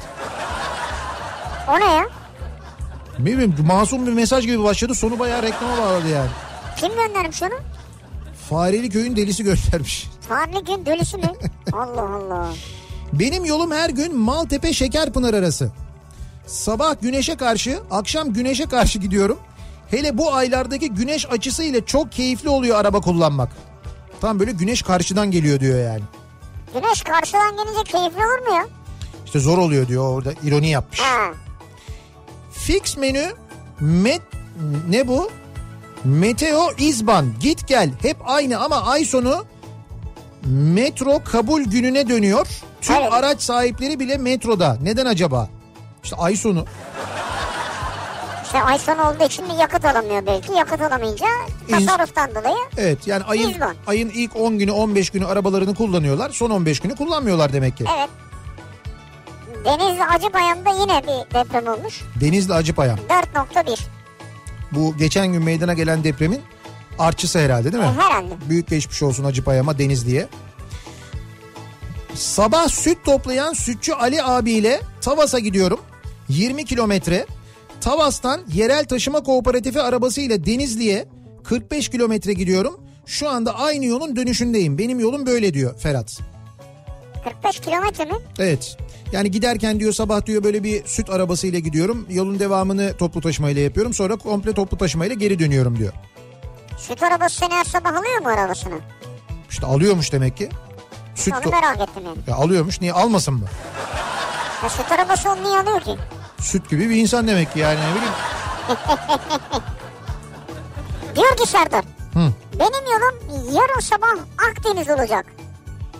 [SPEAKER 2] O ne ya?
[SPEAKER 3] Bilmiyorum masum bir mesaj gibi başladı sonu bayağı reklama bağladı yani.
[SPEAKER 2] Kim göndermiş onu?
[SPEAKER 3] Fareli köyün delisi göndermiş.
[SPEAKER 2] Farlı gün
[SPEAKER 3] *laughs*
[SPEAKER 2] dölüsü mü? Allah Allah.
[SPEAKER 3] Benim yolum her gün Maltepe Şekerpınar arası. Sabah güneşe karşı, akşam güneşe karşı gidiyorum. Hele bu aylardaki güneş açısı ile çok keyifli oluyor araba kullanmak. Tam böyle güneş karşıdan geliyor diyor yani.
[SPEAKER 2] Güneş karşıdan gelince keyifli olur mu ya?
[SPEAKER 3] İşte zor oluyor diyor orada ironi yapmış.
[SPEAKER 2] Ha.
[SPEAKER 3] Fix menü met ne bu? Meteo İzban git gel hep aynı ama ay sonu metro kabul gününe dönüyor. Tüm
[SPEAKER 2] Evet.
[SPEAKER 3] araç sahipleri bile metroda. Neden acaba? İşte ay sonu.
[SPEAKER 2] İşte ay sonu olduğu için yakıt alamıyor belki. Yakıt alamayınca
[SPEAKER 3] İns-
[SPEAKER 2] tasarruftan dolayı.
[SPEAKER 3] Evet yani ayın
[SPEAKER 2] İzban.
[SPEAKER 3] ayın ilk 10 günü 15 günü arabalarını kullanıyorlar. Son 15 günü kullanmıyorlar demek ki.
[SPEAKER 2] Evet. Denizli Acıbayam'da yine bir deprem olmuş.
[SPEAKER 3] Denizli Acıpayam.
[SPEAKER 2] 4.1.
[SPEAKER 3] Bu geçen gün meydana gelen depremin artçısı herhalde değil mi?
[SPEAKER 2] E, herhalde.
[SPEAKER 3] Büyük geçmiş olsun Acıpayam'a Denizli'ye. Sabah süt toplayan sütçü Ali abiyle Tavas'a gidiyorum. 20 kilometre. Tavas'tan yerel taşıma kooperatifi arabasıyla Denizli'ye 45 kilometre gidiyorum. Şu anda aynı yolun dönüşündeyim. Benim yolum böyle diyor Ferhat.
[SPEAKER 2] 45 kilometre mi?
[SPEAKER 3] Evet. Yani giderken diyor sabah diyor böyle bir süt arabasıyla gidiyorum. Yolun devamını toplu taşımayla yapıyorum. Sonra komple toplu taşımayla geri dönüyorum diyor.
[SPEAKER 2] Süt arabası seni her sabah alıyor mu arabasını?
[SPEAKER 3] İşte alıyormuş demek ki. Süt
[SPEAKER 2] Onu
[SPEAKER 3] to-
[SPEAKER 2] merak ettim yani.
[SPEAKER 3] Ya alıyormuş. Niye almasın mı?
[SPEAKER 2] Ya süt arabası onu niye alıyor ki?
[SPEAKER 3] Süt gibi bir insan demek ki yani ne bileyim.
[SPEAKER 2] Diyor ki Serdar.
[SPEAKER 3] Hı.
[SPEAKER 2] Benim yolum yarın sabah Akdeniz olacak.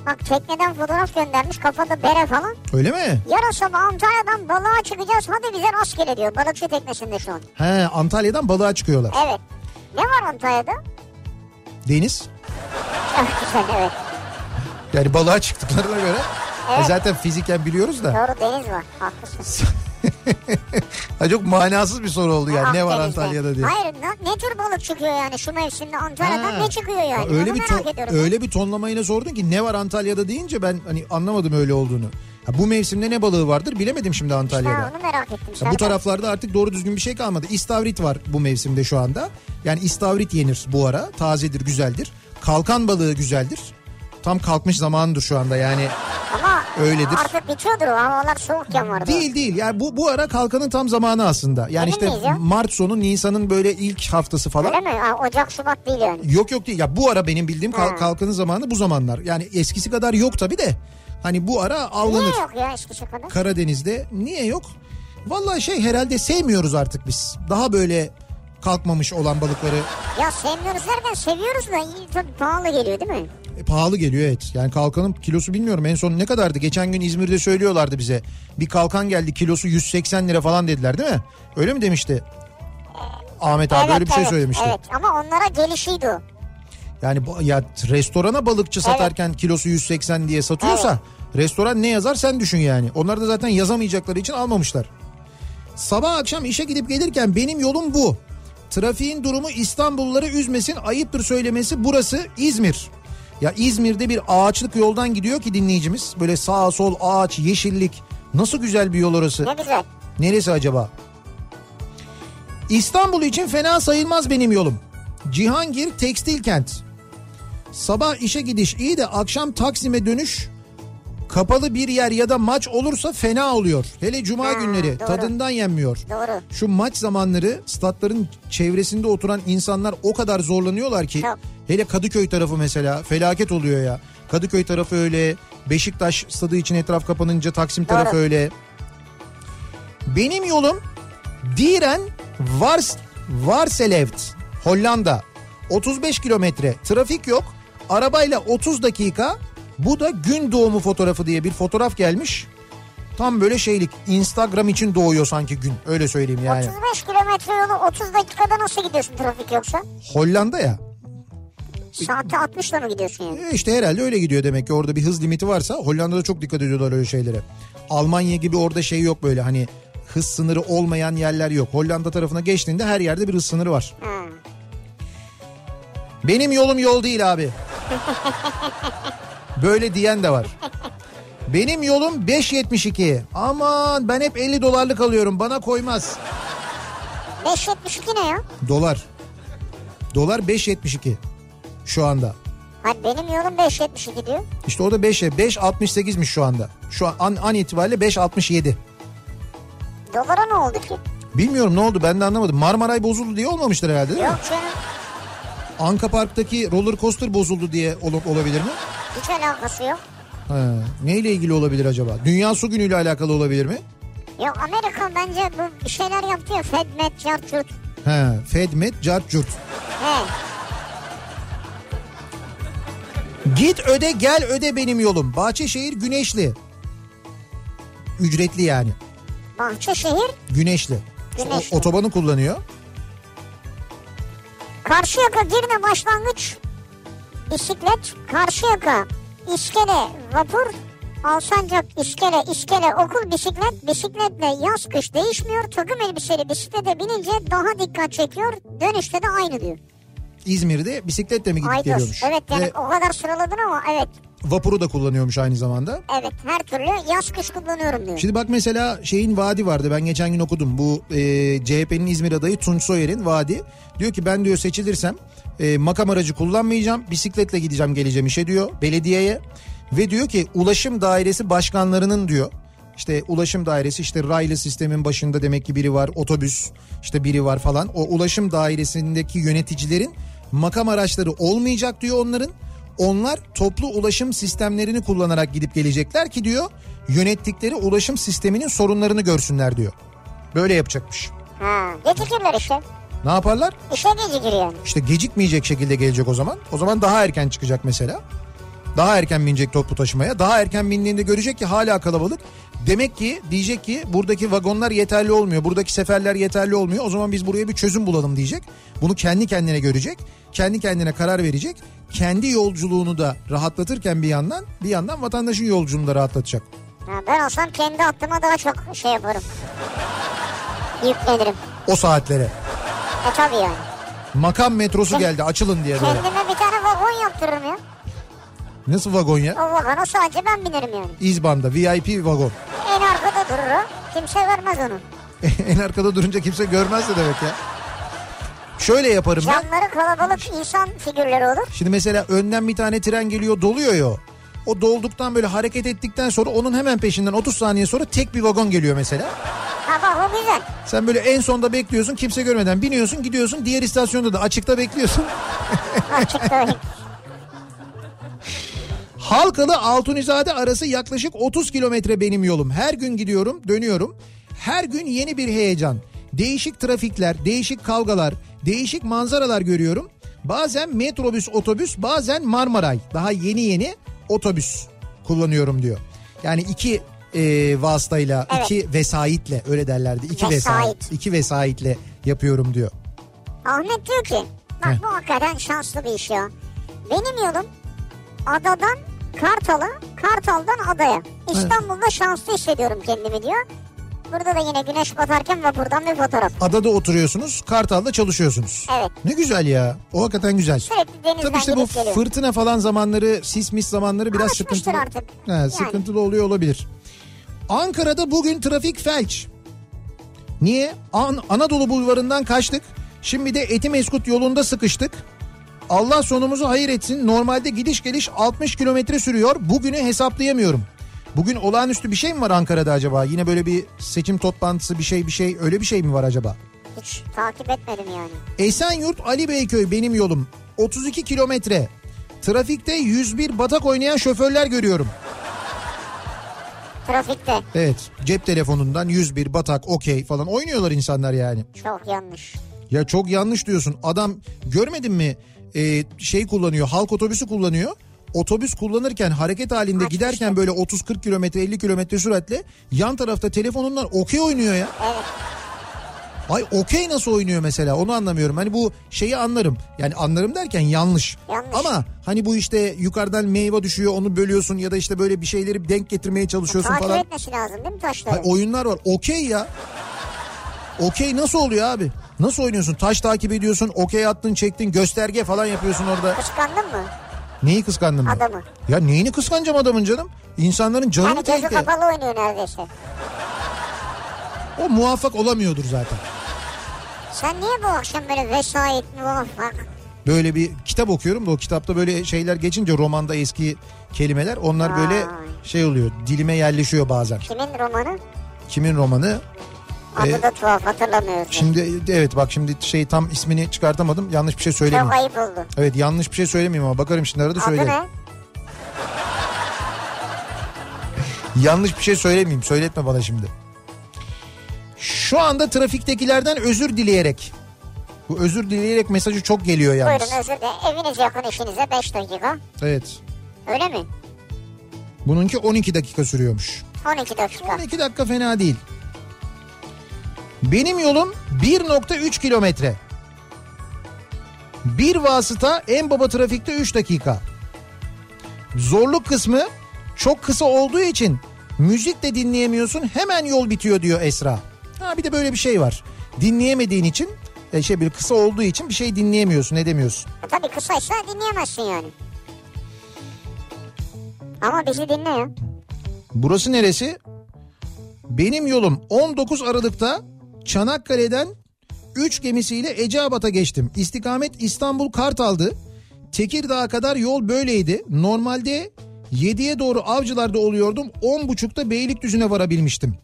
[SPEAKER 2] Bak tekneden fotoğraf göndermiş kafada bere falan.
[SPEAKER 3] Öyle mi?
[SPEAKER 2] Yarın sabah Antalya'dan balığa çıkacağız hadi bize rast gele diyor. Balıkçı teknesinde şu an.
[SPEAKER 3] He Antalya'dan balığa çıkıyorlar.
[SPEAKER 2] Evet. Ne var Antalya'da? *laughs*
[SPEAKER 3] Deniz.
[SPEAKER 2] Evet güzel evet.
[SPEAKER 3] Yani balığa çıktıklarına göre. E
[SPEAKER 2] Evet.
[SPEAKER 3] zaten fiziken biliyoruz da.
[SPEAKER 2] Doğru deniz var. Haklısın.
[SPEAKER 3] *laughs* Ha, çok manasız bir soru oldu
[SPEAKER 2] Ah,
[SPEAKER 3] yani. Ne var
[SPEAKER 2] Akdeniz'de.
[SPEAKER 3] Antalya'da diye.
[SPEAKER 2] Hayır ne, ne tür balık çıkıyor yani şu mevsimde Antalya'dan
[SPEAKER 3] Ha.
[SPEAKER 2] ne çıkıyor yani?
[SPEAKER 3] Ya Öyle
[SPEAKER 2] Onu
[SPEAKER 3] bir
[SPEAKER 2] merak
[SPEAKER 3] ton-
[SPEAKER 2] ediyorum.
[SPEAKER 3] öyle bir tonlamayla sordun ki ne var Antalya'da deyince ben hani anlamadım öyle olduğunu. Ha, bu mevsimde ne balığı vardır bilemedim şimdi
[SPEAKER 2] Ha,
[SPEAKER 3] Antalya'da.
[SPEAKER 2] onu merak ettim.
[SPEAKER 3] Ya bu
[SPEAKER 2] Serdar.
[SPEAKER 3] taraflarda artık doğru düzgün bir şey kalmadı. İstavrit var bu mevsimde şu anda. Yani istavrit yenir bu ara. Tazedir, güzeldir. Kalkan balığı güzeldir. Tam kalkmış zamanıdır şu anda yani.
[SPEAKER 2] Ama
[SPEAKER 3] öyledir.
[SPEAKER 2] artık bitiyordur o havalar soğukken vardı.
[SPEAKER 3] Değil değil. Yani bu bu ara kalkanın tam zamanı aslında. Yani
[SPEAKER 2] Öyle
[SPEAKER 3] işte
[SPEAKER 2] miyiz ya?
[SPEAKER 3] Mart sonu, Nisan'ın böyle ilk haftası falan.
[SPEAKER 2] Öyle mi? Ha, Ocak, Şubat değil yani.
[SPEAKER 3] Yok yok değil. Ya bu ara benim bildiğim kal-
[SPEAKER 2] Ha.
[SPEAKER 3] kalkanın zamanı bu zamanlar. Yani eskisi kadar yok tabii de. Hani bu ara avlanır.
[SPEAKER 2] Niye yok ya eskisi kadar?
[SPEAKER 3] Karadeniz'de. Niye yok? Vallahi şey herhalde sevmiyoruz artık biz. Daha böyle kalkmamış olan balıkları
[SPEAKER 2] Ya sevmiyoruz derken seviyoruz da iyi, tabii pahalı geliyor değil mi?
[SPEAKER 3] E, pahalı geliyor evet. Yani kalkanın kilosu bilmiyorum en son ne kadardı? Geçen gün İzmir'de söylüyorlardı bize. Bir kalkan geldi kilosu 180 lira falan dediler değil mi? Öyle mi demişti? Ahmet abi öyle bir şey
[SPEAKER 2] evet,
[SPEAKER 3] söylemişti.
[SPEAKER 2] Evet ama onlara gelişiydi o.
[SPEAKER 3] Yani bu- ya restorana balıkçı satarken kilosu 180 diye satıyorsa restoran ne yazar sen düşün yani. Onlar da zaten yazamayacakları için almamışlar. Sabah akşam işe gidip gelirken benim yolum bu. Trafiğin durumu İstanbulluları üzmesin ayıptır söylemesi burası İzmir. Ya İzmir'de bir ağaçlık yoldan gidiyor ki dinleyicimiz. Böyle sağ sol ağaç yeşillik nasıl güzel bir yol orası.
[SPEAKER 2] Ne güzel.
[SPEAKER 3] Neresi acaba? İstanbul için fena sayılmaz benim yolum. Cihangir tekstil kent. Sabah işe gidiş iyi de akşam Taksim'e dönüş kapalı bir yer ya da maç olursa fena oluyor. Hele cuma
[SPEAKER 2] Ha,
[SPEAKER 3] günleri
[SPEAKER 2] doğru.
[SPEAKER 3] tadından yenmiyor.
[SPEAKER 2] Doğru.
[SPEAKER 3] Şu maç zamanları statların çevresinde oturan insanlar o kadar zorlanıyorlar ki.
[SPEAKER 2] Çok.
[SPEAKER 3] Hele Kadıköy tarafı mesela felaket oluyor ya. Kadıköy tarafı öyle. Beşiktaş stadı için etraf kapanınca Taksim tarafı
[SPEAKER 2] Doğru.
[SPEAKER 3] öyle. Benim yolum Diren Vars Varselevt Hollanda. 35 kilometre trafik yok. Arabayla 30 dakika. Bu da gün doğumu fotoğrafı diye bir fotoğraf gelmiş. Tam böyle şeylik Instagram için doğuyor sanki gün öyle söyleyeyim yani.
[SPEAKER 2] 35 kilometre yolu 30 dakikada nasıl gidiyorsun trafik yoksa?
[SPEAKER 3] Hollanda ya. Ee,
[SPEAKER 2] Saatte 60'la mı gidiyorsun yani?
[SPEAKER 3] E İşte herhalde öyle gidiyor demek ki orada bir hız limiti varsa Hollanda'da çok dikkat ediyorlar öyle şeylere. Almanya gibi orada şey yok böyle hani hız sınırı olmayan yerler yok. Hollanda tarafına geçtiğinde her yerde bir hız sınırı var.
[SPEAKER 2] Ha.
[SPEAKER 3] Benim yolum yol değil abi. Böyle diyen de var. Benim yolum 5.72. Aman ben hep 50 dolarlık alıyorum bana koymaz. Ee?
[SPEAKER 2] 5.72 ne ya?
[SPEAKER 3] Dolar. Dolar 5.72 şu anda.
[SPEAKER 2] Hayır benim yolum 5.72 diyor.
[SPEAKER 3] İşte o da 5'e 5.68'miş şu anda. Şu an an itibariyle 5.67.
[SPEAKER 2] Dolara ne oldu ki?
[SPEAKER 3] Bilmiyorum ne oldu ben de anlamadım. Marmaray bozuldu diye olmamıştır herhalde değil mi?
[SPEAKER 2] Yok canım.
[SPEAKER 3] Anka Park'taki roller coaster bozuldu diye ol- olabilir mi?
[SPEAKER 2] Hiç alakası yok.
[SPEAKER 3] He. Neyle ilgili olabilir acaba? Dünya Su Günü ile alakalı olabilir mi?
[SPEAKER 2] Yok Amerika bence bu bir şeyler yaptı ya. Fed, Met, Cart, Curt.
[SPEAKER 3] He. Fedmet cart curt.
[SPEAKER 2] He.
[SPEAKER 3] Git öde gel öde benim yolum. Bahçeşehir Güneşli. Ücretli yani.
[SPEAKER 2] Bahçeşehir
[SPEAKER 3] Güneşli. İşte o-
[SPEAKER 2] Güneşli.
[SPEAKER 3] otobanı kullanıyor.
[SPEAKER 2] Karşıyaka Girne başlangıç bisiklet, Karşıyaka İskele vapur, Alsancak İskele İskele okul bisiklet, bisikletle yaz kış değişmiyor. Takım elbiseli bisiklete binince daha dikkat çekiyor. Dönüşte de aynı diyor.
[SPEAKER 3] İzmir'de bisikletle mi gidip
[SPEAKER 2] Aydos.
[SPEAKER 3] geliyormuş?
[SPEAKER 2] Evet yani
[SPEAKER 3] Ve
[SPEAKER 2] o kadar sıraladın ama evet.
[SPEAKER 3] vapuru da kullanıyormuş aynı zamanda.
[SPEAKER 2] Evet her türlü yaz kış kullanıyorum diyor.
[SPEAKER 3] Şimdi bak mesela şeyin vaadi vardı ben geçen gün okudum bu e, CHP'nin İzmir adayı Tunç Soyer'in vaadi diyor ki ben diyor seçilirsem E, makam aracı kullanmayacağım. Bisikletle gideceğim geleceğim işe diyor belediyeye. Ve diyor ki ulaşım dairesi başkanlarının diyor. İşte ulaşım dairesi işte raylı sistemin başında demek ki biri var otobüs işte biri var falan. O ulaşım dairesindeki yöneticilerin makam araçları olmayacak diyor onların. Onlar toplu ulaşım sistemlerini kullanarak gidip gelecekler ki diyor yönettikleri ulaşım sisteminin sorunlarını görsünler diyor. Böyle yapacakmış.
[SPEAKER 2] Ha, gecikirler işte.
[SPEAKER 3] Ne yaparlar?
[SPEAKER 2] İşe gecikir yani.
[SPEAKER 3] İşte gecikmeyecek şekilde gelecek o zaman. O zaman daha erken çıkacak mesela. Daha erken binecek toplu taşımaya. Daha erken bindiğinde görecek ki hala kalabalık. Demek ki diyecek ki buradaki vagonlar yeterli olmuyor. Buradaki seferler yeterli olmuyor. O zaman biz buraya bir çözüm bulalım diyecek. Bunu kendi kendine görecek. Kendi kendine karar verecek. Kendi yolculuğunu da rahatlatırken bir yandan bir yandan vatandaşın yolculuğunu da rahatlatacak.
[SPEAKER 2] Ha, ben olsam kendi aklıma daha çok şey yaparım. *laughs* Yüklenirim.
[SPEAKER 3] O saatlere.
[SPEAKER 2] E tabii yani.
[SPEAKER 3] Makam metrosu geldi açılın diye böyle.
[SPEAKER 2] Kendime bir tane vagon yaptırırım ya.
[SPEAKER 3] Nasıl vagon ya?
[SPEAKER 2] O vagona sadece ben binerim yani.
[SPEAKER 3] İzban'da VIP vagon.
[SPEAKER 2] En arkada durur o. Kimse vermez onu.
[SPEAKER 3] *laughs* en arkada durunca kimse görmez de demek ya. Şöyle yaparım ben.
[SPEAKER 2] Camları kalabalık insan figürleri olur.
[SPEAKER 3] Şimdi mesela önden bir tane tren geliyor doluyor ya. o. O dolduktan böyle hareket ettikten sonra onun hemen peşinden 30 saniye sonra tek bir vagon geliyor mesela.
[SPEAKER 2] Ha bak o güzel.
[SPEAKER 3] Sen böyle en sonda bekliyorsun kimse görmeden biniyorsun gidiyorsun diğer istasyonda da açıkta bekliyorsun.
[SPEAKER 2] Bak
[SPEAKER 3] *laughs*
[SPEAKER 2] çıktı öyle.
[SPEAKER 3] Halkalı Altunizade arası yaklaşık 30 kilometre benim yolum. Her gün gidiyorum, dönüyorum. Her gün yeni bir heyecan. Değişik trafikler, değişik kavgalar, değişik manzaralar görüyorum. Bazen metrobüs, otobüs, bazen Marmaray. Daha yeni yeni otobüs kullanıyorum diyor. Yani iki e, vasıtayla,
[SPEAKER 2] Evet.
[SPEAKER 3] iki vesaitle öyle derlerdi. İki
[SPEAKER 2] Vesait.
[SPEAKER 3] vesait, iki vesaitle yapıyorum diyor.
[SPEAKER 2] Ahmet diyor ki bak
[SPEAKER 3] Heh.
[SPEAKER 2] bu hakikaten şanslı bir iş ya. Benim yolum adadan Kartal'a, Kartal'dan adaya. İstanbul'da şanslı hissediyorum kendimi diyor. Burada da yine güneş batarken vapurdan bir fotoğraf.
[SPEAKER 3] Adada oturuyorsunuz, Kartal'da çalışıyorsunuz.
[SPEAKER 2] Evet.
[SPEAKER 3] Ne güzel ya. O hakikaten güzel.
[SPEAKER 2] Sürekli denizden
[SPEAKER 3] Tabii işte bu
[SPEAKER 2] gidip geliyor.
[SPEAKER 3] fırtına falan zamanları, sis mis zamanları biraz
[SPEAKER 2] Alışmıştır
[SPEAKER 3] sıkıntılı.
[SPEAKER 2] artık.
[SPEAKER 3] He,
[SPEAKER 2] Yani.
[SPEAKER 3] sıkıntılı oluyor olabilir. Ankara'da bugün trafik felç. Niye? An- Anadolu Bulvarı'ndan kaçtık. Şimdi de Etimeskut yolunda sıkıştık. Allah sonumuzu hayır etsin. Normalde gidiş geliş 60 kilometre sürüyor. Bugünü hesaplayamıyorum. Bugün olağanüstü bir şey mi var Ankara'da acaba? Yine böyle bir seçim toplantısı bir şey bir şey öyle bir şey mi var acaba?
[SPEAKER 2] Hiç takip etmedim yani.
[SPEAKER 3] Esenyurt Ali Beyköy benim yolum. 32 kilometre. Trafikte 101 batak oynayan şoförler görüyorum.
[SPEAKER 2] Trafikte
[SPEAKER 3] Evet cep telefonundan 101 batak okey falan oynuyorlar insanlar yani.
[SPEAKER 2] çok yanlış.
[SPEAKER 3] Ya çok yanlış diyorsun adam görmedin mi Ee, şey kullanıyor halk otobüsü kullanıyor. Otobüs kullanırken hareket halinde
[SPEAKER 2] Kaç
[SPEAKER 3] giderken
[SPEAKER 2] işte.
[SPEAKER 3] böyle 30-40 kilometre 50 kilometre süratle yan tarafta telefonundan okey oynuyor ya.
[SPEAKER 2] Evet.
[SPEAKER 3] Ay okey nasıl oynuyor mesela onu anlamıyorum. Hani bu şeyi anlarım. Yani anlarım derken yanlış.
[SPEAKER 2] Yanlış.
[SPEAKER 3] Ama hani bu işte yukarıdan meyve düşüyor onu bölüyorsun ya da işte böyle bir şeyleri denk getirmeye çalışıyorsun
[SPEAKER 2] Takip
[SPEAKER 3] falan.
[SPEAKER 2] etmesi lazım değil mi taşları?
[SPEAKER 3] Ay, oyunlar var. Okey ya. Okey nasıl oluyor abi? Nasıl oynuyorsun? Taş takip ediyorsun, okey attın, çektin, gösterge falan yapıyorsun orada.
[SPEAKER 2] Kıskandın mı?
[SPEAKER 3] Neyi kıskandın? ben?
[SPEAKER 2] Adamı.
[SPEAKER 3] Ya neyini kıskanacağım adamın canım? İnsanların canını
[SPEAKER 2] Yani gözü
[SPEAKER 3] tehlikeye-
[SPEAKER 2] kapalı oynuyor neredeyse.
[SPEAKER 3] O muvaffak olamıyordur zaten.
[SPEAKER 2] Sen niye bu akşam böyle ah, vesayet muvaffak?
[SPEAKER 3] Böyle bir kitap okuyorum da o kitapta böyle şeyler geçince romanda eski kelimeler onlar böyle
[SPEAKER 2] Vay.
[SPEAKER 3] şey oluyor dilime yerleşiyor bazen.
[SPEAKER 2] Kimin romanı?
[SPEAKER 3] Kimin romanı?
[SPEAKER 2] Adı
[SPEAKER 3] Ee,
[SPEAKER 2] da tuhaf hatırlamıyoruz.
[SPEAKER 3] şey Şimdi evet bak şimdi şey tam ismini çıkartamadım yanlış bir şey
[SPEAKER 2] Çok
[SPEAKER 3] söylemeyeyim.
[SPEAKER 2] ayıp oldu.
[SPEAKER 3] Evet yanlış bir şey söylemeyeyim ama bakarım şimdi arada
[SPEAKER 2] Adı
[SPEAKER 3] söylerim.
[SPEAKER 2] ne?
[SPEAKER 3] Yanlış bir şey söylemeyeyim. Söyletme bana şimdi. Şu anda trafiktekilerden özür dileyerek. Bu özür dileyerek mesajı çok geliyor yalnız.
[SPEAKER 2] Buyurun özür dilerim. Eviniz yakın işinize 5 dakika.
[SPEAKER 3] Evet.
[SPEAKER 2] Öyle mi?
[SPEAKER 3] Bununki 12 dakika sürüyormuş.
[SPEAKER 2] 12 dakika.
[SPEAKER 3] 12 dakika fena değil. Benim yolum 1.3 kilometre. Bir vasıta en baba trafikte 3 dakika. Zorluk kısmı çok kısa olduğu için müzik de dinleyemiyorsun hemen yol bitiyor diyor Esra. Ha bir de böyle bir şey var. Dinleyemediğin için e, şey bir kısa olduğu için bir şey dinleyemiyorsun edemiyorsun.
[SPEAKER 2] E, tabii kısaysa dinleyemezsin yani. Ama bizi dinle ya.
[SPEAKER 3] Burası neresi? Benim yolum 19 Aralık'ta Çanakkale'den 3 gemisiyle Eceabat'a geçtim. İstikamet İstanbul Kartal'dı. Tekirdağ'a kadar yol böyleydi. Normalde 7'ye doğru avcılarda oluyordum. 10.30'da Beylikdüzü'ne varabilmiştim.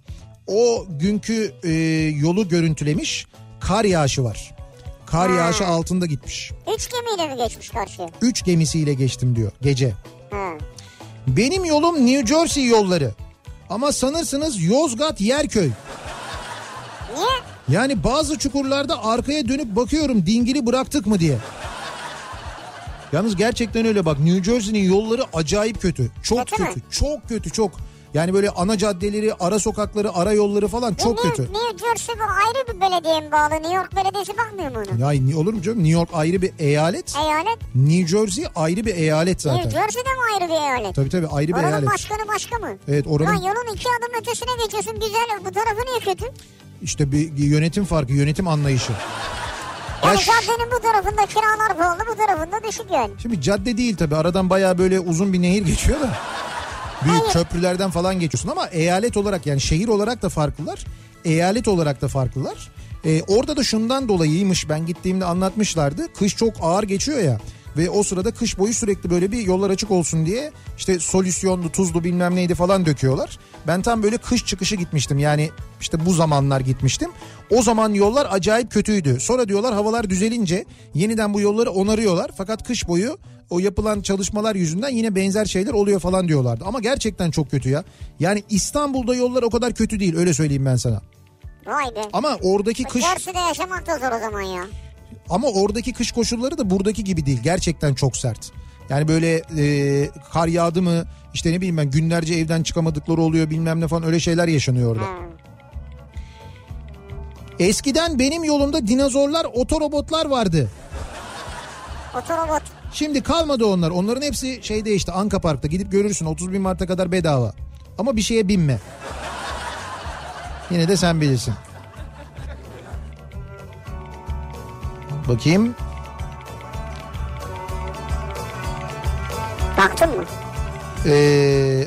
[SPEAKER 3] O günkü e, yolu görüntülemiş. Kar yağışı var. Kar yağışı altında gitmiş.
[SPEAKER 2] Üç gemiyle mi geçmiş karşıya?
[SPEAKER 3] 3 gemisiyle geçtim diyor gece.
[SPEAKER 2] Ha.
[SPEAKER 3] Benim yolum New Jersey yolları. Ama sanırsınız Yozgat Yerköy.
[SPEAKER 2] Niye?
[SPEAKER 3] Yani bazı çukurlarda arkaya dönüp bakıyorum dingili bıraktık mı diye. Yalnız gerçekten öyle bak New Jersey'nin yolları acayip kötü. Çok
[SPEAKER 2] Kötü mü?
[SPEAKER 3] kötü. Çok kötü çok. Yani böyle ana caddeleri, ara sokakları, ara yolları falan
[SPEAKER 2] Bu
[SPEAKER 3] çok
[SPEAKER 2] New,
[SPEAKER 3] kötü.
[SPEAKER 2] New Jersey bu ayrı bir belediyeye mi bağlı? New York Belediyesi bakmıyor mu ona?
[SPEAKER 3] Ya ni- olur mu canım? New York ayrı bir eyalet.
[SPEAKER 2] Eyalet.
[SPEAKER 3] New Jersey ayrı bir eyalet
[SPEAKER 2] New
[SPEAKER 3] zaten.
[SPEAKER 2] Jersey de mi ayrı bir eyalet?
[SPEAKER 3] Tabii tabii ayrı bir
[SPEAKER 2] oranın
[SPEAKER 3] eyalet.
[SPEAKER 2] başkanı başka mı?
[SPEAKER 3] Evet, oranın-
[SPEAKER 2] Lan yolun iki adım ötesine geçiyorsun güzel. Bu tarafı niye kötü?
[SPEAKER 3] İşte bir yönetim farkı, yönetim anlayışı. Ya
[SPEAKER 2] Yani
[SPEAKER 3] ş-
[SPEAKER 2] caddenin bu tarafında kiralar pahalı bu tarafında düşük yani.
[SPEAKER 3] Şimdi cadde değil tabii aradan bayağı böyle uzun bir nehir *laughs* geçiyor da. Büyük
[SPEAKER 2] Hayır.
[SPEAKER 3] köprülerden falan geçiyorsun ama eyalet olarak yani şehir olarak da farklılar. Eyalet olarak da farklılar. Ee, orada da şundan dolayıymış ben gittiğimde anlatmışlardı. Kış çok ağır geçiyor ya. Ve o sırada kış boyu sürekli böyle bir yollar açık olsun diye işte solüsyonlu tuzlu bilmem neydi falan döküyorlar. Ben tam böyle kış çıkışı gitmiştim yani işte bu zamanlar gitmiştim. O zaman yollar acayip kötüydü. Sonra diyorlar havalar düzelince yeniden bu yolları onarıyorlar. Fakat kış boyu o yapılan çalışmalar yüzünden yine benzer şeyler oluyor falan diyorlardı. Ama gerçekten çok kötü ya. Yani İstanbul'da yollar o kadar kötü değil öyle söyleyeyim ben sana.
[SPEAKER 2] Vay be.
[SPEAKER 3] Ama oradaki kış
[SPEAKER 2] Jersey'de yaşamak da zor o zaman ya.
[SPEAKER 3] ama oradaki kış koşulları da buradaki gibi değil. Gerçekten çok sert. Yani böyle e, kar yağdı mı işte ne bileyim ben günlerce evden çıkamadıkları oluyor bilmem ne falan öyle şeyler yaşanıyor orada.
[SPEAKER 2] Ha.
[SPEAKER 3] Eskiden benim yolumda dinozorlar otorobotlar vardı.
[SPEAKER 2] Otorobot.
[SPEAKER 3] Şimdi kalmadı onlar. Onların hepsi şey değişti. Anka Park'ta gidip görürsün 30 bin Mart'a kadar bedava. Ama bir şeye binme. Yine de sen bilirsin. Bakayım.
[SPEAKER 2] Baktın mı?
[SPEAKER 3] Ee,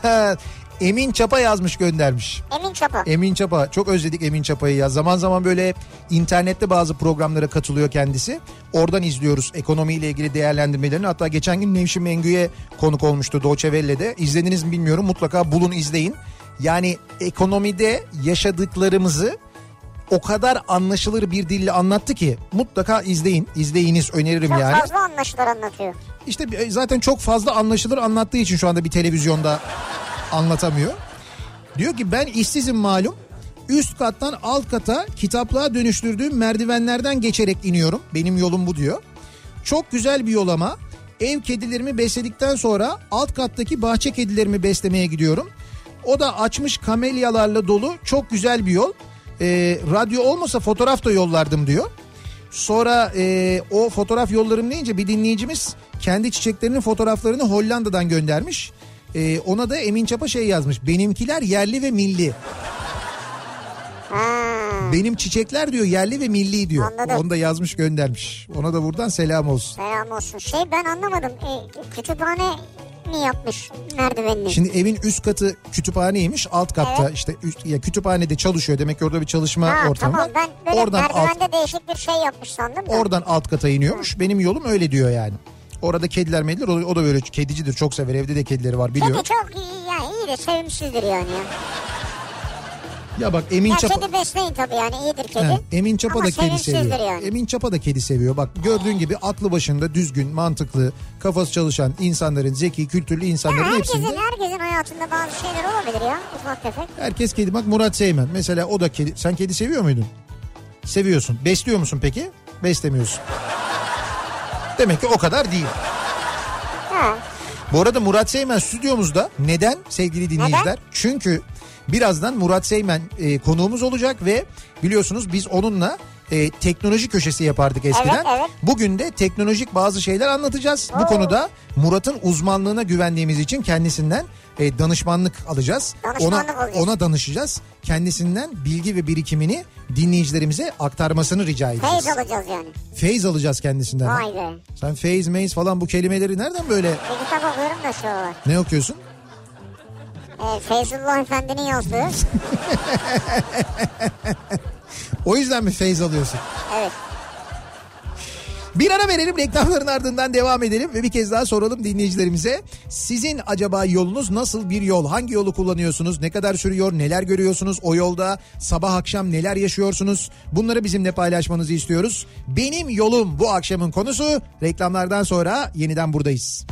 [SPEAKER 3] *laughs* Emin Çapa yazmış göndermiş.
[SPEAKER 2] Emin Çapa.
[SPEAKER 3] Emin Çapa çok özledik Emin Çapa'yı ya. Zaman zaman böyle internette bazı programlara katılıyor kendisi. Oradan izliyoruz ekonomiyle ilgili değerlendirmelerini. Hatta geçen gün Nevşin Mengü'ye konuk olmuştu Deutsche Welle'de. İzlediniz mi bilmiyorum mutlaka bulun izleyin. Yani ekonomide yaşadıklarımızı o kadar anlaşılır bir dille anlattı ki mutlaka izleyin. İzleyiniz öneririm
[SPEAKER 2] Çok
[SPEAKER 3] yani.
[SPEAKER 2] fazla anlaşılır anlatıyor.
[SPEAKER 3] İşte bir- e, zaten çok fazla anlaşılır anlattığı için şu anda bir televizyonda anlatamıyor. Diyor ki ben işsizim malum. Üst kattan alt kata kitaplığa dönüştürdüğüm merdivenlerden geçerek iniyorum. Benim yolum bu diyor. Çok güzel bir yol ama ev kedilerimi besledikten sonra alt kattaki bahçe kedilerimi beslemeye gidiyorum. O da açmış kamelyalarla dolu çok güzel bir yol. Ee, radyo olmasa fotoğraf da yollardım diyor. Sonra e, o fotoğraf yollarım deyince bir dinleyicimiz kendi çiçeklerinin fotoğraflarını Hollanda'dan göndermiş. E, ona da Emin Çapa şey yazmış. Benimkiler yerli ve milli. Benim çiçekler diyor yerli ve milli diyor.
[SPEAKER 2] Anladım.
[SPEAKER 3] Onu da yazmış göndermiş. Ona da buradan selam olsun.
[SPEAKER 2] Selam olsun. Şey ben anlamadım. E, kütüphane mi yapmış merdivenini?
[SPEAKER 3] Şimdi evin üst katı kütüphaneymiş. Alt katta işte üst, ya kütüphanede çalışıyor. Demek ki orada bir çalışma
[SPEAKER 2] ha,
[SPEAKER 3] ortamı
[SPEAKER 2] tamam
[SPEAKER 3] var.
[SPEAKER 2] ben böyle
[SPEAKER 3] Oradan alt
[SPEAKER 2] merdivende değişik bir şey yapmış sandım da.
[SPEAKER 3] Oradan alt kata iniyormuş. Benim yolum öyle diyor yani. Orada kediler mediler o, o da böyle kedicidir çok sever evde de kedileri var biliyor.
[SPEAKER 2] Kedi çok iyi, yani iyi de sevimsizdir yani. Ya,
[SPEAKER 3] Ya bak Emin
[SPEAKER 2] ya
[SPEAKER 3] Çapa
[SPEAKER 2] kedi besleyin tabii yani iyidir kedi.
[SPEAKER 3] He, Emin Çapa
[SPEAKER 2] Ama
[SPEAKER 3] da kedi
[SPEAKER 2] sevimsizdir
[SPEAKER 3] seviyor.
[SPEAKER 2] yani.
[SPEAKER 3] Emin Çapa da kedi seviyor. Bak gördüğün gibi aklı başında düzgün, mantıklı, kafası çalışan insanların, zeki, kültürlü
[SPEAKER 2] Ya
[SPEAKER 3] insanların
[SPEAKER 2] herkesin,
[SPEAKER 3] hepsinde
[SPEAKER 2] herkesin hayatında bazı şeyler olabilir ya ufak tefek.
[SPEAKER 3] herkes kedi. Bak Murat Seymen mesela o da kedi. Sen kedi seviyor muydun? Seviyorsun. Besliyor musun peki? Beslemiyorsun. Demek ki o kadar değil.
[SPEAKER 2] Ha.
[SPEAKER 3] Bu arada Murat Seymen stüdyomuzda. Neden sevgili dinleyiciler?
[SPEAKER 2] Neden?
[SPEAKER 3] Çünkü birazdan Murat Seymen e, konuğumuz olacak ve biliyorsunuz biz onunla e, teknoloji köşesi yapardık eskiden.
[SPEAKER 2] Evet, evet.
[SPEAKER 3] Bugün de teknolojik bazı şeyler anlatacağız. Bu konuda Murat'ın uzmanlığına güvendiğimiz için kendisinden e, danışmanlık alacağız.
[SPEAKER 2] Danışmanlık
[SPEAKER 3] ona,
[SPEAKER 2] alacağız.
[SPEAKER 3] ona danışacağız. Kendisinden bilgi ve birikimini dinleyicilerimize aktarmasını rica edeceğiz.
[SPEAKER 2] Feyiz alacağız yani.
[SPEAKER 3] Feyz alacağız kendisinden.
[SPEAKER 2] Vay be.
[SPEAKER 3] Sen feyz, meyz falan bu kelimeleri nereden böyle
[SPEAKER 2] Bir kitap okuyorum da şu Ee, var.
[SPEAKER 3] ne okuyorsun?
[SPEAKER 2] E, Feyzullah Efendi'nin yazdığı
[SPEAKER 3] O yüzden mi feyz alıyorsun?
[SPEAKER 2] Evet.
[SPEAKER 3] Bir ara verelim reklamların ardından devam edelim ve bir kez daha soralım dinleyicilerimize. Sizin acaba yolunuz nasıl bir yol? Hangi yolu kullanıyorsunuz? Ne kadar sürüyor? Neler görüyorsunuz? O yolda sabah akşam neler yaşıyorsunuz? Bunları bizimle paylaşmanızı istiyoruz. Benim yolum bu akşamın konusu. Reklamlardan sonra yeniden buradayız.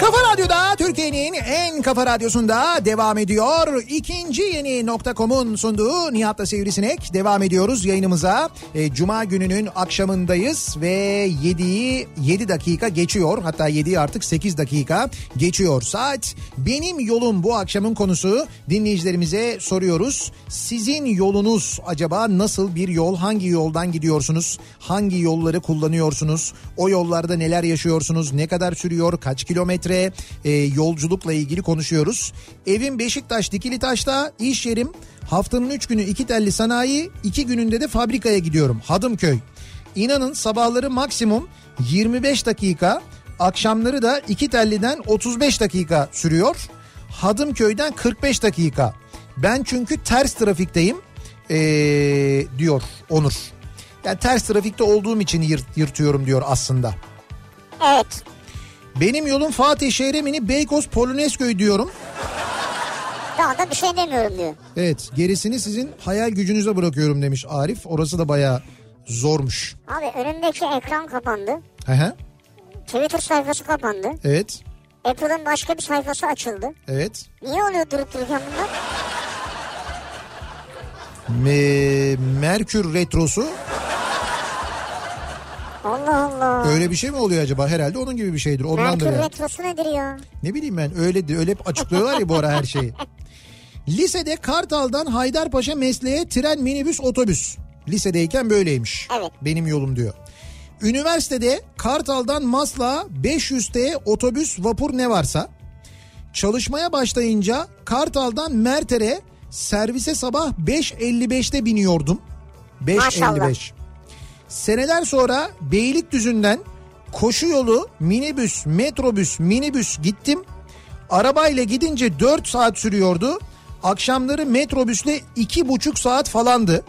[SPEAKER 1] Kafa Radyo'da Türkiye'nin en kafa radyosunda devam ediyor. İkinci yeni nokta.com'un sunduğu Nihat'la Sivrisinek devam ediyoruz yayınımıza. E, Cuma gününün akşamındayız ve 7'yi 7 dakika geçiyor. Hatta 7'yi artık 8 dakika geçiyor saat. Benim yolum bu akşamın konusu dinleyicilerimize soruyoruz. Sizin yolunuz acaba nasıl bir yol? Hangi yoldan gidiyorsunuz? Hangi yolları kullanıyorsunuz? O yollarda neler yaşıyorsunuz? Ne kadar sürüyor? Kaç kilometre? Ee, yolculukla ilgili konuşuyoruz. Evim Beşiktaş Dikilitaş'ta, iş yerim haftanın 3 günü iki telli sanayi, 2 gününde de fabrikaya gidiyorum. Hadımköy. İnanın sabahları maksimum 25 dakika, akşamları da iki telliden 35 dakika sürüyor. Hadımköy'den 45 dakika. Ben çünkü ters trafikteyim ee, diyor Onur. Yani ters trafikte olduğum için yırt- yırtıyorum diyor aslında.
[SPEAKER 2] Evet.
[SPEAKER 1] Benim yolum Fatih Şehremini Beykoz Polonezköy diyorum.
[SPEAKER 2] Daha da bir şey demiyorum diyor.
[SPEAKER 3] Evet gerisini sizin hayal gücünüze bırakıyorum demiş Arif. Orası da bayağı zormuş.
[SPEAKER 2] Abi önümdeki ekran kapandı.
[SPEAKER 3] Hı hı.
[SPEAKER 2] Twitter sayfası kapandı.
[SPEAKER 3] Evet.
[SPEAKER 2] Apple'ın başka bir sayfası açıldı.
[SPEAKER 3] Evet.
[SPEAKER 2] Niye oluyor durup dururken bunlar?
[SPEAKER 3] Me- Merkür retrosu
[SPEAKER 2] Allah Allah.
[SPEAKER 3] öyle bir şey mi oluyor acaba? Herhalde onun gibi bir şeydir. Ondandır
[SPEAKER 2] Merkür
[SPEAKER 3] yani.
[SPEAKER 2] retrosu nedir ya?
[SPEAKER 3] Ne bileyim ben öyle de- öyle hep açıklıyorlar ya bu ara her
[SPEAKER 2] *laughs*
[SPEAKER 3] şeyi. Lisede Kartal'dan Haydarpaşa mesleğe tren, minibüs, otobüs. Lisedeyken böyleymiş.
[SPEAKER 2] Evet.
[SPEAKER 3] Benim yolum diyor. Üniversitede Kartal'dan Masla 500T otobüs, vapur ne varsa. Çalışmaya başlayınca Kartal'dan Merter'e servise sabah 5.55'te biniyordum. 5.55. Seneler sonra Beylikdüzü'nden koşu yolu minibüs, metrobüs, minibüs gittim. Arabayla gidince 4 saat sürüyordu. Akşamları metrobüsle 2,5 saat falandı.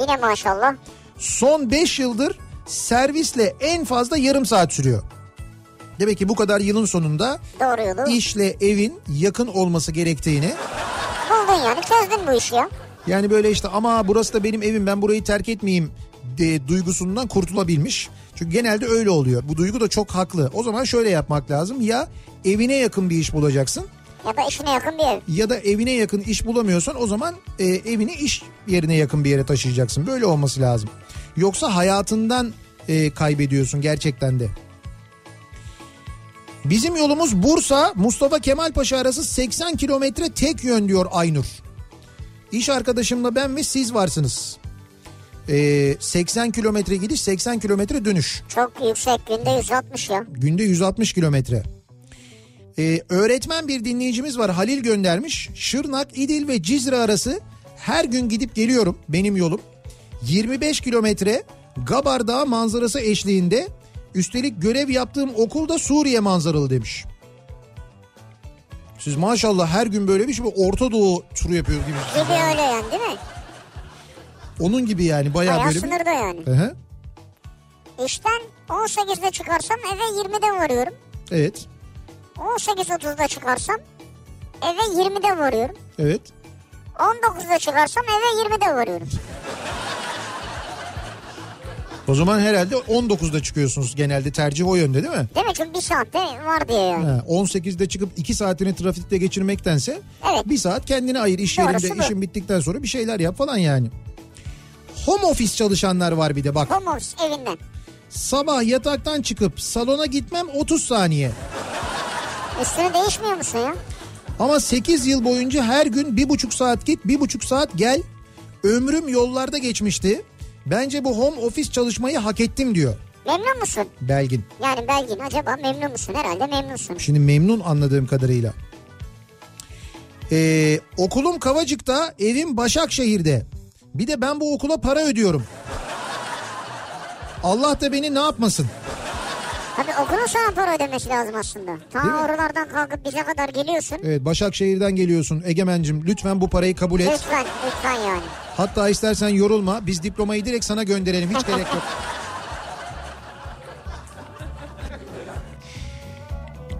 [SPEAKER 2] Yine maşallah.
[SPEAKER 3] Son 5 yıldır servisle en fazla yarım saat sürüyor. Demek ki bu kadar yılın sonunda
[SPEAKER 2] Doğru yolu.
[SPEAKER 3] işle evin yakın olması gerektiğini
[SPEAKER 2] Buldun yani çözdün bu işi ya.
[SPEAKER 3] yani böyle işte ama burası da benim evim ben burayı terk etmeyeyim de, duygusundan kurtulabilmiş. Çünkü genelde öyle oluyor. Bu duygu da çok haklı. O zaman şöyle yapmak lazım. Ya evine yakın bir iş bulacaksın
[SPEAKER 2] Ya da işine yakın bir ev.
[SPEAKER 3] ya da evine yakın iş bulamıyorsan o zaman e, evini iş yerine yakın bir yere taşıyacaksın. Böyle olması lazım. Yoksa hayatından e, kaybediyorsun gerçekten de. Bizim yolumuz Bursa Mustafa Kemal Paşa arası 80 kilometre tek yön diyor Aynur. İş arkadaşımla ben ve siz varsınız. E, 80 kilometre gidiş 80 kilometre dönüş.
[SPEAKER 2] Çok yüksek günde 160 ya.
[SPEAKER 3] Günde 160 kilometre. Ee, öğretmen bir dinleyicimiz var Halil göndermiş. Şırnak, İdil ve Cizre arası her gün gidip geliyorum benim yolum. 25 kilometre Gabar Dağı manzarası eşliğinde. Üstelik görev yaptığım okulda Suriye manzaralı demiş. Siz maşallah her gün böyle bir şey Orta Doğu turu yapıyor gibi.
[SPEAKER 2] Gibi öyle yani değil mi?
[SPEAKER 3] Onun gibi yani bayağı,
[SPEAKER 2] Bayağı
[SPEAKER 3] böyle bir...
[SPEAKER 2] sınırda yani.
[SPEAKER 3] Hı hı.
[SPEAKER 2] İşten 18'de çıkarsam eve 20'de varıyorum.
[SPEAKER 3] Evet.
[SPEAKER 2] 18.30'da çıkarsam eve 20'de varıyorum.
[SPEAKER 3] Evet.
[SPEAKER 2] 19'da çıkarsam eve 20'de varıyorum.
[SPEAKER 3] O zaman herhalde 19'da çıkıyorsunuz genelde tercih o yönde değil mi?
[SPEAKER 2] Değil mi? Çünkü bir saatte var diye yani.
[SPEAKER 3] Ha, 18'de çıkıp 2 saatini trafikte geçirmektense
[SPEAKER 2] Evet.
[SPEAKER 3] 1 saat kendine ayır. İş
[SPEAKER 2] Doğrusu
[SPEAKER 3] yerinde
[SPEAKER 2] bu.
[SPEAKER 3] işin bittikten sonra bir şeyler yap falan yani. Home office çalışanlar var bir de bak.
[SPEAKER 2] Home office evinden.
[SPEAKER 3] Sabah yataktan çıkıp salona gitmem 30 saniye.
[SPEAKER 2] Üstünü değişmiyor musun ya?
[SPEAKER 3] Ama 8 yıl boyunca her gün 1,5 saat git 1,5 saat gel. Ömrüm yollarda geçmişti. Bence bu home office çalışmayı hak ettim diyor.
[SPEAKER 2] Memnun musun?
[SPEAKER 3] Belgin.
[SPEAKER 2] Yani Belgin acaba memnun musun? Herhalde memnunsun.
[SPEAKER 3] Şimdi memnun anladığım kadarıyla. Ee, okulum Kavacık'ta, evim Başakşehir'de. Bir de ben bu okula para ödüyorum. Allah da beni ne yapmasın?
[SPEAKER 2] Tabii okulun sana para ödemesi lazım aslında. Ta
[SPEAKER 3] Değil mi?
[SPEAKER 2] oralardan kalkıp bize kadar geliyorsun.
[SPEAKER 3] Evet Başakşehir'den geliyorsun Egemen'cim lütfen bu parayı kabul et.
[SPEAKER 2] Lütfen, lütfen yani.
[SPEAKER 3] Hatta istersen yorulma biz diplomayı direkt sana gönderelim hiç gerek yok.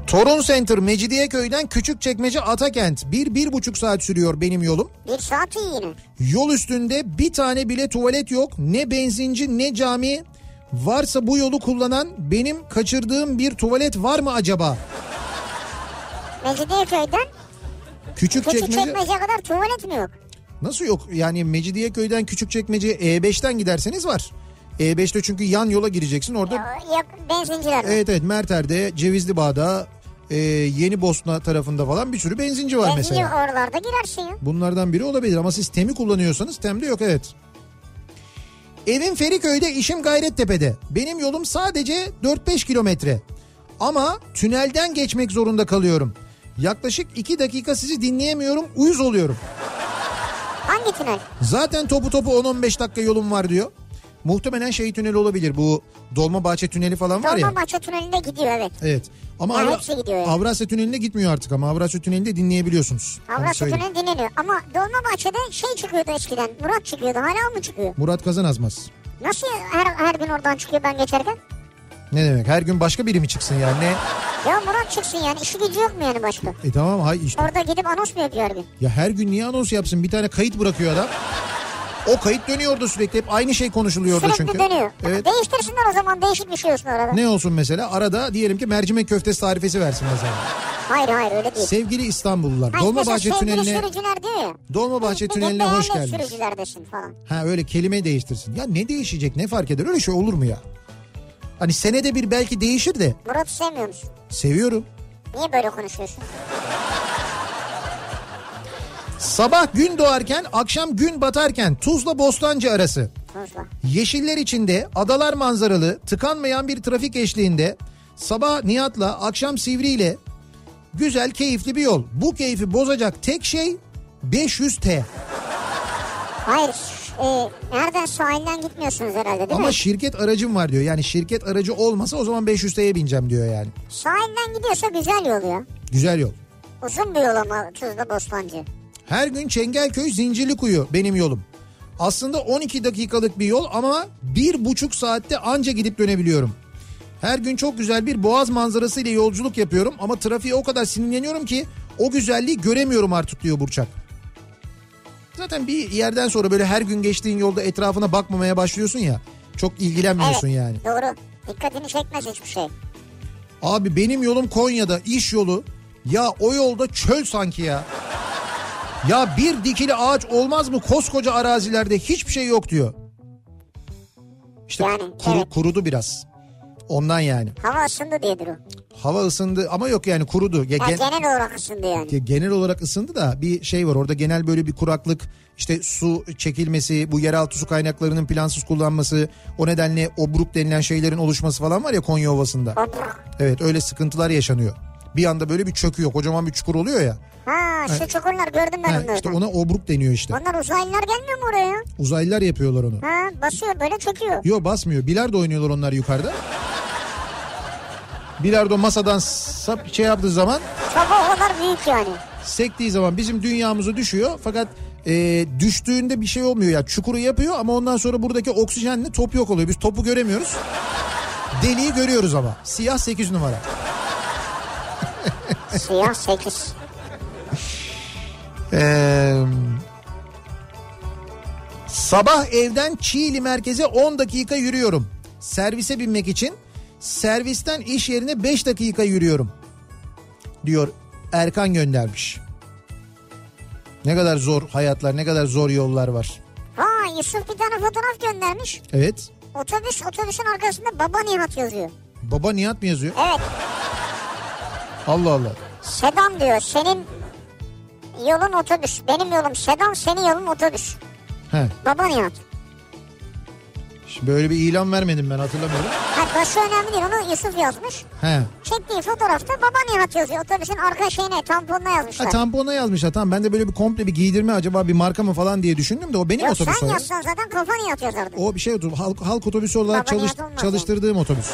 [SPEAKER 3] Torun Center Mecidiyeköy'den Küçükçekmece Atakent. Bir, bir buçuk saat sürüyor benim yolum.
[SPEAKER 2] Bir saat iyi yine.
[SPEAKER 3] Yol üstünde bir tane bile tuvalet yok. Ne benzinci ne cami. Varsa bu yolu kullanan benim kaçırdığım bir tuvalet var mı acaba?
[SPEAKER 2] Mecidiyeköy'den
[SPEAKER 3] Küçükçekmece...
[SPEAKER 2] Küçükçekmece'ye kadar tuvalet mi yok?
[SPEAKER 3] Nasıl yok? Yani Mecidiyeköy'den Küçükçekmece'ye E5'ten giderseniz var. E5'te çünkü yan yola gireceksin. Orada
[SPEAKER 2] Ya, ya benzinciler.
[SPEAKER 3] evet evet Merter'de, Cevizli Bağ'da, e, Yeni Bosna tarafında falan bir sürü benzinci var
[SPEAKER 2] Benzinci
[SPEAKER 3] mesela.
[SPEAKER 2] oralarda girersin ya.
[SPEAKER 3] Bunlardan biri olabilir ama siz TEM'i kullanıyorsanız TEM'de yok evet. Evim Feriköy'de, işim Gayrettepe'de. Benim yolum sadece 4-5 kilometre. Ama tünelden geçmek zorunda kalıyorum. Yaklaşık 2 dakika sizi dinleyemiyorum, uyuz oluyorum.
[SPEAKER 2] Hangi tünel?
[SPEAKER 3] Zaten topu topu 10-15 dakika yolum var diyor. Muhtemelen şey tüneli olabilir bu Dolmabahçe tüneli falan var ya.
[SPEAKER 2] Dolmabahçe tünelinde gidiyor evet.
[SPEAKER 3] Evet. Ama
[SPEAKER 2] Ya
[SPEAKER 3] Avra-
[SPEAKER 2] hepsi gidiyor yani.
[SPEAKER 3] Avrasya tüneline gitmiyor artık ama Avrasya tünelinde dinleyebiliyorsunuz. Ee, Onu
[SPEAKER 2] Avrasya
[SPEAKER 3] söyleyeyim.
[SPEAKER 2] tüneli dinleniyor. Ama Dolmabahçe'de şey çıkıyordu eskiden. Murat çıkıyordu. Hala mı çıkıyor?
[SPEAKER 3] Murat Kazanazmaz.
[SPEAKER 2] Nasıl ya her, her gün oradan çıkıyor ben geçerken?
[SPEAKER 3] Ne demek her gün başka biri mi çıksın yani ne?
[SPEAKER 2] Ya Murat çıksın yani. işi gücü yok mu yani başka?
[SPEAKER 3] E tamam hay işte.
[SPEAKER 2] Orada gidip anons mu yapıyor her gün?
[SPEAKER 3] Ya her gün niye anons yapsın bir tane kayıt bırakıyor adam. O kayıt dönüyordu sürekli hep aynı şey konuşuluyordu
[SPEAKER 2] Sürekli
[SPEAKER 3] çünkü.
[SPEAKER 2] dönüyor.
[SPEAKER 3] Evet.
[SPEAKER 2] Değiştirsinler o zaman değişik bir şey olsun orada.
[SPEAKER 3] Ne olsun mesela arada diyelim ki mercimek köftesi tarifesi versin mesela.
[SPEAKER 2] Hayır hayır öyle değil.
[SPEAKER 3] Sevgili İstanbullular
[SPEAKER 2] Hayır, mesela şey
[SPEAKER 3] Dolmabahçe
[SPEAKER 2] sevgili
[SPEAKER 3] tüneline
[SPEAKER 2] sürücüler diyor ya.
[SPEAKER 3] Dolmabahçe
[SPEAKER 2] bir de
[SPEAKER 3] tüneline hoş
[SPEAKER 2] beğenmek
[SPEAKER 3] geldiniz.
[SPEAKER 2] sürücülerdesin falan.
[SPEAKER 3] Ha öyle kelime değiştirsin. Ya ne değişecek ne fark eder öyle şey olur mu ya? Hani senede bir belki değişir de
[SPEAKER 2] Murat'ı sevmiyor musun?
[SPEAKER 3] seviyorum.
[SPEAKER 2] Niye böyle konuşuyorsun?
[SPEAKER 3] Sabah gün doğarken akşam gün batarken Tuzla Bostancı arası.
[SPEAKER 2] Tuzla.
[SPEAKER 3] Yeşiller içinde adalar manzaralı tıkanmayan bir trafik eşliğinde sabah Nihat'la akşam Sivri ile güzel keyifli bir yol. Bu keyfi bozacak tek şey 500 T.
[SPEAKER 2] Hayır. E, nereden sahilden gitmiyorsunuz herhalde değil
[SPEAKER 3] Ama
[SPEAKER 2] mi?
[SPEAKER 3] şirket aracım var diyor. Yani şirket aracı olmasa o zaman 500 T'ye bineceğim diyor yani.
[SPEAKER 2] Sahilden gidiyorsa güzel yol ya.
[SPEAKER 3] Güzel yol.
[SPEAKER 2] Uzun bir yol ama Tuzla Bostancı.
[SPEAKER 3] Her gün Çengelköy Zincirlikuyu benim yolum. Aslında 12 dakikalık bir yol ama bir buçuk saatte anca gidip dönebiliyorum. Her gün çok güzel bir boğaz manzarası ile yolculuk yapıyorum ama trafiğe o kadar sinirleniyorum ki o güzelliği göremiyorum artık diyor Burçak. Zaten bir yerden sonra böyle her gün geçtiğin yolda etrafına bakmamaya başlıyorsun ya. Çok ilgilenmiyorsun
[SPEAKER 2] evet,
[SPEAKER 3] yani.
[SPEAKER 2] Doğru. Dikkatini çekmez hiçbir şey.
[SPEAKER 3] Abi benim yolum Konya'da iş yolu. Ya o yolda çöl sanki ya. Ya bir dikili ağaç olmaz mı koskoca arazilerde hiçbir şey yok diyor. İşte
[SPEAKER 2] Yani,
[SPEAKER 3] kuru-
[SPEAKER 2] evet.
[SPEAKER 3] kurudu biraz. Ondan yani.
[SPEAKER 2] Hava ısındı diyedir o.
[SPEAKER 3] Hava ısındı ama yok yani kurudu. Ya
[SPEAKER 2] Ya
[SPEAKER 3] gen-
[SPEAKER 2] genel olarak ısındı yani.
[SPEAKER 3] ya genel olarak ısındı da bir şey var orada genel böyle bir kuraklık işte su çekilmesi bu yeraltı su kaynaklarının plansız kullanması o nedenle obruk denilen şeylerin oluşması falan var ya Konya Ovası'nda.
[SPEAKER 2] Obruk.
[SPEAKER 3] Evet öyle sıkıntılar yaşanıyor. Bir anda böyle bir çöküyor kocaman bir çukur oluyor ya.
[SPEAKER 2] Ha şu çukurlar gördüm ben
[SPEAKER 3] Ha,
[SPEAKER 2] onları.
[SPEAKER 3] işte ona obruk deniyor işte.
[SPEAKER 2] Onlar uzaylılar gelmiyor mu oraya?
[SPEAKER 3] Uzaylılar yapıyorlar onu.
[SPEAKER 2] Ha basıyor böyle çöküyor.
[SPEAKER 3] Yo basmıyor. Bilardo oynuyorlar onlar yukarıda. Bilardo masadan sap şey yaptığı zaman
[SPEAKER 2] Sabah o kadar büyük yani.
[SPEAKER 3] sektiği zaman bizim dünyamızı düşüyor. Fakat e, düştüğünde bir şey olmuyor ya. Çukuru yapıyor ama ondan sonra buradaki oksijenle top yok oluyor. Biz topu göremiyoruz. Deliği görüyoruz ama. Siyah 8 numara.
[SPEAKER 2] Siyah sekiz.
[SPEAKER 3] Ee, sabah evden Çiğli merkeze 10 dakika yürüyorum. Servise binmek için. Servisten iş yerine 5 dakika yürüyorum. Diyor Erkan göndermiş. Ne kadar zor hayatlar, ne kadar zor yollar var.
[SPEAKER 2] Ha Yusuf bir tane fotoğraf göndermiş.
[SPEAKER 3] Evet.
[SPEAKER 2] Otobüs otobüsün arkasında baba Nihat yazıyor.
[SPEAKER 3] Baba Nihat mı yazıyor?
[SPEAKER 2] Evet
[SPEAKER 3] Allah Allah.
[SPEAKER 2] sedan diyor senin yolun otobüs. Benim yolum sedan senin yolun otobüs.
[SPEAKER 3] He.
[SPEAKER 2] Baba Nihat.
[SPEAKER 3] Şimdi böyle bir ilan vermedim ben hatırlamıyorum.
[SPEAKER 2] Ha, başı önemli değil onu Yusuf yazmış.
[SPEAKER 3] He.
[SPEAKER 2] Çektiği fotoğrafta baba Nihat yazıyor. Otobüsün arka şeyine tamponuna yazmışlar.
[SPEAKER 3] Ha, tampona yazmışlar tamam ben de böyle bir komple bir giydirme acaba bir marka mı falan diye düşündüm de o benim
[SPEAKER 2] Yok
[SPEAKER 3] otobüs
[SPEAKER 2] sen
[SPEAKER 3] o ya.
[SPEAKER 2] yazsan zaten kafa Nihat yazardı.
[SPEAKER 3] O bir şey otobüs halk, halk otobüsü olarak
[SPEAKER 2] Baba niye
[SPEAKER 3] çalış,
[SPEAKER 2] dolmaz
[SPEAKER 3] çalıştırdığım otobüs.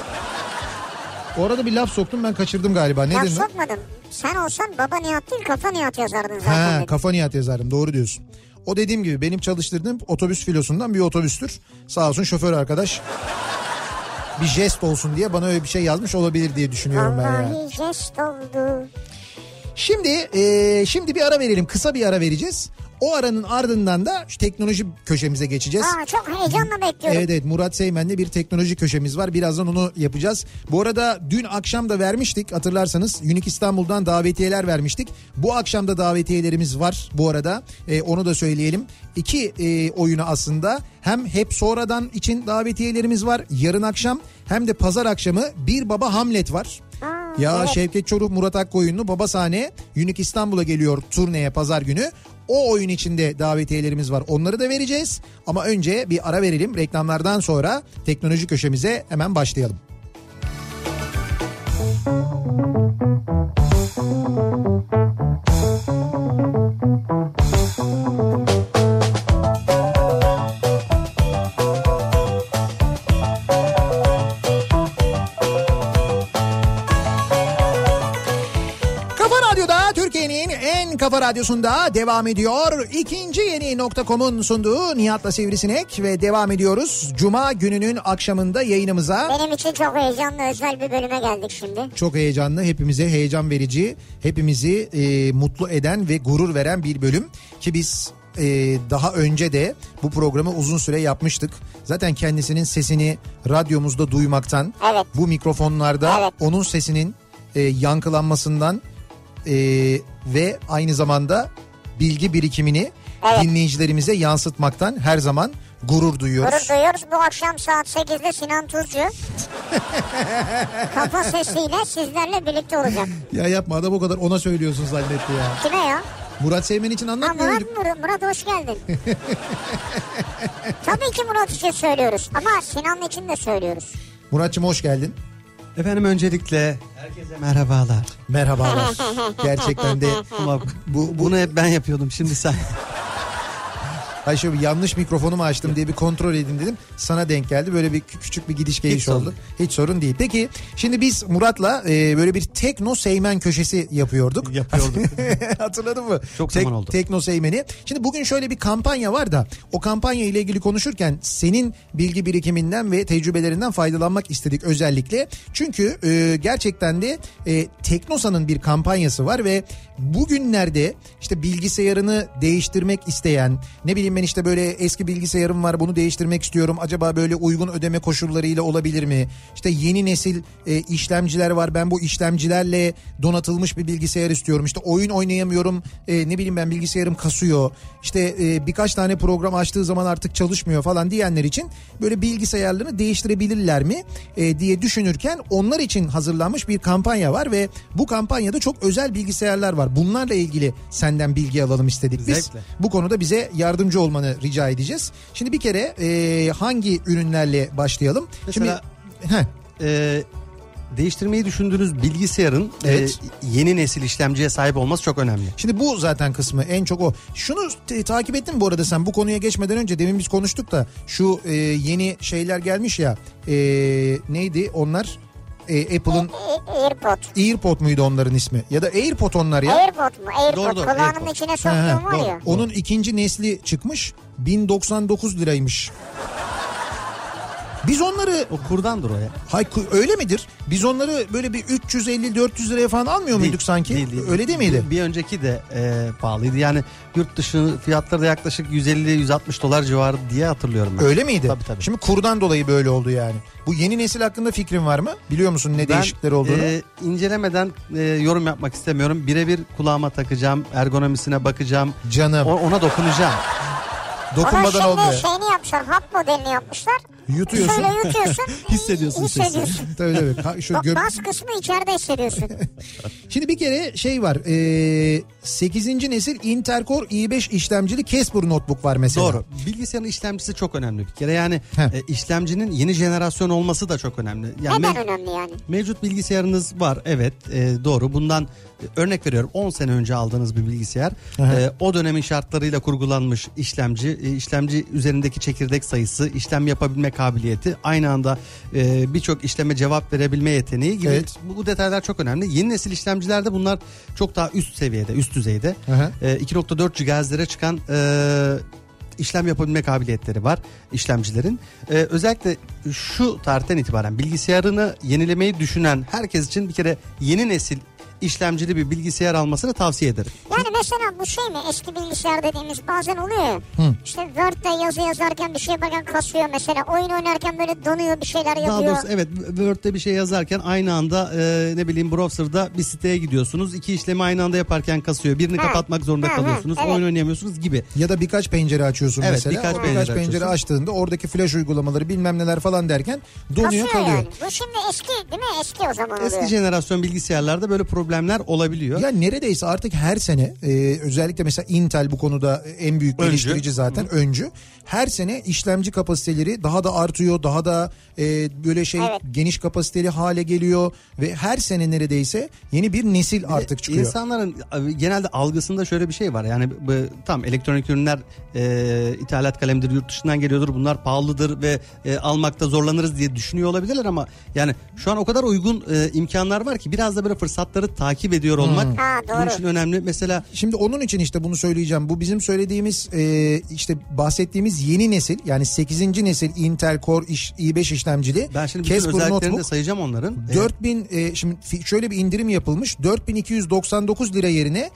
[SPEAKER 3] Orada bir laf soktum ben kaçırdım galiba ne
[SPEAKER 2] Laf
[SPEAKER 3] dedin?
[SPEAKER 2] sokmadım. Sen olsan baba Nihat değil kafa Nihat yazardın zaten.
[SPEAKER 3] Ha,
[SPEAKER 2] dedi.
[SPEAKER 3] kafa niyat yazarım doğru diyorsun. O dediğim gibi benim çalıştırdığım otobüs filosundan bir otobüstür. Sağ olsun şoför arkadaş bir jest olsun diye bana öyle bir şey yazmış olabilir diye düşünüyorum ben yani.
[SPEAKER 2] Vallahi jest oldu.
[SPEAKER 3] Şimdi e, şimdi bir ara verelim. Kısa bir ara vereceğiz. O aranın ardından da şu teknoloji köşemize geçeceğiz.
[SPEAKER 2] Aa, çok heyecanla bekliyorum.
[SPEAKER 3] Evet evet Murat Seymen'le bir teknoloji köşemiz var. Birazdan onu yapacağız. Bu arada dün akşam da vermiştik hatırlarsanız. Unique İstanbul'dan davetiyeler vermiştik. Bu akşam da davetiyelerimiz var bu arada. Ee, onu da söyleyelim. İki e, oyunu aslında hem hep sonradan için davetiyelerimiz var yarın akşam hem de pazar akşamı Bir Baba Hamlet var. ya Şevket Çoruh Murat Akkoyunlu Baba Sahne Unique İstanbul'a geliyor turneye pazar günü. O oyun içinde davetiyelerimiz var. Onları da vereceğiz. Ama önce bir ara verelim. Reklamlardan sonra teknoloji köşemize hemen başlayalım.
[SPEAKER 1] Kafa Radyo'da Türkiye'nin en kafa radyosunda devam ediyor. İkinci yeni nokta.com'un sunduğu Nihat'la Sivrisinek ve devam ediyoruz. Cuma gününün akşamında yayınımıza
[SPEAKER 2] Benim için çok heyecanlı özel bir bölüme geldik şimdi.
[SPEAKER 3] Çok heyecanlı, hepimize heyecan verici, hepimizi e, mutlu eden ve gurur veren bir bölüm. Ki biz e, daha önce de bu programı uzun süre yapmıştık. Zaten kendisinin sesini radyomuzda duymaktan,
[SPEAKER 2] Evet.
[SPEAKER 3] bu mikrofonlarda
[SPEAKER 2] Evet.
[SPEAKER 3] onun sesinin e, yankılanmasından e, ve aynı zamanda bilgi birikimini
[SPEAKER 2] Evet.
[SPEAKER 3] dinleyicilerimize yansıtmaktan her zaman gurur duyuyoruz.
[SPEAKER 2] Gurur duyuyoruz. Bu akşam saat 8'de
[SPEAKER 3] *laughs*
[SPEAKER 2] Sinan Tuzcu kafa sesiyle sizlerle birlikte olacak.
[SPEAKER 3] Ya yapma adam o kadar ona söylüyorsun zannetti ya.
[SPEAKER 2] Kime ya?
[SPEAKER 3] Murat Seymen için
[SPEAKER 2] Ha,
[SPEAKER 3] anlatmıyor
[SPEAKER 2] Murat,
[SPEAKER 3] muyduk?
[SPEAKER 2] Murat, Murat hoş geldin. Tabii ki Murat için söylüyoruz ama Sinan için de söylüyoruz.
[SPEAKER 3] Muratçım hoş geldin.
[SPEAKER 6] Efendim öncelikle herkese merhabalar. *laughs*
[SPEAKER 3] Merhabalar. Gerçekten de
[SPEAKER 6] Ama
[SPEAKER 3] bu, bu
[SPEAKER 6] bunu hep ben yapıyordum
[SPEAKER 3] *laughs*
[SPEAKER 6] şimdi sen.
[SPEAKER 3] Ay şöyle bir yanlış mikrofonu mu açtım diye bir kontrol edin dedim. Sana denk geldi. Böyle bir kü- küçük bir gidiş geliş
[SPEAKER 6] Hiç
[SPEAKER 3] oldu.
[SPEAKER 6] sorun
[SPEAKER 3] Hiç sorun değil. Peki şimdi biz Murat'la e, böyle bir tekno seymen köşesi yapıyorduk.
[SPEAKER 6] Yapıyorduk.
[SPEAKER 3] *laughs* Hatırladın mı?
[SPEAKER 6] Çok
[SPEAKER 3] Tek-
[SPEAKER 6] zaman oldu.
[SPEAKER 3] Tekno Seymen'i. Şimdi bugün şöyle bir kampanya var da o kampanya ile ilgili konuşurken senin bilgi birikiminden ve tecrübelerinden faydalanmak istedik özellikle. Çünkü e, gerçekten de e, Teknosa'nın bir kampanyası var ve bugünlerde işte bilgisayarını değiştirmek isteyen ne bileyim ben işte böyle eski bilgisayarım var bunu değiştirmek istiyorum. Acaba böyle uygun ödeme koşullarıyla olabilir mi? İşte yeni nesil e, işlemciler var ben bu işlemcilerle donatılmış bir bilgisayar istiyorum. İşte oyun oynayamıyorum e, ne bileyim ben bilgisayarım kasıyor. İşte e, birkaç tane program açtığı zaman artık çalışmıyor falan diyenler için böyle bilgisayarlarını değiştirebilirler mi e, diye düşünürken onlar için hazırlanmış bir kampanya var ve bu kampanyada çok özel bilgisayarlar var. Bunlarla ilgili senden bilgi alalım istedik biz.
[SPEAKER 6] Zevkle.
[SPEAKER 3] Bu konuda bize yardımcı olmanı rica edeceğiz. Şimdi bir kere e, hangi ürünlerle başlayalım?
[SPEAKER 6] Mesela-
[SPEAKER 3] Şimdi Heh,
[SPEAKER 6] Ee, değiştirmeyi düşündüğünüz bilgisayarın
[SPEAKER 3] Evet.
[SPEAKER 6] e, yeni nesil işlemciye sahip olması çok önemli.
[SPEAKER 3] Şimdi bu zaten kısmı en çok o. Şunu t- takip ettin mi bu arada sen bu konuya geçmeden önce demin biz konuştuk da şu e, yeni şeyler gelmiş ya e, neydi onlar E, Apple'ın
[SPEAKER 2] E- Airpod.
[SPEAKER 3] AirPod muydu onların ismi ya da AirPod onlar ya.
[SPEAKER 2] Airpod mu? Airpod.
[SPEAKER 6] Doğru, doğru,
[SPEAKER 2] Kulağının
[SPEAKER 6] Airpod.
[SPEAKER 2] içine
[SPEAKER 3] Ha, ha,
[SPEAKER 2] soktuğum var
[SPEAKER 3] doğru.
[SPEAKER 2] ya.
[SPEAKER 3] Onun ikinci nesli çıkmış 1099 liraymış. Biz onları
[SPEAKER 6] O kurdandır o ya.
[SPEAKER 3] hay ku- öyle midir? Biz onları böyle bir 350-400 liraya falan almıyor muyduk
[SPEAKER 6] Değil,
[SPEAKER 3] sanki?
[SPEAKER 6] değil, değil.
[SPEAKER 3] Öyle değil miydi?
[SPEAKER 6] Bir, bir önceki de e, pahalıydı. Yani yurt dışı fiyatları da yaklaşık 150-160 dolar civarı diye hatırlıyorum ben.
[SPEAKER 3] Öyle miydi?
[SPEAKER 6] Tabii, tabii.
[SPEAKER 3] Şimdi kurdan dolayı böyle oldu yani. Bu yeni nesil hakkında fikrin var mı? Biliyor musun ne
[SPEAKER 6] Ben,
[SPEAKER 3] değişiklikler olduğunu?
[SPEAKER 6] e, incelemeden e, yorum yapmak istemiyorum. Birebir kulağıma takacağım, ergonomisine bakacağım.
[SPEAKER 3] Canım
[SPEAKER 6] O- ona dokunacağım.
[SPEAKER 2] Ama
[SPEAKER 3] dokunmadan
[SPEAKER 2] şimdi
[SPEAKER 3] olmuyor.
[SPEAKER 2] şeyini yapmışlar. Hap modelini yapmışlar.
[SPEAKER 3] Yutuyorsun.
[SPEAKER 2] Şöyle
[SPEAKER 3] *laughs*
[SPEAKER 2] yutuyorsun.
[SPEAKER 6] Hissediyorsun sesi.
[SPEAKER 2] hissediyorsun.
[SPEAKER 3] tabii tabii. Ka- Şu
[SPEAKER 2] Bak
[SPEAKER 3] göb-
[SPEAKER 2] bas kısmı içeride hissediyorsun.
[SPEAKER 3] Şimdi bir kere şey var. 8. nesil Intercore i5 işlemcili Casper notebook var mesela.
[SPEAKER 6] Doğru. Bilgisayarın işlemcisi çok önemli bir kere. Yani
[SPEAKER 3] Heh.
[SPEAKER 6] e, işlemcinin yeni jenerasyon olması da çok önemli. Yani
[SPEAKER 2] Neden
[SPEAKER 6] me-
[SPEAKER 2] önemli yani?
[SPEAKER 6] Mevcut bilgisayarınız var evet e, doğru bundan e, örnek veriyorum 10 sene önce aldığınız bir bilgisayar
[SPEAKER 3] Aha.
[SPEAKER 6] E, o dönemin şartlarıyla kurgulanmış işlemci e, işlemci üzerindeki çekirdek sayısı işlem yapabilme kabiliyeti aynı anda e, birçok işleme cevap verebilme yeteneği gibi
[SPEAKER 3] Evet.
[SPEAKER 6] bu, bu detaylar çok önemli yeni nesil işlemcilerde bunlar çok daha üst seviyede üst düzeyde
[SPEAKER 3] Aha.
[SPEAKER 6] E, 2.4 GHz'lere çıkan e, işlem yapabilme kabiliyetleri var işlemcilerin. E, özellikle şu tarihten itibaren bilgisayarını yenilemeyi düşünen herkes için bir kere yeni nesil işlemcili bir bilgisayar almasını tavsiye ederim.
[SPEAKER 2] Yani mesela bu şey mi eski bilgisayar dediğimiz bazen oluyor ya. İşte Word'de yazı yazarken bir şey yaparken kasıyor mesela. Oyun oynarken böyle donuyor bir şeyler
[SPEAKER 6] Daha
[SPEAKER 2] yapıyor.
[SPEAKER 6] doğrusu evet Word'de bir şey yazarken aynı anda e, ne bileyim browser'da bir siteye gidiyorsunuz. iki işlemi aynı anda yaparken kasıyor. Birini
[SPEAKER 2] Ha.
[SPEAKER 6] kapatmak zorunda
[SPEAKER 2] Ha, ha,
[SPEAKER 6] kalıyorsunuz.
[SPEAKER 2] evet.
[SPEAKER 6] Oyun oynayamıyorsunuz gibi.
[SPEAKER 3] Ya da birkaç pencere açıyorsun
[SPEAKER 6] Evet,
[SPEAKER 3] mesela.
[SPEAKER 6] birkaç
[SPEAKER 3] O
[SPEAKER 6] pencere
[SPEAKER 3] pencere
[SPEAKER 6] açıyorsun.
[SPEAKER 3] açtığında oradaki flash uygulamaları bilmem neler falan derken donuyor
[SPEAKER 2] kasıyor
[SPEAKER 3] kalıyor.
[SPEAKER 2] yani. Bu şimdi eski değil mi? Eski o zaman oluyor.
[SPEAKER 6] Eski jenerasyon bilgisayarlarda böyle problemler olabiliyor.
[SPEAKER 3] Ya neredeyse artık her sene e, özellikle mesela Intel bu konuda en büyük
[SPEAKER 6] Öncü.
[SPEAKER 3] geliştirici zaten öncü. Her sene işlemci kapasiteleri daha da artıyor, daha da e, böyle şey
[SPEAKER 2] Evet.
[SPEAKER 3] geniş kapasiteli hale geliyor ve her sene neredeyse yeni bir nesil artık çıkıyor.
[SPEAKER 6] İnsanların e, genelde algısında şöyle bir şey var. Yani bu, tam elektronik ürünler e, ithalat kalemidir, yurt dışından geliyordur. Bunlar pahalıdır ve e, almakta zorlanırız diye düşünüyor olabilirler ama yani şu an o kadar uygun e, imkanlar var ki biraz da böyle fırsatları takip ediyor olmak
[SPEAKER 2] Hmm. Ha, doğru.
[SPEAKER 6] bunun için önemli. Mesela
[SPEAKER 3] Şimdi onun için işte bunu söyleyeceğim. Bu bizim söylediğimiz e, işte bahsettiğimiz yeni nesil yani 8. nesil Intel Core iş- i5 işlemcili
[SPEAKER 6] ben şimdi bütün
[SPEAKER 3] Casper
[SPEAKER 6] özelliklerini de
[SPEAKER 3] notebook.
[SPEAKER 6] sayacağım onların. E,
[SPEAKER 3] 4000 e, şimdi fi- şöyle bir indirim yapılmış. 4299 lira yerine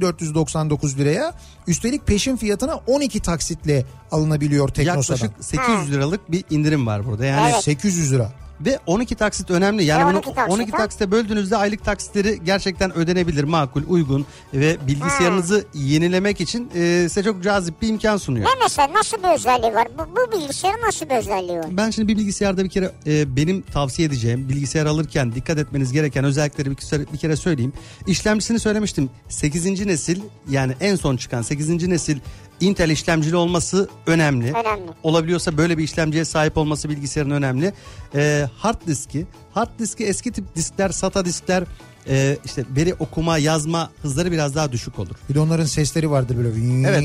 [SPEAKER 3] 3499 liraya üstelik peşin fiyatına 12 taksitle alınabiliyor Teknosa'dan.
[SPEAKER 6] yaklaşık 800 liralık bir indirim var burada. Yani
[SPEAKER 2] Evet.
[SPEAKER 3] 800 lira.
[SPEAKER 6] Ve 12 taksit önemli. Yani
[SPEAKER 2] E,
[SPEAKER 6] bunu
[SPEAKER 2] 12 taksit,
[SPEAKER 6] 12
[SPEAKER 2] ha?
[SPEAKER 6] taksite böldüğünüzde aylık taksitleri gerçekten ödenebilir, makul, uygun ve bilgisayarınızı yenilemek için e, size çok cazip bir imkan sunuyor.
[SPEAKER 2] Ne E mesela nasıl bir özelliği var? Bu, bu bilgisayarın nasıl bir özelliği var?
[SPEAKER 6] Ben şimdi bir bilgisayarda bir kere e, benim tavsiye edeceğim bilgisayar alırken dikkat etmeniz gereken özellikleri bir kere, bir kere söyleyeyim. İşlemcisini söylemiştim. 8. nesil yani en son çıkan 8. nesil Intel işlemcili olması önemli.
[SPEAKER 2] Önemli.
[SPEAKER 6] Olabiliyorsa böyle bir işlemciye sahip olması bilgisayarın önemli. E, hard diski, hard diski eski tip diskler, SATA diskler e, işte veri okuma, yazma hızları biraz daha düşük olur.
[SPEAKER 3] Bir de onların sesleri vardır böyle. *laughs*
[SPEAKER 6] Evet.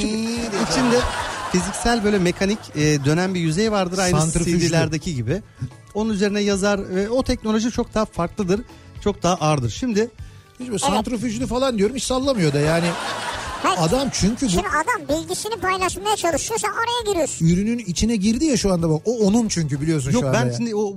[SPEAKER 6] Çünkü içinde fiziksel böyle mekanik e, dönen bir yüzey vardır aynı
[SPEAKER 3] Santrifüjlü.
[SPEAKER 6] CD'lerdeki gibi. Onun üzerine yazar ve o teknoloji çok daha farklıdır. Çok daha ağırdır. Şimdi
[SPEAKER 3] Hiç böyle santrifüjlü falan diyorum hiç sallamıyor da yani.
[SPEAKER 2] Hayır.
[SPEAKER 3] Adam çünkü bu
[SPEAKER 2] Şimdi adam bilgisini paylaşmaya çalışıyor sen araya
[SPEAKER 6] *laughs*
[SPEAKER 2] giriyorsun.
[SPEAKER 3] ürünün içine girdi ya şu anda bak. O onun çünkü biliyorsun
[SPEAKER 6] yok
[SPEAKER 3] şu anda.
[SPEAKER 6] ben
[SPEAKER 3] ya.
[SPEAKER 6] şimdi o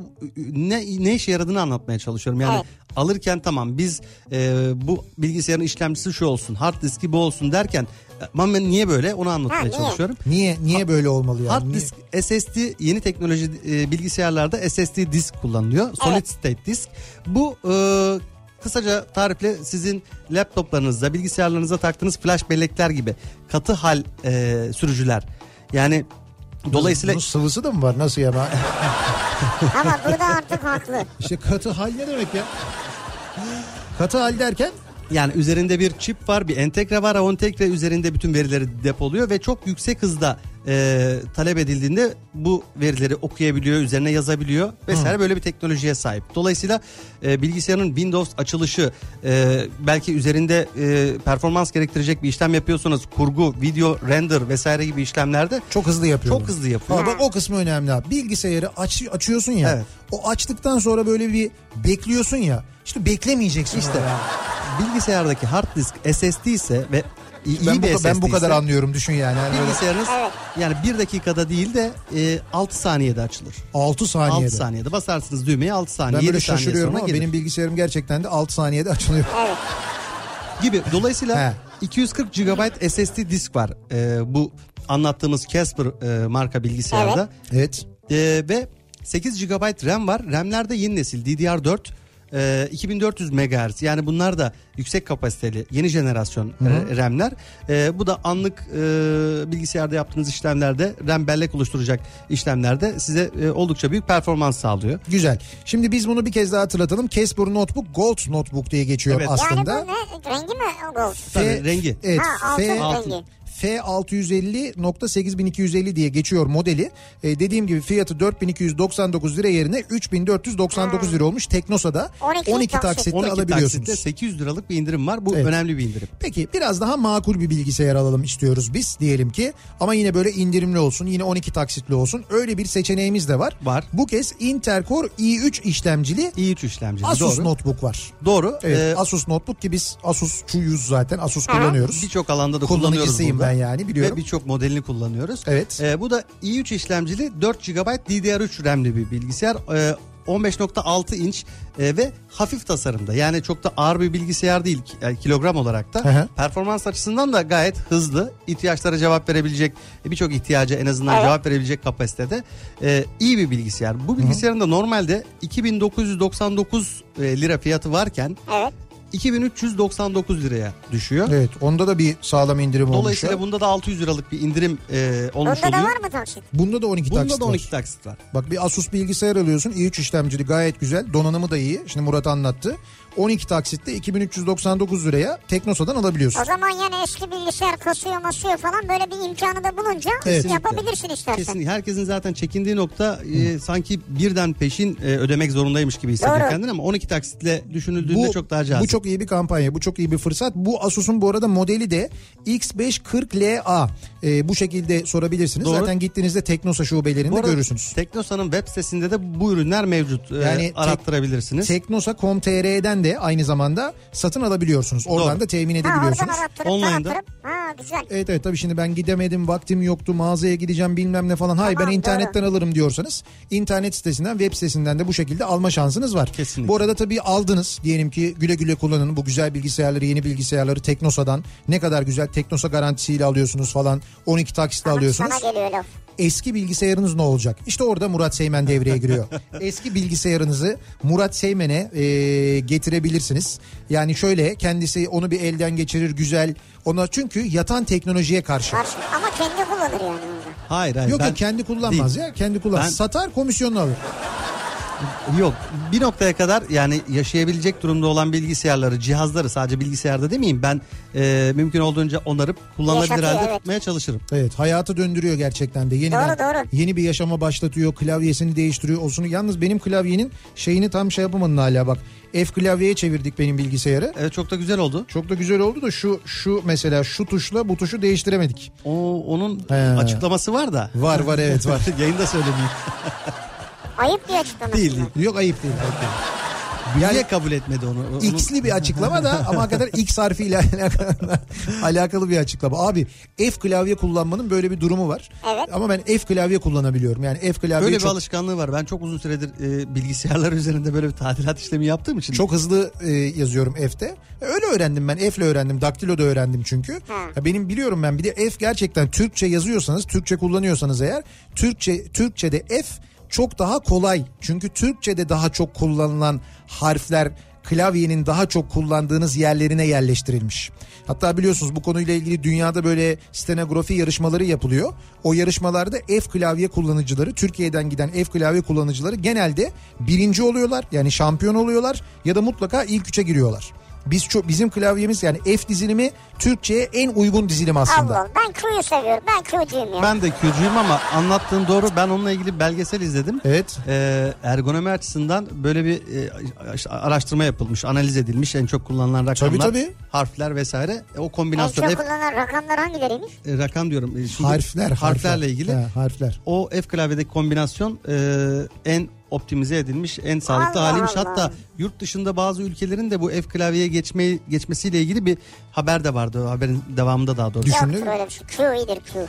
[SPEAKER 6] ne ne işe yaradığını anlatmaya çalışıyorum. Yani
[SPEAKER 2] Evet.
[SPEAKER 6] alırken tamam biz e, bu bilgisayarın işlemcisi şu olsun, hard diski bu olsun derken e, ama ben niye böyle onu anlatmaya
[SPEAKER 2] Ha, niye?
[SPEAKER 6] çalışıyorum.
[SPEAKER 3] Niye niye böyle olmalı yani?
[SPEAKER 6] Hard
[SPEAKER 3] Niye-
[SPEAKER 6] disk SSD yeni teknoloji e, bilgisayarlarda SSD disk kullanılıyor. Solid
[SPEAKER 2] Evet.
[SPEAKER 6] state disk. Bu e, kısaca tarifle sizin laptoplarınızda, bilgisayarlarınıza taktığınız flash bellekler gibi katı hal e, sürücüler. Yani dolayısıyla
[SPEAKER 3] Bunun sıvısı da mı var nasıl ya? Ben-
[SPEAKER 2] Ama burada artık haklı.
[SPEAKER 3] İşte katı hal ne demek ya? Katı hal derken
[SPEAKER 6] yani üzerinde bir çip var, bir entegre var. O entegre üzerinde bütün verileri depoluyor ve çok yüksek hızda e, talep edildiğinde bu verileri okuyabiliyor, üzerine yazabiliyor vesaire böyle bir teknolojiye sahip. Dolayısıyla e, bilgisayarın Windows açılışı e, belki üzerinde e, performans gerektirecek bir işlem yapıyorsanız kurgu, video, render vesaire gibi işlemlerde
[SPEAKER 3] çok hızlı yapıyor.
[SPEAKER 6] Çok hızlı yapıyor.
[SPEAKER 3] Ama bak o kısmı önemli abi. Bilgisayarı aç, açıyorsun ya.
[SPEAKER 6] Evet.
[SPEAKER 3] O açtıktan sonra böyle bir bekliyorsun ya. İşte beklemeyeceksin
[SPEAKER 6] işte
[SPEAKER 3] orada ya.
[SPEAKER 6] bilgisayardaki hard disk SSD ise ve iyi
[SPEAKER 3] Ben,
[SPEAKER 6] bir
[SPEAKER 3] bu, ben bu
[SPEAKER 6] SSD
[SPEAKER 3] kadar
[SPEAKER 6] ise-
[SPEAKER 3] anlıyorum düşün yani. yani böyle
[SPEAKER 6] Bilgisayarınız
[SPEAKER 2] Evet.
[SPEAKER 6] yani bir dakikada değil de e, 6 saniyede açılır.
[SPEAKER 3] 6 saniyede.
[SPEAKER 6] 6 saniyede basarsınız düğmeye 6 saniye.
[SPEAKER 3] Ben böyle
[SPEAKER 6] 7 saniye
[SPEAKER 3] şaşırıyorum
[SPEAKER 6] sonra
[SPEAKER 3] ama
[SPEAKER 6] gelir.
[SPEAKER 3] benim bilgisayarım gerçekten de 6 saniyede açılıyor.
[SPEAKER 2] Evet.
[SPEAKER 6] gibi. Dolayısıyla
[SPEAKER 3] He.
[SPEAKER 6] 240 GB SSD disk var. E, bu anlattığımız Casper e, marka bilgisayarda.
[SPEAKER 3] Evet.
[SPEAKER 6] E, ve 8 GB RAM var. RAM'lerde yeni nesil DDR4 e, 2400 MHz yani bunlar da yüksek kapasiteli yeni jenerasyon e, RAM'ler. E, bu da anlık e, bilgisayarda yaptığınız işlemlerde RAM bellek oluşturacak işlemlerde size e, oldukça büyük performans sağlıyor.
[SPEAKER 3] Güzel. Şimdi biz bunu bir kez daha hatırlatalım. Casper Notebook Gold Notebook diye geçiyor
[SPEAKER 6] Evet.
[SPEAKER 3] aslında.
[SPEAKER 2] Yani bu ne? Rengi mi gold?
[SPEAKER 6] Tabii rengi.
[SPEAKER 3] Evet.
[SPEAKER 2] Ha,
[SPEAKER 3] F-
[SPEAKER 2] altın
[SPEAKER 6] altın.
[SPEAKER 2] rengi.
[SPEAKER 3] F650.8250 diye geçiyor modeli. E, dediğim gibi fiyatı 4299 lira yerine 3499 lira olmuş. Teknosa'da
[SPEAKER 2] 12
[SPEAKER 3] 12,
[SPEAKER 2] taksitle
[SPEAKER 3] taksitle
[SPEAKER 6] 12
[SPEAKER 3] alabiliyorsunuz.
[SPEAKER 6] taksitte 800 liralık bir indirim var. Bu
[SPEAKER 3] Evet.
[SPEAKER 6] önemli bir indirim.
[SPEAKER 3] Peki biraz daha makul bir bilgisayar alalım istiyoruz biz diyelim ki ama yine böyle indirimli olsun yine 12 taksitli olsun öyle bir seçeneğimiz de var.
[SPEAKER 6] Var.
[SPEAKER 3] Bu kez Intercore i3 işlemcili
[SPEAKER 6] i3 işlemcisi
[SPEAKER 3] Asus
[SPEAKER 6] doğru.
[SPEAKER 3] notebook var.
[SPEAKER 6] Doğru.
[SPEAKER 3] Evet,
[SPEAKER 6] Ee,
[SPEAKER 3] Asus notebook ki biz Asus'çuyuz zaten Asus kullanıyoruz.
[SPEAKER 6] Birçok alanda da kullanıyoruz
[SPEAKER 3] Kullanıcısıyım
[SPEAKER 6] burada.
[SPEAKER 3] ben yani biliyorum.
[SPEAKER 6] Ve birçok modelini kullanıyoruz.
[SPEAKER 3] Evet.
[SPEAKER 6] Ee, bu da i3 işlemcili 4 GB DDR3 RAM'li bir bilgisayar. Ee, 15.6 inç e, ve hafif tasarımda. Yani çok da ağır bir bilgisayar değil ki- yani kilogram olarak da.
[SPEAKER 3] Hı hı.
[SPEAKER 6] Performans açısından da gayet hızlı. ihtiyaçlara cevap verebilecek, e, birçok ihtiyaca en azından
[SPEAKER 2] Evet.
[SPEAKER 6] cevap verebilecek kapasitede e, iyi bir bilgisayar. Bu bilgisayarın da normalde 2999 e, lira fiyatı varken
[SPEAKER 2] Evet.
[SPEAKER 6] 2399 liraya düşüyor.
[SPEAKER 3] Evet onda da bir sağlam indirim olmuş.
[SPEAKER 6] Dolayısıyla
[SPEAKER 3] ya.
[SPEAKER 6] bunda da 600 liralık bir indirim e, olmuş
[SPEAKER 2] Bunda da
[SPEAKER 6] oluyor.
[SPEAKER 2] var mı taksit?
[SPEAKER 3] Bunda da 12
[SPEAKER 6] Bunda
[SPEAKER 3] taksit
[SPEAKER 6] da
[SPEAKER 3] var.
[SPEAKER 6] 12 taksit var.
[SPEAKER 3] Bak bir Asus bilgisayar alıyorsun. i3 işlemcili gayet güzel. Donanımı da iyi. Şimdi Murat anlattı. 12 taksitte 2399 liraya Teknosa'dan alabiliyorsun.
[SPEAKER 2] O zaman yani eski bilgisayar kasıyor masıyor falan böyle bir imkanı da bulunca
[SPEAKER 3] Evet.
[SPEAKER 2] yapabilirsin istersen.
[SPEAKER 6] Kesin herkesin zaten çekindiği nokta e, sanki birden peşin e, ödemek zorundaymış gibi hissediyor
[SPEAKER 2] Doğru.
[SPEAKER 6] kendini ama 12 taksitle düşünüldüğünde çok daha cazip.
[SPEAKER 3] bu çok iyi bir kampanya, bu çok iyi bir fırsat. Bu Asus'un bu arada modeli de X540LA. Ee, bu şekilde sorabilirsiniz.
[SPEAKER 6] Doğru.
[SPEAKER 3] Zaten gittiğinizde Teknosa şubelerinde
[SPEAKER 6] Bu arada
[SPEAKER 3] görürsünüz.
[SPEAKER 6] Teknosa'nın web sitesinde de bu ürünler mevcut. E,
[SPEAKER 3] Yani tek-
[SPEAKER 6] arattırabilirsiniz.
[SPEAKER 3] Teknosa.com.tr'den de aynı zamanda satın alabiliyorsunuz. Oradan
[SPEAKER 6] Doğru.
[SPEAKER 3] da temin
[SPEAKER 2] Ha oradan
[SPEAKER 3] edebiliyorsunuz.
[SPEAKER 2] arattırıp
[SPEAKER 6] Online'da.
[SPEAKER 2] arattırıp. Ha güzel.
[SPEAKER 3] Evet evet tabii şimdi ben gidemedim vaktim yoktu mağazaya gideceğim bilmem ne falan. Hayır
[SPEAKER 2] Tamam,
[SPEAKER 3] ben internetten alırım diyorsanız internet sitesinden web sitesinden de bu şekilde alma şansınız var.
[SPEAKER 6] Kesinlikle.
[SPEAKER 3] Bu arada tabii aldınız diyelim ki güle güle kullanın bu güzel bilgisayarları yeni bilgisayarları Teknosa'dan ne kadar güzel Teknosa garantisiyle alıyorsunuz falan 12 taksitle alıyorsunuz.
[SPEAKER 2] Sana geliyor laf.
[SPEAKER 3] Eski bilgisayarınız ne olacak? İşte orada Murat Seymen devreye giriyor. Eski bilgisayarınızı Murat Seymen'e e, getirebilirsiniz. Yani şöyle kendisi onu bir elden geçirir güzel. Ona çünkü yatan teknolojiye karşı.
[SPEAKER 2] Karşı. Ama kendi kullanır yani orada.
[SPEAKER 6] Hayır hayır.
[SPEAKER 3] Yok
[SPEAKER 6] ben-
[SPEAKER 3] yok kendi kullanmaz
[SPEAKER 6] Değil.
[SPEAKER 3] ya. Kendi kullanmaz.
[SPEAKER 6] Ben-
[SPEAKER 3] Satar komisyonunu alır.
[SPEAKER 6] Yok bir noktaya kadar yani yaşayabilecek durumda olan bilgisayarları, cihazları sadece bilgisayarda demeyeyim ben e, mümkün olduğunca onarıp kullanılabilir
[SPEAKER 2] Yaşatıyor,
[SPEAKER 6] halde
[SPEAKER 2] evet.
[SPEAKER 6] tutmaya çalışırım.
[SPEAKER 3] Evet hayatı döndürüyor gerçekten de. Yeniden,
[SPEAKER 2] Doğru, doğru.
[SPEAKER 3] Yeni bir yaşama başlatıyor. Klavyesini değiştiriyor. Olsun. Yalnız benim klavyenin şeyini tam şey yapamadın hala bak. F klavyeye çevirdik benim bilgisayarı.
[SPEAKER 6] Evet çok da güzel oldu.
[SPEAKER 3] Çok da güzel oldu da şu şu mesela şu tuşla bu tuşu değiştiremedik.
[SPEAKER 6] O onun
[SPEAKER 3] He.
[SPEAKER 6] açıklaması var da.
[SPEAKER 3] Var var evet var.
[SPEAKER 6] *laughs* Yayında söylemeyeyim.
[SPEAKER 2] Ayıp diye açıklaması
[SPEAKER 6] Değil, değil.
[SPEAKER 2] var.
[SPEAKER 3] Yok ayıp değil.
[SPEAKER 6] Yani,
[SPEAKER 3] Yani-
[SPEAKER 6] Niye kabul etmedi onu? Onun-
[SPEAKER 3] X'li bir açıklama da ama hakikaten X harfiyle alakalı, *laughs* alakalı bir açıklama. Abi F klavye kullanmanın böyle bir durumu var.
[SPEAKER 2] Evet.
[SPEAKER 3] Ama ben F klavye kullanabiliyorum. Yani F klavye
[SPEAKER 6] Böyle bir
[SPEAKER 3] çok,
[SPEAKER 6] alışkanlığı var. Ben çok uzun süredir e, bilgisayarlar *laughs* üzerinde böyle bir tadilat işlemi yaptığım için.
[SPEAKER 3] çok hızlı e, yazıyorum F'te. E, Öyle öğrendim ben. F'le öğrendim. Daktilo da öğrendim çünkü. Ya benim biliyorum ben. Bir de F gerçekten Türkçe yazıyorsanız, Türkçe kullanıyorsanız eğer Türkçe Türkçede F çok daha kolay. Çünkü Türkçede daha çok kullanılan harfler klavyenin daha çok kullandığınız yerlerine yerleştirilmiş. Hatta biliyorsunuz bu konuyla ilgili dünyada böyle stenografi yarışmaları yapılıyor. O yarışmalarda F klavye kullanıcıları Türkiye'den giden F klavye kullanıcıları genelde birinci oluyorlar yani şampiyon oluyorlar ya da mutlaka ilk üçe giriyorlar. Biz çok bizim klavyemiz yani F dizilimi Türkçe'ye en uygun dizilim aslında.
[SPEAKER 2] Allah ben Q'yu seviyorum. Ben Q'cuyum ya.
[SPEAKER 6] Ben de Q'cuyum ama anlattığın doğru. Ben onunla ilgili bir belgesel izledim.
[SPEAKER 3] Evet.
[SPEAKER 6] E, ergonomi açısından böyle bir e, araştırma yapılmış, analiz edilmiş. En çok kullanılan rakamlar,
[SPEAKER 3] tabii.
[SPEAKER 6] harfler vesaire. E, o
[SPEAKER 2] En
[SPEAKER 6] kombinasyon
[SPEAKER 2] çok
[SPEAKER 6] hep
[SPEAKER 2] kullanılan rakamlar hangileriymiş?
[SPEAKER 6] e, rakam diyorum. E, şimdi
[SPEAKER 3] Harfler, harfler
[SPEAKER 6] harflerle ilgili.
[SPEAKER 3] He, harfler.
[SPEAKER 6] O F klavyedeki kombinasyon e, en optimize edilmiş, en sağlıklı
[SPEAKER 2] Allah
[SPEAKER 6] haliymiş.
[SPEAKER 2] Allah.
[SPEAKER 6] Hatta yurt dışında bazı ülkelerin de bu F klavyeye geçmeyi geçmesiyle ilgili bir haber de vardı. O haberin devamında daha doğrusu. E,
[SPEAKER 3] Düşündün
[SPEAKER 2] Yoktur
[SPEAKER 3] mü?
[SPEAKER 2] öyle bir şey. Q iyidir Q.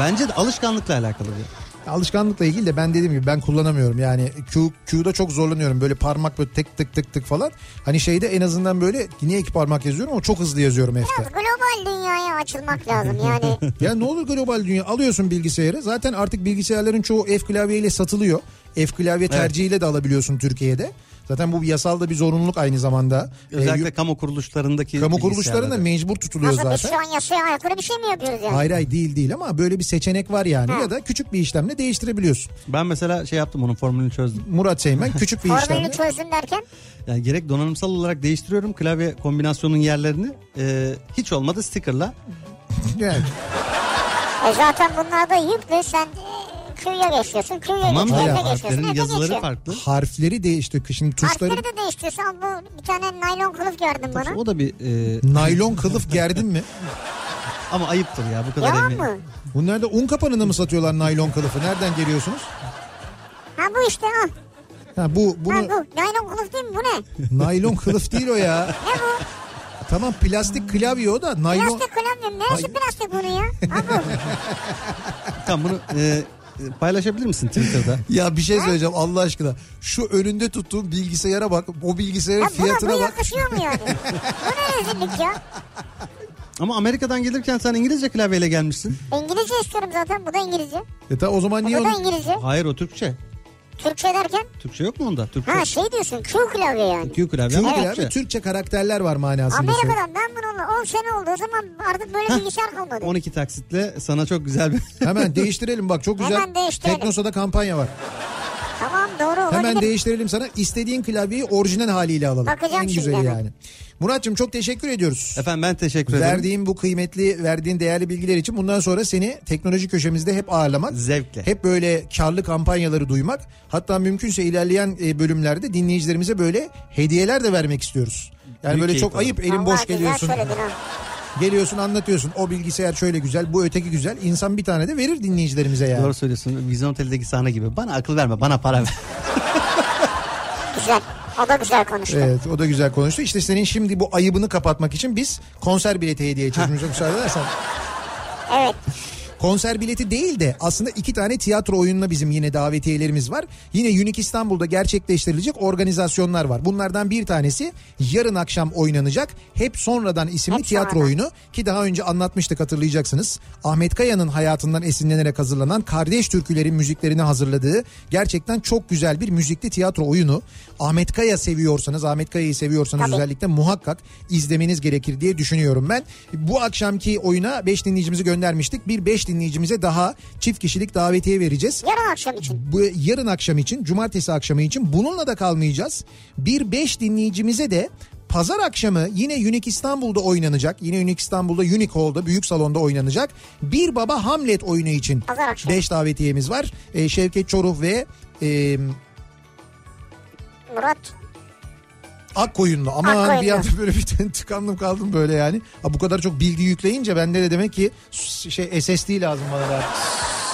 [SPEAKER 6] Bence de alışkanlıkla alakalı bir.
[SPEAKER 3] Alışkanlıkla ilgili de ben dediğim gibi ben kullanamıyorum. Yani Q, Q'da çok zorlanıyorum. Böyle parmak böyle tık tık tık tık falan. Hani şeyde en azından böyle niye iki parmak yazıyorum ama çok hızlı yazıyorum F'te.
[SPEAKER 2] Biraz global dünyaya açılmak lazım
[SPEAKER 6] *laughs*
[SPEAKER 2] yani.
[SPEAKER 3] ya ne olur global dünya alıyorsun bilgisayarı. Zaten artık bilgisayarların çoğu F klavyeyle satılıyor. F klavye tercihiyle de alabiliyorsun Türkiye'de. Zaten bu bir yasalda bir zorunluluk aynı zamanda. Ee,
[SPEAKER 6] Özellikle kamu kuruluşlarındaki
[SPEAKER 3] kamu kuruluşlarında
[SPEAKER 6] bilgisayarlarda.
[SPEAKER 3] mecbur tutuluyor
[SPEAKER 2] Nasıl
[SPEAKER 3] zaten.
[SPEAKER 2] biz şu an yasaya aykırı bir şey mi yapıyoruz yani?
[SPEAKER 3] Hayır hayır değil değil ama böyle bir seçenek var yani ya da küçük bir işlemle değiştirebiliyorsun.
[SPEAKER 6] Ben mesela şey yaptım onun formülünü çözdüm.
[SPEAKER 3] Murat Seymen küçük bir işlemle.
[SPEAKER 2] Formülünü çözdüm derken
[SPEAKER 6] Yani gerek donanımsal olarak değiştiriyorum klavye kombinasyonun yerlerini. Ee, hiç olmadı stickerla.
[SPEAKER 3] *laughs* Yani,
[SPEAKER 2] e zaten bunlar da yüklü sen e, Q'ya geçiyorsun. Q'ya
[SPEAKER 6] Tamam da
[SPEAKER 2] geçiyorsun. F'ye geçiyorsun.
[SPEAKER 6] harflerin
[SPEAKER 2] F'ye
[SPEAKER 6] yazıları
[SPEAKER 2] geçiyorsun.
[SPEAKER 6] farklı.
[SPEAKER 3] harfleri değiştiriyor. Şimdi tuşları
[SPEAKER 2] Harfleri de değiştiriyorsun. Al Bu bir tane naylon kılıf gördüm bana.
[SPEAKER 6] O da bir e,
[SPEAKER 3] naylon kılıf gerdin mi?
[SPEAKER 6] ama ayıptır ya bu kadar
[SPEAKER 2] Yalan
[SPEAKER 6] emin.
[SPEAKER 2] mı?
[SPEAKER 3] Bunlar da un kapanını mı satıyorlar naylon kılıfı? Nereden geliyorsunuz?
[SPEAKER 2] Ha bu işte al.
[SPEAKER 3] Ha bu
[SPEAKER 2] Ha
[SPEAKER 3] bunu
[SPEAKER 2] bu. Naylon kılıf değil mi? Bu ne?
[SPEAKER 3] naylon kılıf değil o ya.
[SPEAKER 2] Ne bu?
[SPEAKER 3] Tamam plastik klavye o da naylon
[SPEAKER 2] Plastik klavye. Neresi plastik bunu ya? Ha
[SPEAKER 3] *laughs*
[SPEAKER 2] bu.
[SPEAKER 6] Tamam bunu e, paylaşabilir misin Twitter'da?
[SPEAKER 3] ya bir şey söyleyeceğim Allah aşkına. Şu önünde tuttuğum bilgisayara bak. O bilgisayarın
[SPEAKER 2] Ya buna
[SPEAKER 3] fiyatına
[SPEAKER 2] bu
[SPEAKER 3] bak.
[SPEAKER 2] yakışıyor mu yani? bu ne rezillik ya?
[SPEAKER 6] Ama Amerika'dan gelirken sen İngilizce klavyeyle gelmişsin.
[SPEAKER 2] İngilizce istiyorum zaten. Bu da İngilizce.
[SPEAKER 3] E ta o zaman
[SPEAKER 2] Bu
[SPEAKER 3] niye
[SPEAKER 2] da
[SPEAKER 3] onu...
[SPEAKER 2] İngilizce.
[SPEAKER 6] Hayır o Türkçe.
[SPEAKER 2] Türkçe derken
[SPEAKER 6] Türkçe yok mu onda? Türkçe.
[SPEAKER 2] ha şey diyorsun Q klavye yani.
[SPEAKER 6] Q klavye ama
[SPEAKER 3] Çünkü
[SPEAKER 6] Türkçe.
[SPEAKER 3] abi Türkçe karakterler var manasında. söylüyorum.
[SPEAKER 2] Amerika'dan ben bunu 10 sene oldu o zaman artık böyle bilgisayar kalmadı.
[SPEAKER 6] 12 taksitle sana çok güzel *laughs* bir...
[SPEAKER 3] Hemen değiştirelim bak çok güzel.
[SPEAKER 2] Hemen değiştirelim.
[SPEAKER 3] Teknosa'da kampanya var.
[SPEAKER 2] Tamam doğru olabilir.
[SPEAKER 3] Hemen değiştirelim sana. İstediğin klavyeyi orijinal haliyle alalım.
[SPEAKER 2] Bakacağım
[SPEAKER 3] en
[SPEAKER 2] şimdi
[SPEAKER 3] güzeli
[SPEAKER 2] hemen.
[SPEAKER 3] yani. Murat'cığım çok teşekkür ediyoruz.
[SPEAKER 6] Efendim ben teşekkür ederim.
[SPEAKER 3] Verdiğin bu kıymetli, verdiğin değerli bilgiler için bundan sonra seni teknoloji köşemizde hep ağırlamak.
[SPEAKER 6] Zevkle.
[SPEAKER 3] Hep böyle karlı kampanyaları duymak. Hatta mümkünse ilerleyen e, bölümlerde dinleyicilerimize böyle hediyeler de vermek istiyoruz. Yani
[SPEAKER 6] Büyük
[SPEAKER 3] böyle
[SPEAKER 6] keyif
[SPEAKER 3] çok
[SPEAKER 6] alırım.
[SPEAKER 3] ayıp elin
[SPEAKER 2] Vallahi
[SPEAKER 3] boş
[SPEAKER 2] güzel
[SPEAKER 3] geliyorsun.
[SPEAKER 2] söyledin ha.
[SPEAKER 3] Geliyorsun anlatıyorsun. O bilgisayar şöyle güzel, bu öteki güzel. İnsan bir tane de verir dinleyicilerimize yani.
[SPEAKER 6] Doğru söylüyorsun. Vizyon Otel'deki sahne gibi. Bana akıl verme bana para ver.
[SPEAKER 2] Güzel. O da güzel konuştu.
[SPEAKER 3] Evet o da güzel konuştu. İşte senin şimdi bu ayıbını kapatmak için biz konser bileti hediye çocuğumuza müsaade edersen.
[SPEAKER 2] Evet.
[SPEAKER 3] Konser bileti değil de aslında iki tane tiyatro oyununa bizim yine davetiyelerimiz var. Yine Unique İstanbul'da gerçekleştirilecek organizasyonlar var. Bunlardan bir tanesi yarın akşam oynanacak Hep Sonradan isimli
[SPEAKER 2] Hep
[SPEAKER 3] tiyatro
[SPEAKER 2] Sonradan.
[SPEAKER 3] oyunu ki daha önce anlatmıştık hatırlayacaksınız. Ahmet Kaya'nın hayatından esinlenerek hazırlanan Kardeş Türkülerin müziklerini hazırladığı gerçekten çok güzel bir müzikli tiyatro oyunu. Ahmet Kaya seviyorsanız, Ahmet Kaya'yı seviyorsanız
[SPEAKER 2] Tabii.
[SPEAKER 3] özellikle muhakkak izlemeniz gerekir diye düşünüyorum ben. Bu akşamki oyuna 5 dinleyicimizi göndermiştik. Bir 5 dinleyicimize daha çift kişilik davetiye vereceğiz.
[SPEAKER 2] Yarın akşam için.
[SPEAKER 3] Bu yarın akşam için, cumartesi akşamı için bununla da kalmayacağız. Bir 5 dinleyicimize de Pazar akşamı yine Unique İstanbul'da oynanacak. Yine Unique İstanbul'da Unique Hall'da büyük salonda oynanacak. Bir Baba Hamlet oyunu için
[SPEAKER 2] Pazar akşamı.
[SPEAKER 3] 5 davetiyemiz var. Ee, Şevket Çoruh ve e,
[SPEAKER 2] Murat
[SPEAKER 3] Akkoyunlu ama
[SPEAKER 2] Akkoyunlu.
[SPEAKER 3] bir anda böyle bir tane tıkandım kaldım böyle yani. Ha, bu kadar çok bilgi yükleyince bende de demek ki s- şey SSD lazım bana da.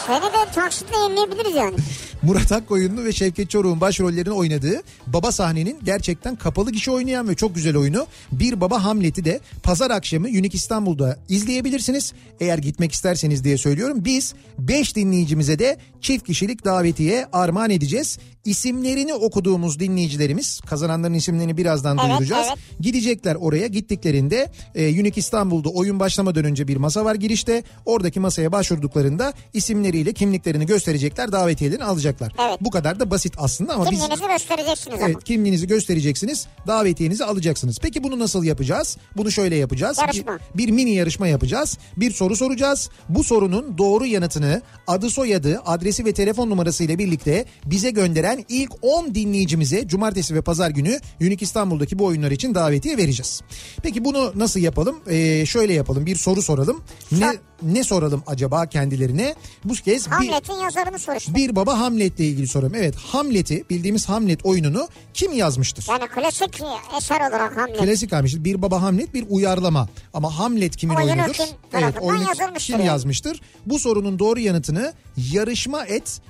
[SPEAKER 2] seni de taksitle yenileyebiliriz
[SPEAKER 3] *laughs*
[SPEAKER 2] yani.
[SPEAKER 3] Murat Akkoyunlu ve Şevket Çoruh'un başrollerini oynadığı Baba sahnenin gerçekten kapalı kişi oynayan ve çok güzel oyunu Bir Baba Hamlet'i de pazar akşamı Unique İstanbul'da izleyebilirsiniz. Eğer gitmek isterseniz diye söylüyorum. Biz 5 dinleyicimize de çift kişilik davetiye armağan edeceğiz. İsimlerini okuduğumuz dinleyicilerimiz kazananların isimlerini birazdan
[SPEAKER 2] Evet,
[SPEAKER 3] duyuracağız.
[SPEAKER 2] evet.
[SPEAKER 3] Gidecekler oraya gittiklerinde e, Unique İstanbul'da oyun başlamadan önce bir masa var girişte. Oradaki masaya başvurduklarında isimleriyle kimliklerini gösterecekler davetiyelerini alacaklar.
[SPEAKER 2] Evet.
[SPEAKER 3] Bu kadar da basit aslında ama biz...
[SPEAKER 2] Kimliğinizi göstereceksiniz ama.
[SPEAKER 3] Evet, kimliğinizi göstereceksiniz, davetiyenizi alacaksınız. Peki bunu nasıl yapacağız? Bunu şöyle yapacağız.
[SPEAKER 2] Yarışma.
[SPEAKER 3] Bir, bir mini yarışma yapacağız. Bir soru soracağız. Bu sorunun doğru yanıtını adı, soyadı, adresi ve telefon numarası ile birlikte bize gönderen ilk 10 dinleyicimize cumartesi ve pazar günü Unique İstanbul'daki bu oyunlar için davetiye vereceğiz. Peki bunu nasıl yapalım? Ee, şöyle yapalım. Bir soru soralım. Ne ne soralım acaba kendilerine? Bu kez bir
[SPEAKER 2] Hamlet'in yazarını soruştur.
[SPEAKER 3] bir baba Hamlet'le ilgili soruyorum. Evet Hamlet'i bildiğimiz Hamlet oyununu kim yazmıştır?
[SPEAKER 2] Yani klasik eser olarak Hamlet.
[SPEAKER 3] Klasik Hamlet. Bir baba Hamlet bir uyarlama. Ama Hamlet kimin
[SPEAKER 2] Oyunu
[SPEAKER 3] oyunudur?
[SPEAKER 2] kim
[SPEAKER 3] evet
[SPEAKER 2] tarafından
[SPEAKER 3] oyunu
[SPEAKER 2] yazılmıştır
[SPEAKER 3] kim
[SPEAKER 2] yani?
[SPEAKER 3] yazmıştır? Bu sorunun doğru yanıtını yarışma et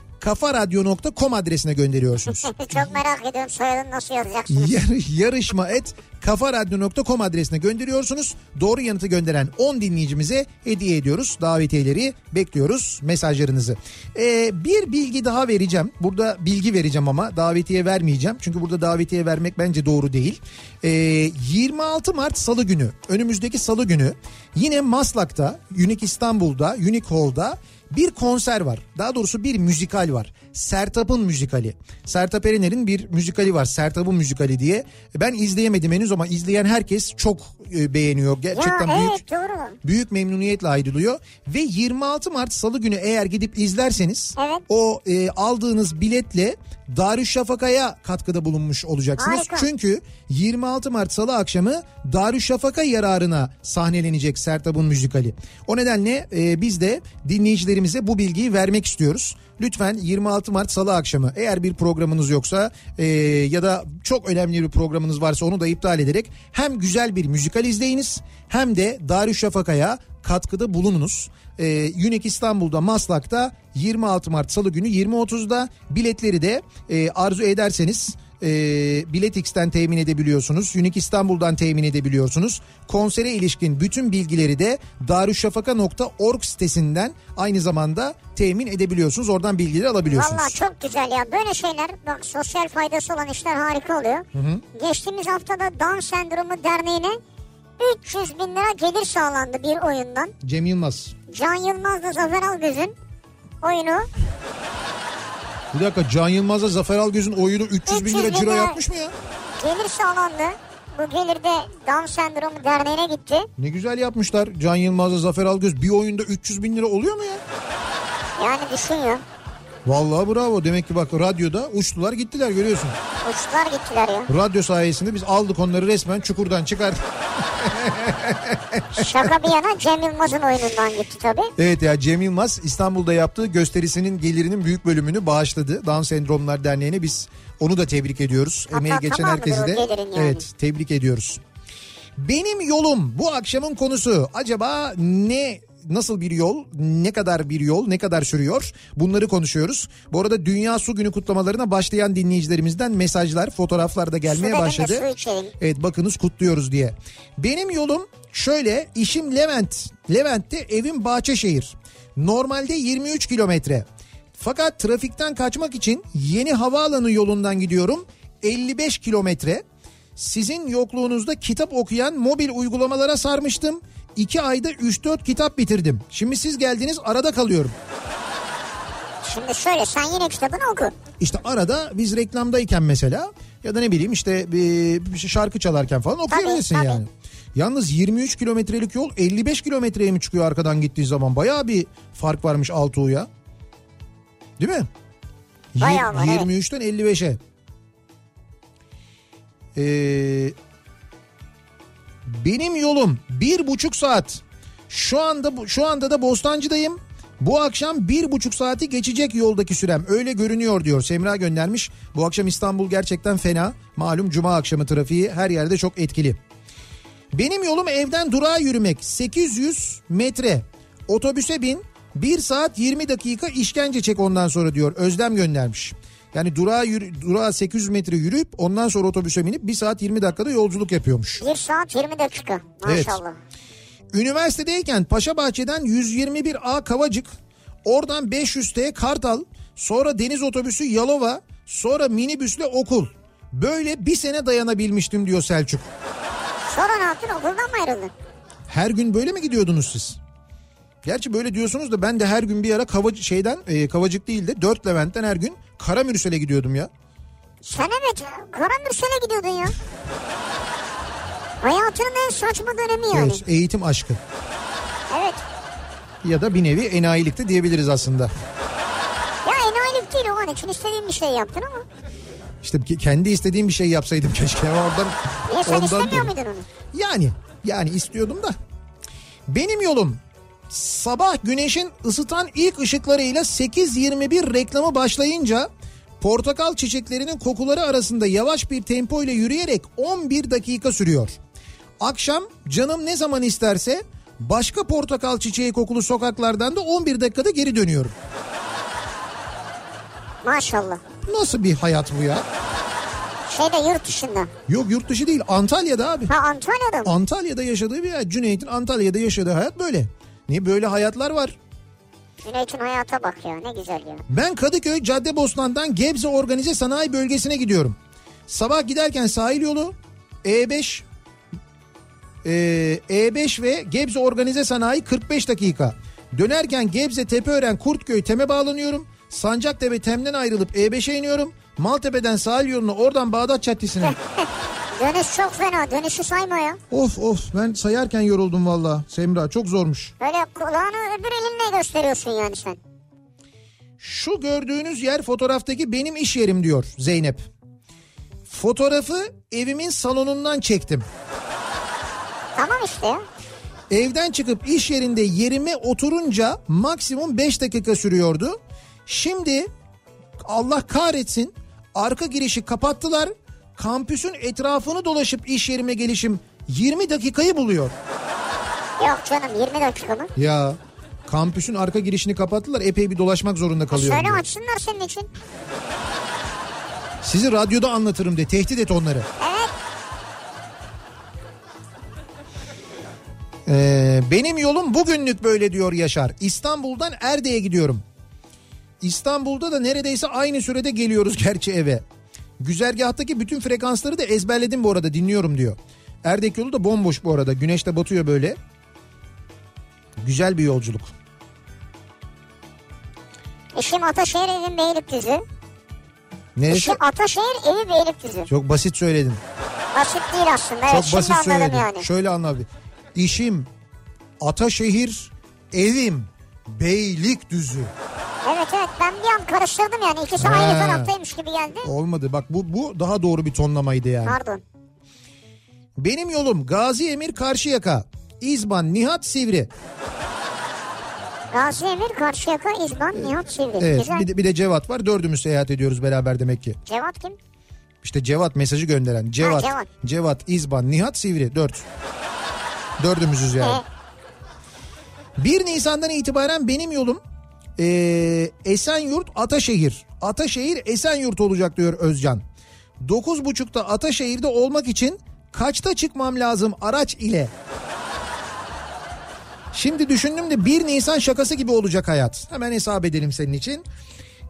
[SPEAKER 3] kafaradyo.com adresine gönderiyorsunuz.
[SPEAKER 2] *laughs* Çok merak ediyorum soyadını nasıl yazacaksınız.
[SPEAKER 3] Yar- yarışma et kafaradyo.com adresine gönderiyorsunuz. Doğru yanıtı gönderen 10 dinleyicimize hediye ediyoruz. Davetiyeleri bekliyoruz mesajlarınızı. Ee, bir bilgi daha vereceğim. Burada bilgi vereceğim ama davetiye vermeyeceğim. Çünkü burada davetiye vermek bence doğru değil. Ee, 26 Mart Salı günü önümüzdeki Salı günü yine Maslak'ta, Unique İstanbul'da, Unique Hall'da Bir konser var. Daha doğrusu bir müzikal var. Sertab'ın müzikali. Sertab Erener'in bir müzikali var. Sertab'ın müzikali diye. Ben izleyemedim henüz ama izleyen herkes çok e, beğeniyor. Gerçekten
[SPEAKER 2] ya
[SPEAKER 3] büyük
[SPEAKER 2] evet doğru.
[SPEAKER 3] büyük memnuniyetle ayrılıyor ve 26 Mart Salı günü eğer gidip izlerseniz
[SPEAKER 2] Evet.
[SPEAKER 3] o e, aldığınız biletle Darüşşafaka'ya katkıda bulunmuş olacaksınız.
[SPEAKER 2] Harika.
[SPEAKER 3] Çünkü 26 Mart Salı akşamı Darüşşafaka yararına sahnelenecek Sertab'ın müzikali. O nedenle e, biz de dinleyicilerimize bu bilgiyi vermek istiyoruz. Lütfen 26 Mart Salı akşamı eğer bir programınız yoksa e, ya da çok önemli bir programınız varsa onu da iptal ederek hem güzel bir müzikal izleyiniz hem de Darüşşafaka'ya katkıda bulununuz. Ee, Unique İstanbul'da Maslak'ta 26 Mart Salı günü 20.30'da biletleri de e, arzu ederseniz e, Biletix'ten temin edebiliyorsunuz. Unique İstanbul'dan temin edebiliyorsunuz. Konsere ilişkin bütün bilgileri de darüşşafaka.org sitesinden aynı zamanda temin edebiliyorsunuz. Oradan bilgileri alabiliyorsunuz.
[SPEAKER 2] Valla çok güzel ya. Böyle şeyler bak sosyal faydası olan işler harika oluyor. Geçtiğimiz haftada Down Sendromu Derneği'ne 300 bin lira gelir sağlandı bir oyundan.
[SPEAKER 3] Cem Yılmaz.
[SPEAKER 2] Can Yılmaz'la Zafer Algöz'ün oyunu
[SPEAKER 3] Bir dakika Can Yılmaz'la Zafer Algöz'ün oyunu 300 bin
[SPEAKER 2] 300
[SPEAKER 3] lira
[SPEAKER 2] bin
[SPEAKER 3] ciro
[SPEAKER 2] lira.
[SPEAKER 3] yapmış mı ya?
[SPEAKER 2] gelir sağlandı. Bu gelir de Down Sendromu Derneği'ne gitti.
[SPEAKER 3] Ne güzel yapmışlar. Can Yılmaz'la Zafer Algöz bir oyunda 300 bin lira oluyor mu ya?
[SPEAKER 2] Yani düşün ya.
[SPEAKER 3] Vallahi bravo. Demek ki bak radyoda uçtular gittiler görüyorsun.
[SPEAKER 2] Uçtular gittiler ya.
[SPEAKER 3] Radyo sayesinde biz aldık onları resmen çukurdan çıkarttık.
[SPEAKER 2] Şaka bir yana Cem Yılmaz'ın oyunundan gitti tabii.
[SPEAKER 3] Evet ya Cem Yılmaz İstanbul'da yaptığı gösterisinin gelirinin büyük bölümünü bağışladı. Down Sendromlar Derneği'ne biz onu da tebrik ediyoruz.
[SPEAKER 2] Hatta
[SPEAKER 3] Emeği geçen
[SPEAKER 2] tamamıdır
[SPEAKER 3] herkesi
[SPEAKER 2] o
[SPEAKER 3] de
[SPEAKER 2] gelirin yani.
[SPEAKER 3] evet tebrik ediyoruz. Benim yolum bu akşamın konusu. Acaba ne nasıl bir yol, ne kadar bir yol, ne kadar sürüyor? Bunları konuşuyoruz. Bu arada Dünya Su Günü kutlamalarına başlayan dinleyicilerimizden mesajlar, fotoğraflar da
[SPEAKER 2] Su
[SPEAKER 3] gelmeye
[SPEAKER 2] dedim de
[SPEAKER 3] başladı.
[SPEAKER 2] Su içelim.
[SPEAKER 3] Evet bakınız kutluyoruz diye. Benim yolum şöyle işim Levent. Levent'te evim Bahçeşehir. Normalde 23 kilometre. Fakat trafikten kaçmak için yeni havaalanı yolundan gidiyorum. 55 kilometre. Sizin yokluğunuzda kitap okuyan mobil uygulamalara sarmıştım. 2 ayda 3-4 kitap bitirdim. Şimdi siz geldiniz arada kalıyorum.
[SPEAKER 2] Şimdi şöyle sen yine kitabını oku.
[SPEAKER 3] İşte arada biz reklamdayken mesela ya da ne bileyim işte bir bir şarkı çalarken falan okuyabilirsin
[SPEAKER 2] tabii.
[SPEAKER 3] yani. Yalnız 23 kilometrelik yol 55 kilometreye mi çıkıyor arkadan gittiği zaman? Bayağı bir fark varmış Altuğ'ya. Değil mi? Yi-
[SPEAKER 2] Bayağı var, evet.
[SPEAKER 3] 23'ten 55'e. Ee, benim yolum bir buçuk saat. Şu anda bu- şu anda da Bostancı'dayım. Bu akşam bir buçuk saati geçecek yoldaki sürem. Öyle görünüyor diyor. Semra göndermiş. Bu akşam İstanbul gerçekten fena. Malum cuma akşamı trafiği her yerde çok etkili. Benim yolum evden durağa yürümek. 800 metre. Otobüse bin. 1 saat 20 dakika işkence çek ondan sonra diyor. Özlem göndermiş. Yani durağa, yürü, durağa 800 metre yürüyüp ondan sonra otobüse binip 1 saat 20 dakikada yolculuk yapıyormuş.
[SPEAKER 2] 1 saat 20 dakika
[SPEAKER 3] Evet.
[SPEAKER 2] maşallah.
[SPEAKER 3] Üniversitedeyken Paşabahçe'den 121A Kavacık, oradan 500T Kartal, sonra deniz otobüsü Yalova, sonra minibüsle okul. Böyle bir sene dayanabilmiştim diyor Selçuk.
[SPEAKER 2] Sonra ne yaptın okuldan mı ayrıldın?
[SPEAKER 3] Her gün böyle mi gidiyordunuz siz? Gerçi böyle diyorsunuz da ben de her gün bir ara Kavacı, şeyden e, Kavacık değil de 4 Levent'ten her gün Karamürsel'e gidiyordum ya.
[SPEAKER 2] Sen evet Karamürsel'e gidiyordun ya. Hayatının en saçma dönemi yani.
[SPEAKER 3] Evet, eğitim aşkı
[SPEAKER 2] Evet.
[SPEAKER 3] ya da bir nevi enayilikte diyebiliriz aslında.
[SPEAKER 2] Ya enayilik değil o an için istediğin bir şey yaptın ama.
[SPEAKER 3] İşte ke- kendi istediğim bir şey yapsaydım keşke ama oradan
[SPEAKER 2] Niye sen
[SPEAKER 3] ondan
[SPEAKER 2] istemiyor
[SPEAKER 3] diyorum.
[SPEAKER 2] muydun onu?
[SPEAKER 3] Yani yani istiyordum da. Benim yolum sabah güneşin ısıtan ilk ışıklarıyla 8.21 reklamı başlayınca portakal çiçeklerinin kokuları arasında yavaş bir tempo ile yürüyerek 11 dakika sürüyor. Akşam canım ne zaman isterse başka portakal çiçeği kokulu sokaklardan da 11 dakikada geri dönüyorum.
[SPEAKER 2] Maşallah.
[SPEAKER 3] Nasıl bir hayat bu ya?
[SPEAKER 2] Şeyde yurt dışında.
[SPEAKER 3] Yok yurt dışı değil Antalya'da abi.
[SPEAKER 2] Ha Antalya'da mı?
[SPEAKER 3] Antalya'da yaşadığı bir hayat. Cüneyt'in Antalya'da yaşadığı hayat böyle. Niye böyle hayatlar var?
[SPEAKER 2] Cüneyt'in hayata bak ya ne güzel ya.
[SPEAKER 3] Ben Kadıköy Caddebostan'dan Gebze Organize Sanayi Bölgesi'ne gidiyorum. Sabah giderken sahil yolu e, E5 e, E5 ve Gebze Organize Sanayi 45 dakika. Dönerken Gebze, Tepeören, Kurtköy, Tem'e bağlanıyorum. Sancaktepe Tem'den ayrılıp E5'e iniyorum. Maltepe'den sahil yoluna oradan Bağdat Caddesi'ne.
[SPEAKER 2] Dönüş çok fena. Dönüşü sayma ya.
[SPEAKER 3] of of ben sayarken yoruldum valla Semra çok zormuş.
[SPEAKER 2] Böyle kulağını öbür elinle gösteriyorsun yani sen.
[SPEAKER 3] Şu gördüğünüz yer fotoğraftaki benim iş yerim diyor Zeynep. Fotoğrafı evimin salonundan çektim.
[SPEAKER 2] Tamam işte ya.
[SPEAKER 3] Evden çıkıp iş yerinde yerime oturunca maksimum 5 dakika sürüyordu. Şimdi Allah kahretsin arka girişi kapattılar. Kampüsün etrafını dolaşıp iş yerime gelişim 20 dakikayı buluyor.
[SPEAKER 2] Yok canım 20 dakika mı?
[SPEAKER 3] Ya kampüsün arka girişini kapattılar epey bir dolaşmak zorunda kalıyorum.
[SPEAKER 2] Söyle
[SPEAKER 3] diyor.
[SPEAKER 2] açsınlar senin için.
[SPEAKER 3] Sizi radyoda anlatırım de tehdit et onları.
[SPEAKER 2] Evet.
[SPEAKER 3] Ee, benim yolum bugünlük böyle diyor Yaşar. İstanbul'dan Erde'ye gidiyorum. İstanbul'da da neredeyse aynı sürede geliyoruz *laughs* gerçi eve. Güzergahtaki bütün frekansları da ezberledim bu arada dinliyorum diyor. Erdek yolu da bomboş bu arada. Güneş de batıyor böyle. Güzel bir yolculuk.
[SPEAKER 2] Eşim Ataşehir evim Beylikdüzü.
[SPEAKER 3] Neresi?
[SPEAKER 2] Eşim Ataşehir evi Beylikdüzü.
[SPEAKER 3] Çok basit söyledin.
[SPEAKER 2] Basit değil aslında. Evet,
[SPEAKER 3] Çok
[SPEAKER 2] şimdi
[SPEAKER 3] basit
[SPEAKER 2] anladım
[SPEAKER 3] söyledin.
[SPEAKER 2] yani.
[SPEAKER 3] Şöyle anladım. İşim Ataşehir, evim Beylikdüzü.
[SPEAKER 2] Evet evet ben bir an karıştırdım yani. İkisi
[SPEAKER 3] Ha.
[SPEAKER 2] aynı taraftaymış gibi geldi.
[SPEAKER 3] Olmadı. Bak bu bu daha doğru bir tonlamaydı yani.
[SPEAKER 2] Pardon.
[SPEAKER 3] Benim yolum Gazi Emir Karşıyaka. İzban Nihat Sivri.
[SPEAKER 2] Gazi Emir, Karşıyaka, İzban, Nihat Sivri.
[SPEAKER 3] Evet,
[SPEAKER 2] Güzel.
[SPEAKER 3] bir, de, bir de Cevat var. Dördümüz seyahat ediyoruz beraber demek ki.
[SPEAKER 2] Cevat kim?
[SPEAKER 3] İşte Cevat mesajı gönderen. Cevat,
[SPEAKER 2] Cevat.
[SPEAKER 3] Cevat, İzban, Nihat Sivri. Dört. Dördümüzüz yani.
[SPEAKER 2] Evet.
[SPEAKER 3] 1 Nisan'dan itibaren benim yolum e, Esenyurt Ataşehir. Ataşehir Esenyurt olacak diyor Özcan. 9.30'da Ataşehir'de olmak için kaçta çıkmam lazım araç ile? Şimdi düşündüm de 1 Nisan şakası gibi olacak hayat. Hemen hesap edelim senin için.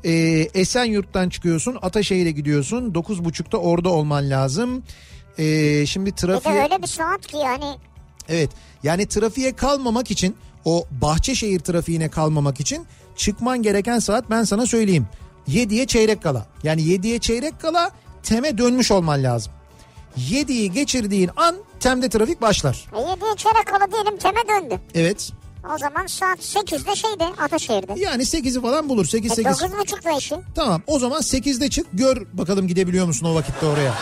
[SPEAKER 3] Ee, Esenyurt'tan çıkıyorsun Ataşehir'e gidiyorsun 9.30'da orada olman lazım. Ee, şimdi
[SPEAKER 2] Bir de
[SPEAKER 3] trafiğe...
[SPEAKER 2] öyle bir saat ki hani, yani
[SPEAKER 3] Evet yani trafiğe kalmamak için o Bahçeşehir trafiğine kalmamak için çıkman gereken saat ben sana söyleyeyim. 7'ye çeyrek kala yani 7'ye çeyrek kala teme dönmüş olman lazım. 7'yi geçirdiğin an temde trafik başlar.
[SPEAKER 2] e, yediye çeyrek kala diyelim teme döndü.
[SPEAKER 3] Evet
[SPEAKER 2] O zaman saat 8'de şeyde Ataşehir'de.
[SPEAKER 3] yani 8'i falan bulur 8
[SPEAKER 2] E,
[SPEAKER 3] 8.
[SPEAKER 2] 9.30'da işi.
[SPEAKER 3] Tamam o zaman 8'de çık gör bakalım gidebiliyor musun o vakitte oraya.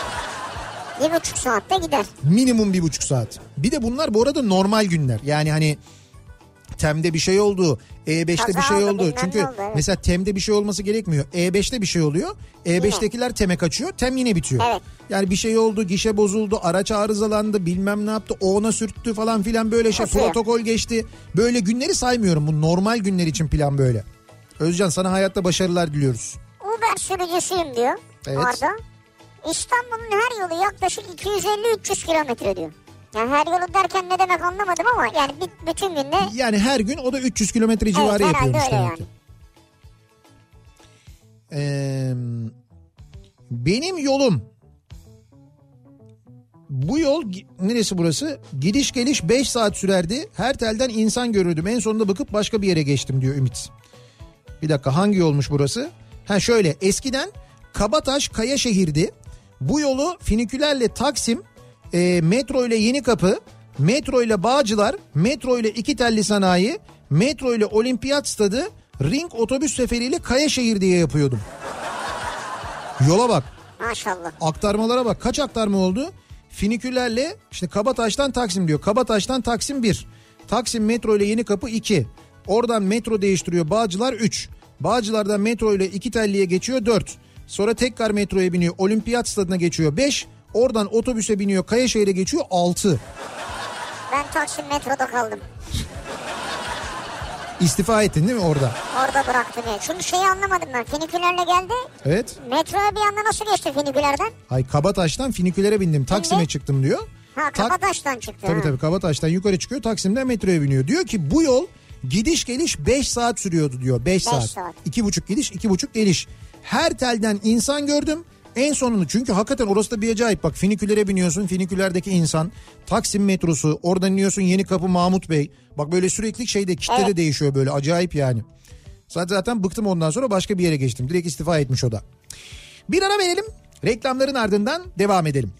[SPEAKER 2] 1.5 saatte gider.
[SPEAKER 3] Minimum bir buçuk saat. Bir de bunlar bu arada normal günler. Yani hani Tem'de bir şey oldu. E5'te
[SPEAKER 2] Kaza
[SPEAKER 3] bir şey
[SPEAKER 2] oldu,
[SPEAKER 3] oldu.
[SPEAKER 2] bilmem
[SPEAKER 3] Çünkü
[SPEAKER 2] ne oldu, evet.
[SPEAKER 3] mesela Tem'de bir şey olması gerekmiyor. E5'te bir şey oluyor. E5'tekiler Tem'e E kaçıyor. Tem yine bitiyor.
[SPEAKER 2] Evet.
[SPEAKER 3] Yani bir şey oldu, gişe bozuldu, araç arızalandı, bilmem ne yaptı, o ona sürttü falan filan böyle şey.
[SPEAKER 2] Kasıyor.
[SPEAKER 3] Protokol geçti. Böyle günleri saymıyorum. Bu normal günler için plan böyle. Özcan sana hayatta başarılar diliyoruz.
[SPEAKER 2] Uber sürücüsüyüm diyor
[SPEAKER 3] Evet.
[SPEAKER 2] Arda. İstanbul'un her yolu yaklaşık 250-300 kilometre diyor. Yani her yolu derken ne demek anlamadım ama yani bir- bütün günde
[SPEAKER 3] Yani her gün o da 300 kilometre civarı
[SPEAKER 2] herhalde
[SPEAKER 3] yapıyormuş
[SPEAKER 2] öyle
[SPEAKER 3] demek
[SPEAKER 2] yani.
[SPEAKER 3] ki. Ee, benim yolum bu yol gi- neresi burası? Gidiş geliş 5 saat sürerdi. Her telden insan görürdüm. En sonunda bakıp başka bir yere geçtim diyor Ümit. Bir dakika hangi yolmuş burası? Ha şöyle eskiden Kabataş Kayaşehir'di. Bu yolu finikülerle Taksim, e, metro ile Yenikapı, metro ile Bağcılar, metro ile İki Telli Sanayi, metro ile Olimpiyat Stadı, ring otobüs seferiyle Kayaşehir diye yapıyordum. Yola bak.
[SPEAKER 2] maşallah.
[SPEAKER 3] Aktarmalara bak kaç aktarma oldu? Finikülerle işte Kabataş'tan Taksim diyor. Kabataş'tan Taksim 1. Taksim metro ile Yenikapı 2. Oradan metro değiştiriyor Bağcılar 3. Bağcılar'dan metro ile iki telliye geçiyor 4. Sonra tekrar metroya biniyor. Olimpiyat stadına geçiyor 5. Oradan otobüse biniyor Kayaşehir'e geçiyor 6.
[SPEAKER 2] Ben Taksim metroda kaldım.
[SPEAKER 3] İstifa ettin değil mi orada?
[SPEAKER 2] Orada bıraktım ya. Çünkü şeyi anlamadım ben. Finikülerle geldi.
[SPEAKER 3] Evet.
[SPEAKER 2] Metroya bir anda nasıl geçti Finikülerden?
[SPEAKER 3] Ay Kabataş'tan Finiküler'e bindim. Taksim'e çıktım diyor.
[SPEAKER 2] Ha
[SPEAKER 3] Tak-
[SPEAKER 2] Kabataş'tan çıktı.
[SPEAKER 3] Tabii
[SPEAKER 2] ha.
[SPEAKER 3] tabii Kabataş'tan yukarı çıkıyor Taksim'den metroya biniyor. Diyor ki bu yol gidiş geliş 5 saat sürüyordu diyor. 5 saat.
[SPEAKER 2] saat.
[SPEAKER 3] 2,5 gidiş 2,5 geliş. Her telden insan gördüm. En sonunu çünkü hakikaten orası da bir acayip bak finikülere biniyorsun finikülerdeki insan Taksim metrosu oradan iniyorsun Yeni Kapı Mahmut Bey. Bak böyle sürekli şeyde kitle de
[SPEAKER 2] Evet.
[SPEAKER 3] değişiyor böyle acayip yani. Zaten zaten bıktım ondan sonra başka bir yere geçtim. Direkt istifa etmiş o da. Bir ara verelim. Reklamların ardından devam edelim.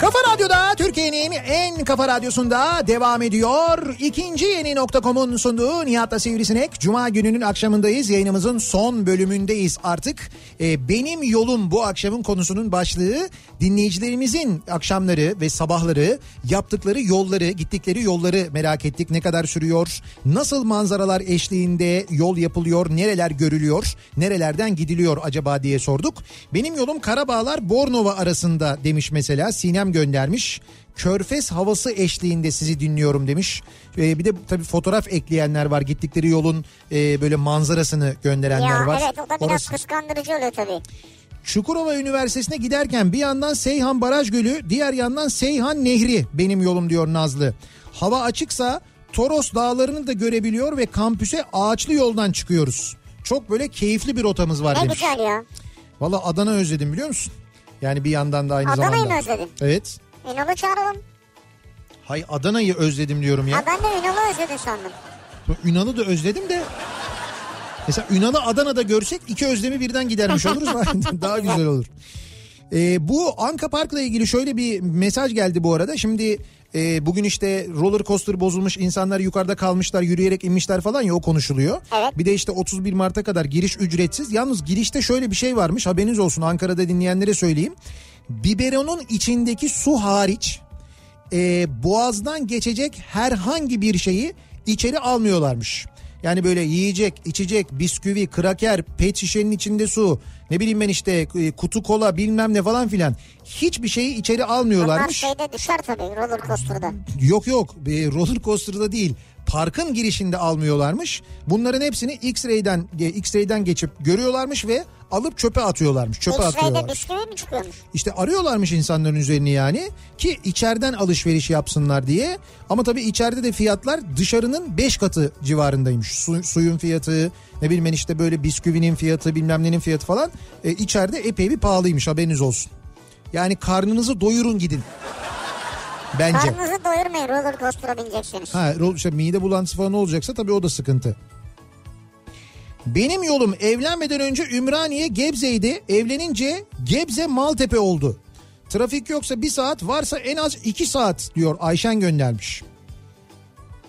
[SPEAKER 1] Kafa Radyo'da Türkiye'nin en kafa radyosunda devam ediyor. İkinci yeni nokta.com'un sunduğu Nihat'la Sivrisinek. Cuma gününün akşamındayız. Yayınımızın son bölümündeyiz artık. Ee, benim yolum bu akşamın konusunun başlığı dinleyicilerimizin akşamları ve sabahları yaptıkları yolları, gittikleri yolları merak ettik. Ne kadar sürüyor? Nasıl manzaralar eşliğinde yol yapılıyor? Nereler görülüyor? Nerelerden gidiliyor acaba diye sorduk. Benim yolum Karabağlar Bornova arasında demiş mesela Sinem göndermiş. Körfez havası eşliğinde sizi dinliyorum demiş. Ee, bir de tabii fotoğraf ekleyenler var. Gittikleri yolun e, böyle manzarasını gönderenler
[SPEAKER 2] Ya
[SPEAKER 3] var.
[SPEAKER 2] evet o da biraz
[SPEAKER 3] Orası-
[SPEAKER 2] kıskandırıcı oluyor tabii.
[SPEAKER 3] Çukurova Üniversitesi'ne giderken bir yandan Seyhan Baraj Gölü, diğer yandan Seyhan Nehri benim yolum diyor Nazlı. Hava açıksa Toros Dağları'nı da görebiliyor ve kampüse ağaçlı yoldan çıkıyoruz. Çok böyle keyifli bir rotamız var
[SPEAKER 2] Ne
[SPEAKER 3] demiş.
[SPEAKER 2] güzel ya.
[SPEAKER 3] Valla Adana özledim biliyor musun? Yani bir yandan da aynı
[SPEAKER 2] Adana'yı
[SPEAKER 3] zamanda.
[SPEAKER 2] mı özledin?
[SPEAKER 3] Evet.
[SPEAKER 2] Ünal'ı çağıralım.
[SPEAKER 3] Hay Adana'yı özledim diyorum ya.
[SPEAKER 2] Ha ben de Ünal'ı özledin sandım.
[SPEAKER 3] Ünal'ı da özledim de. Mesela Ünal'ı Adana'da görsek iki özlemi birden gidermiş oluruz. *laughs* Daha güzel olur. Ee, bu Anka Park'la ilgili şöyle bir mesaj geldi bu arada. Şimdi e, bugün işte roller coaster bozulmuş insanlar yukarıda kalmışlar yürüyerek inmişler falan ya o konuşuluyor.
[SPEAKER 2] Evet.
[SPEAKER 3] Bir de işte 31 Mart'a kadar giriş ücretsiz. Yalnız girişte şöyle bir şey varmış haberiniz olsun Ankara'da dinleyenlere söyleyeyim. Biberonun içindeki su hariç e, boğazdan geçecek herhangi bir şeyi içeri almıyorlarmış. Yani böyle yiyecek, içecek, bisküvi, kraker, pet şişenin içinde su, ne bileyim ben işte e, kutu kola bilmem ne falan filan. Hiçbir şeyi içeri
[SPEAKER 2] Bunlar
[SPEAKER 3] almıyorlarmış.
[SPEAKER 2] şeyde düşer tabii roller coaster'da.
[SPEAKER 3] Yok yok e, roller coaster'da değil parkın girişinde almıyorlarmış. Bunların hepsini X-ray'den e, X-ray'den geçip görüyorlarmış ve alıp çöpe atıyorlarmış. Çöpe
[SPEAKER 2] X-ray'de
[SPEAKER 3] atıyorlarmış.
[SPEAKER 2] bisküvi mi çıkıyormuş?
[SPEAKER 3] İşte arıyorlarmış insanların üzerini yani ki içeriden alışveriş yapsınlar diye. Ama tabii içeride de fiyatlar dışarının 5 katı civarındaymış. Su- suyun fiyatı ne bileyim ben işte böyle bisküvinin fiyatı bilmem nenin fiyatı falan e, içeride epey bir pahalıymış haberiniz olsun. Yani karnınızı doyurun gidin. Bence.
[SPEAKER 2] Karnınızı doyurmayın roller coaster'a bineceksiniz.
[SPEAKER 3] Ha rol- işte mide bulantısı falan olacaksa tabii o da sıkıntı. Benim yolum evlenmeden önce Ümraniye Gebze'ydi. Evlenince Gebze Maltepe oldu. Trafik yoksa bir saat varsa en az iki saat diyor Ayşen göndermiş.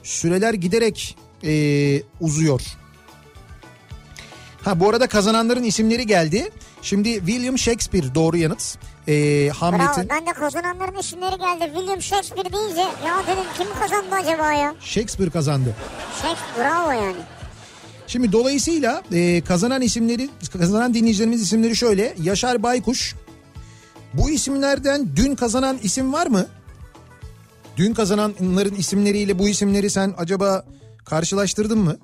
[SPEAKER 3] Süreler giderek eee, uzuyor. Ha bu arada kazananların isimleri geldi. Şimdi William Shakespeare doğru yanıt. Eee Hamlet'in
[SPEAKER 2] Bravo ben de kazananların isimleri geldi. William Shakespeare deyince ya dedim kim kazandı acaba ya?
[SPEAKER 3] Shakespeare kazandı.
[SPEAKER 2] Shakespeare bravo yani.
[SPEAKER 3] Şimdi dolayısıyla e, kazanan isimleri kazanan dinleyicilerimiz isimleri şöyle Yaşar Baykuş. Bu isimlerden dün kazanan isim var mı? Dün kazananların isimleriyle bu isimleri sen acaba karşılaştırdın mı?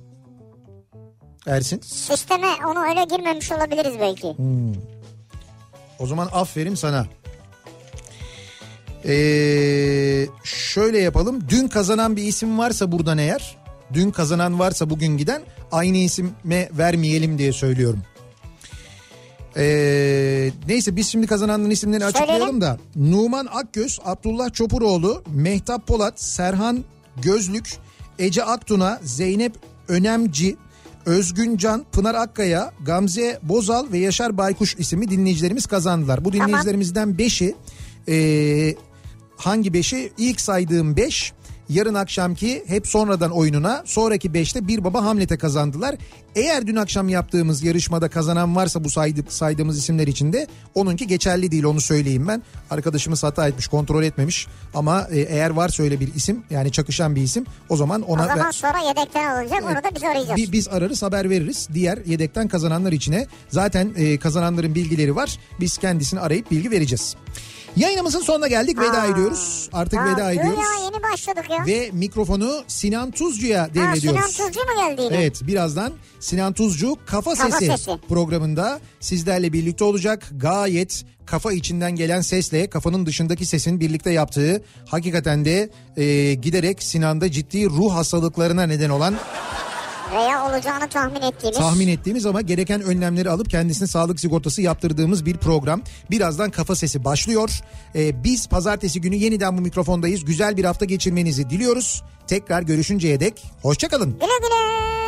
[SPEAKER 3] Ersin.
[SPEAKER 2] Sisteme onu öyle girmemiş olabiliriz belki.
[SPEAKER 3] O zaman aferin sana. Ee, şöyle yapalım. Dün kazanan bir isim varsa buradan eğer. Dün kazanan varsa bugün giden aynı isime vermeyelim diye söylüyorum. Ee, neyse biz şimdi kazananların isimlerini açıklayalım da. Numan Akgöz, Abdullah Çopuroğlu, Mehtap Polat, Serhan Gözlük, Ece Aktuna, Zeynep Önemci, Özgün Can, Pınar Akkaya, Gamze Bozal ve Yaşar Baykuş isimli dinleyicilerimiz kazandılar. Bu dinleyicilerimizden 5'i e, hangi 5'i? İlk saydığım 5 yarın akşamki hep sonradan oyununa sonraki 5'te Bir Baba Hamlet'e kazandılar. Eğer dün akşam yaptığımız yarışmada kazanan varsa bu saydı, saydığımız isimler içinde onunki geçerli değil onu söyleyeyim ben. Arkadaşımız hata etmiş kontrol etmemiş ama e, eğer varsa öyle bir isim yani çakışan bir isim o zaman ona...
[SPEAKER 2] O zaman
[SPEAKER 3] ver-
[SPEAKER 2] sonra yedekten alınacak onu da biz arayacağız.
[SPEAKER 3] Bi- biz ararız haber veririz diğer yedekten kazananlar içine. Zaten e, kazananların bilgileri var. Biz kendisini arayıp bilgi vereceğiz. Yayınımızın sonuna geldik veda ediyoruz. Artık
[SPEAKER 2] Ya,
[SPEAKER 3] veda
[SPEAKER 2] dur
[SPEAKER 3] ediyoruz.
[SPEAKER 2] Ya yeni başladık ya.
[SPEAKER 3] Ve mikrofonu Sinan Tuzcu'ya
[SPEAKER 2] ha, Sinan
[SPEAKER 3] devrediyoruz.
[SPEAKER 2] Tuzcu mu geldi yine?
[SPEAKER 3] Evet birazdan Sinan Tuzcu Kafa,
[SPEAKER 2] Kafa
[SPEAKER 3] Sesi,
[SPEAKER 2] Sesi.
[SPEAKER 3] programında sizlerle birlikte olacak. Gayet kafa içinden gelen sesle kafanın dışındaki sesin birlikte yaptığı hakikaten de e, giderek Sinan'da ciddi ruh hastalıklarına neden olan
[SPEAKER 2] Veya olacağını tahmin ettiğimiz.
[SPEAKER 3] tahmin ettiğimiz ama gereken önlemleri alıp kendisine sağlık sigortası yaptırdığımız bir program. Birazdan kafa sesi başlıyor. E, biz pazartesi günü yeniden bu mikrofondayız. Güzel bir hafta geçirmenizi diliyoruz. Tekrar görüşünceye dek hoşçakalın.
[SPEAKER 2] Güle güle.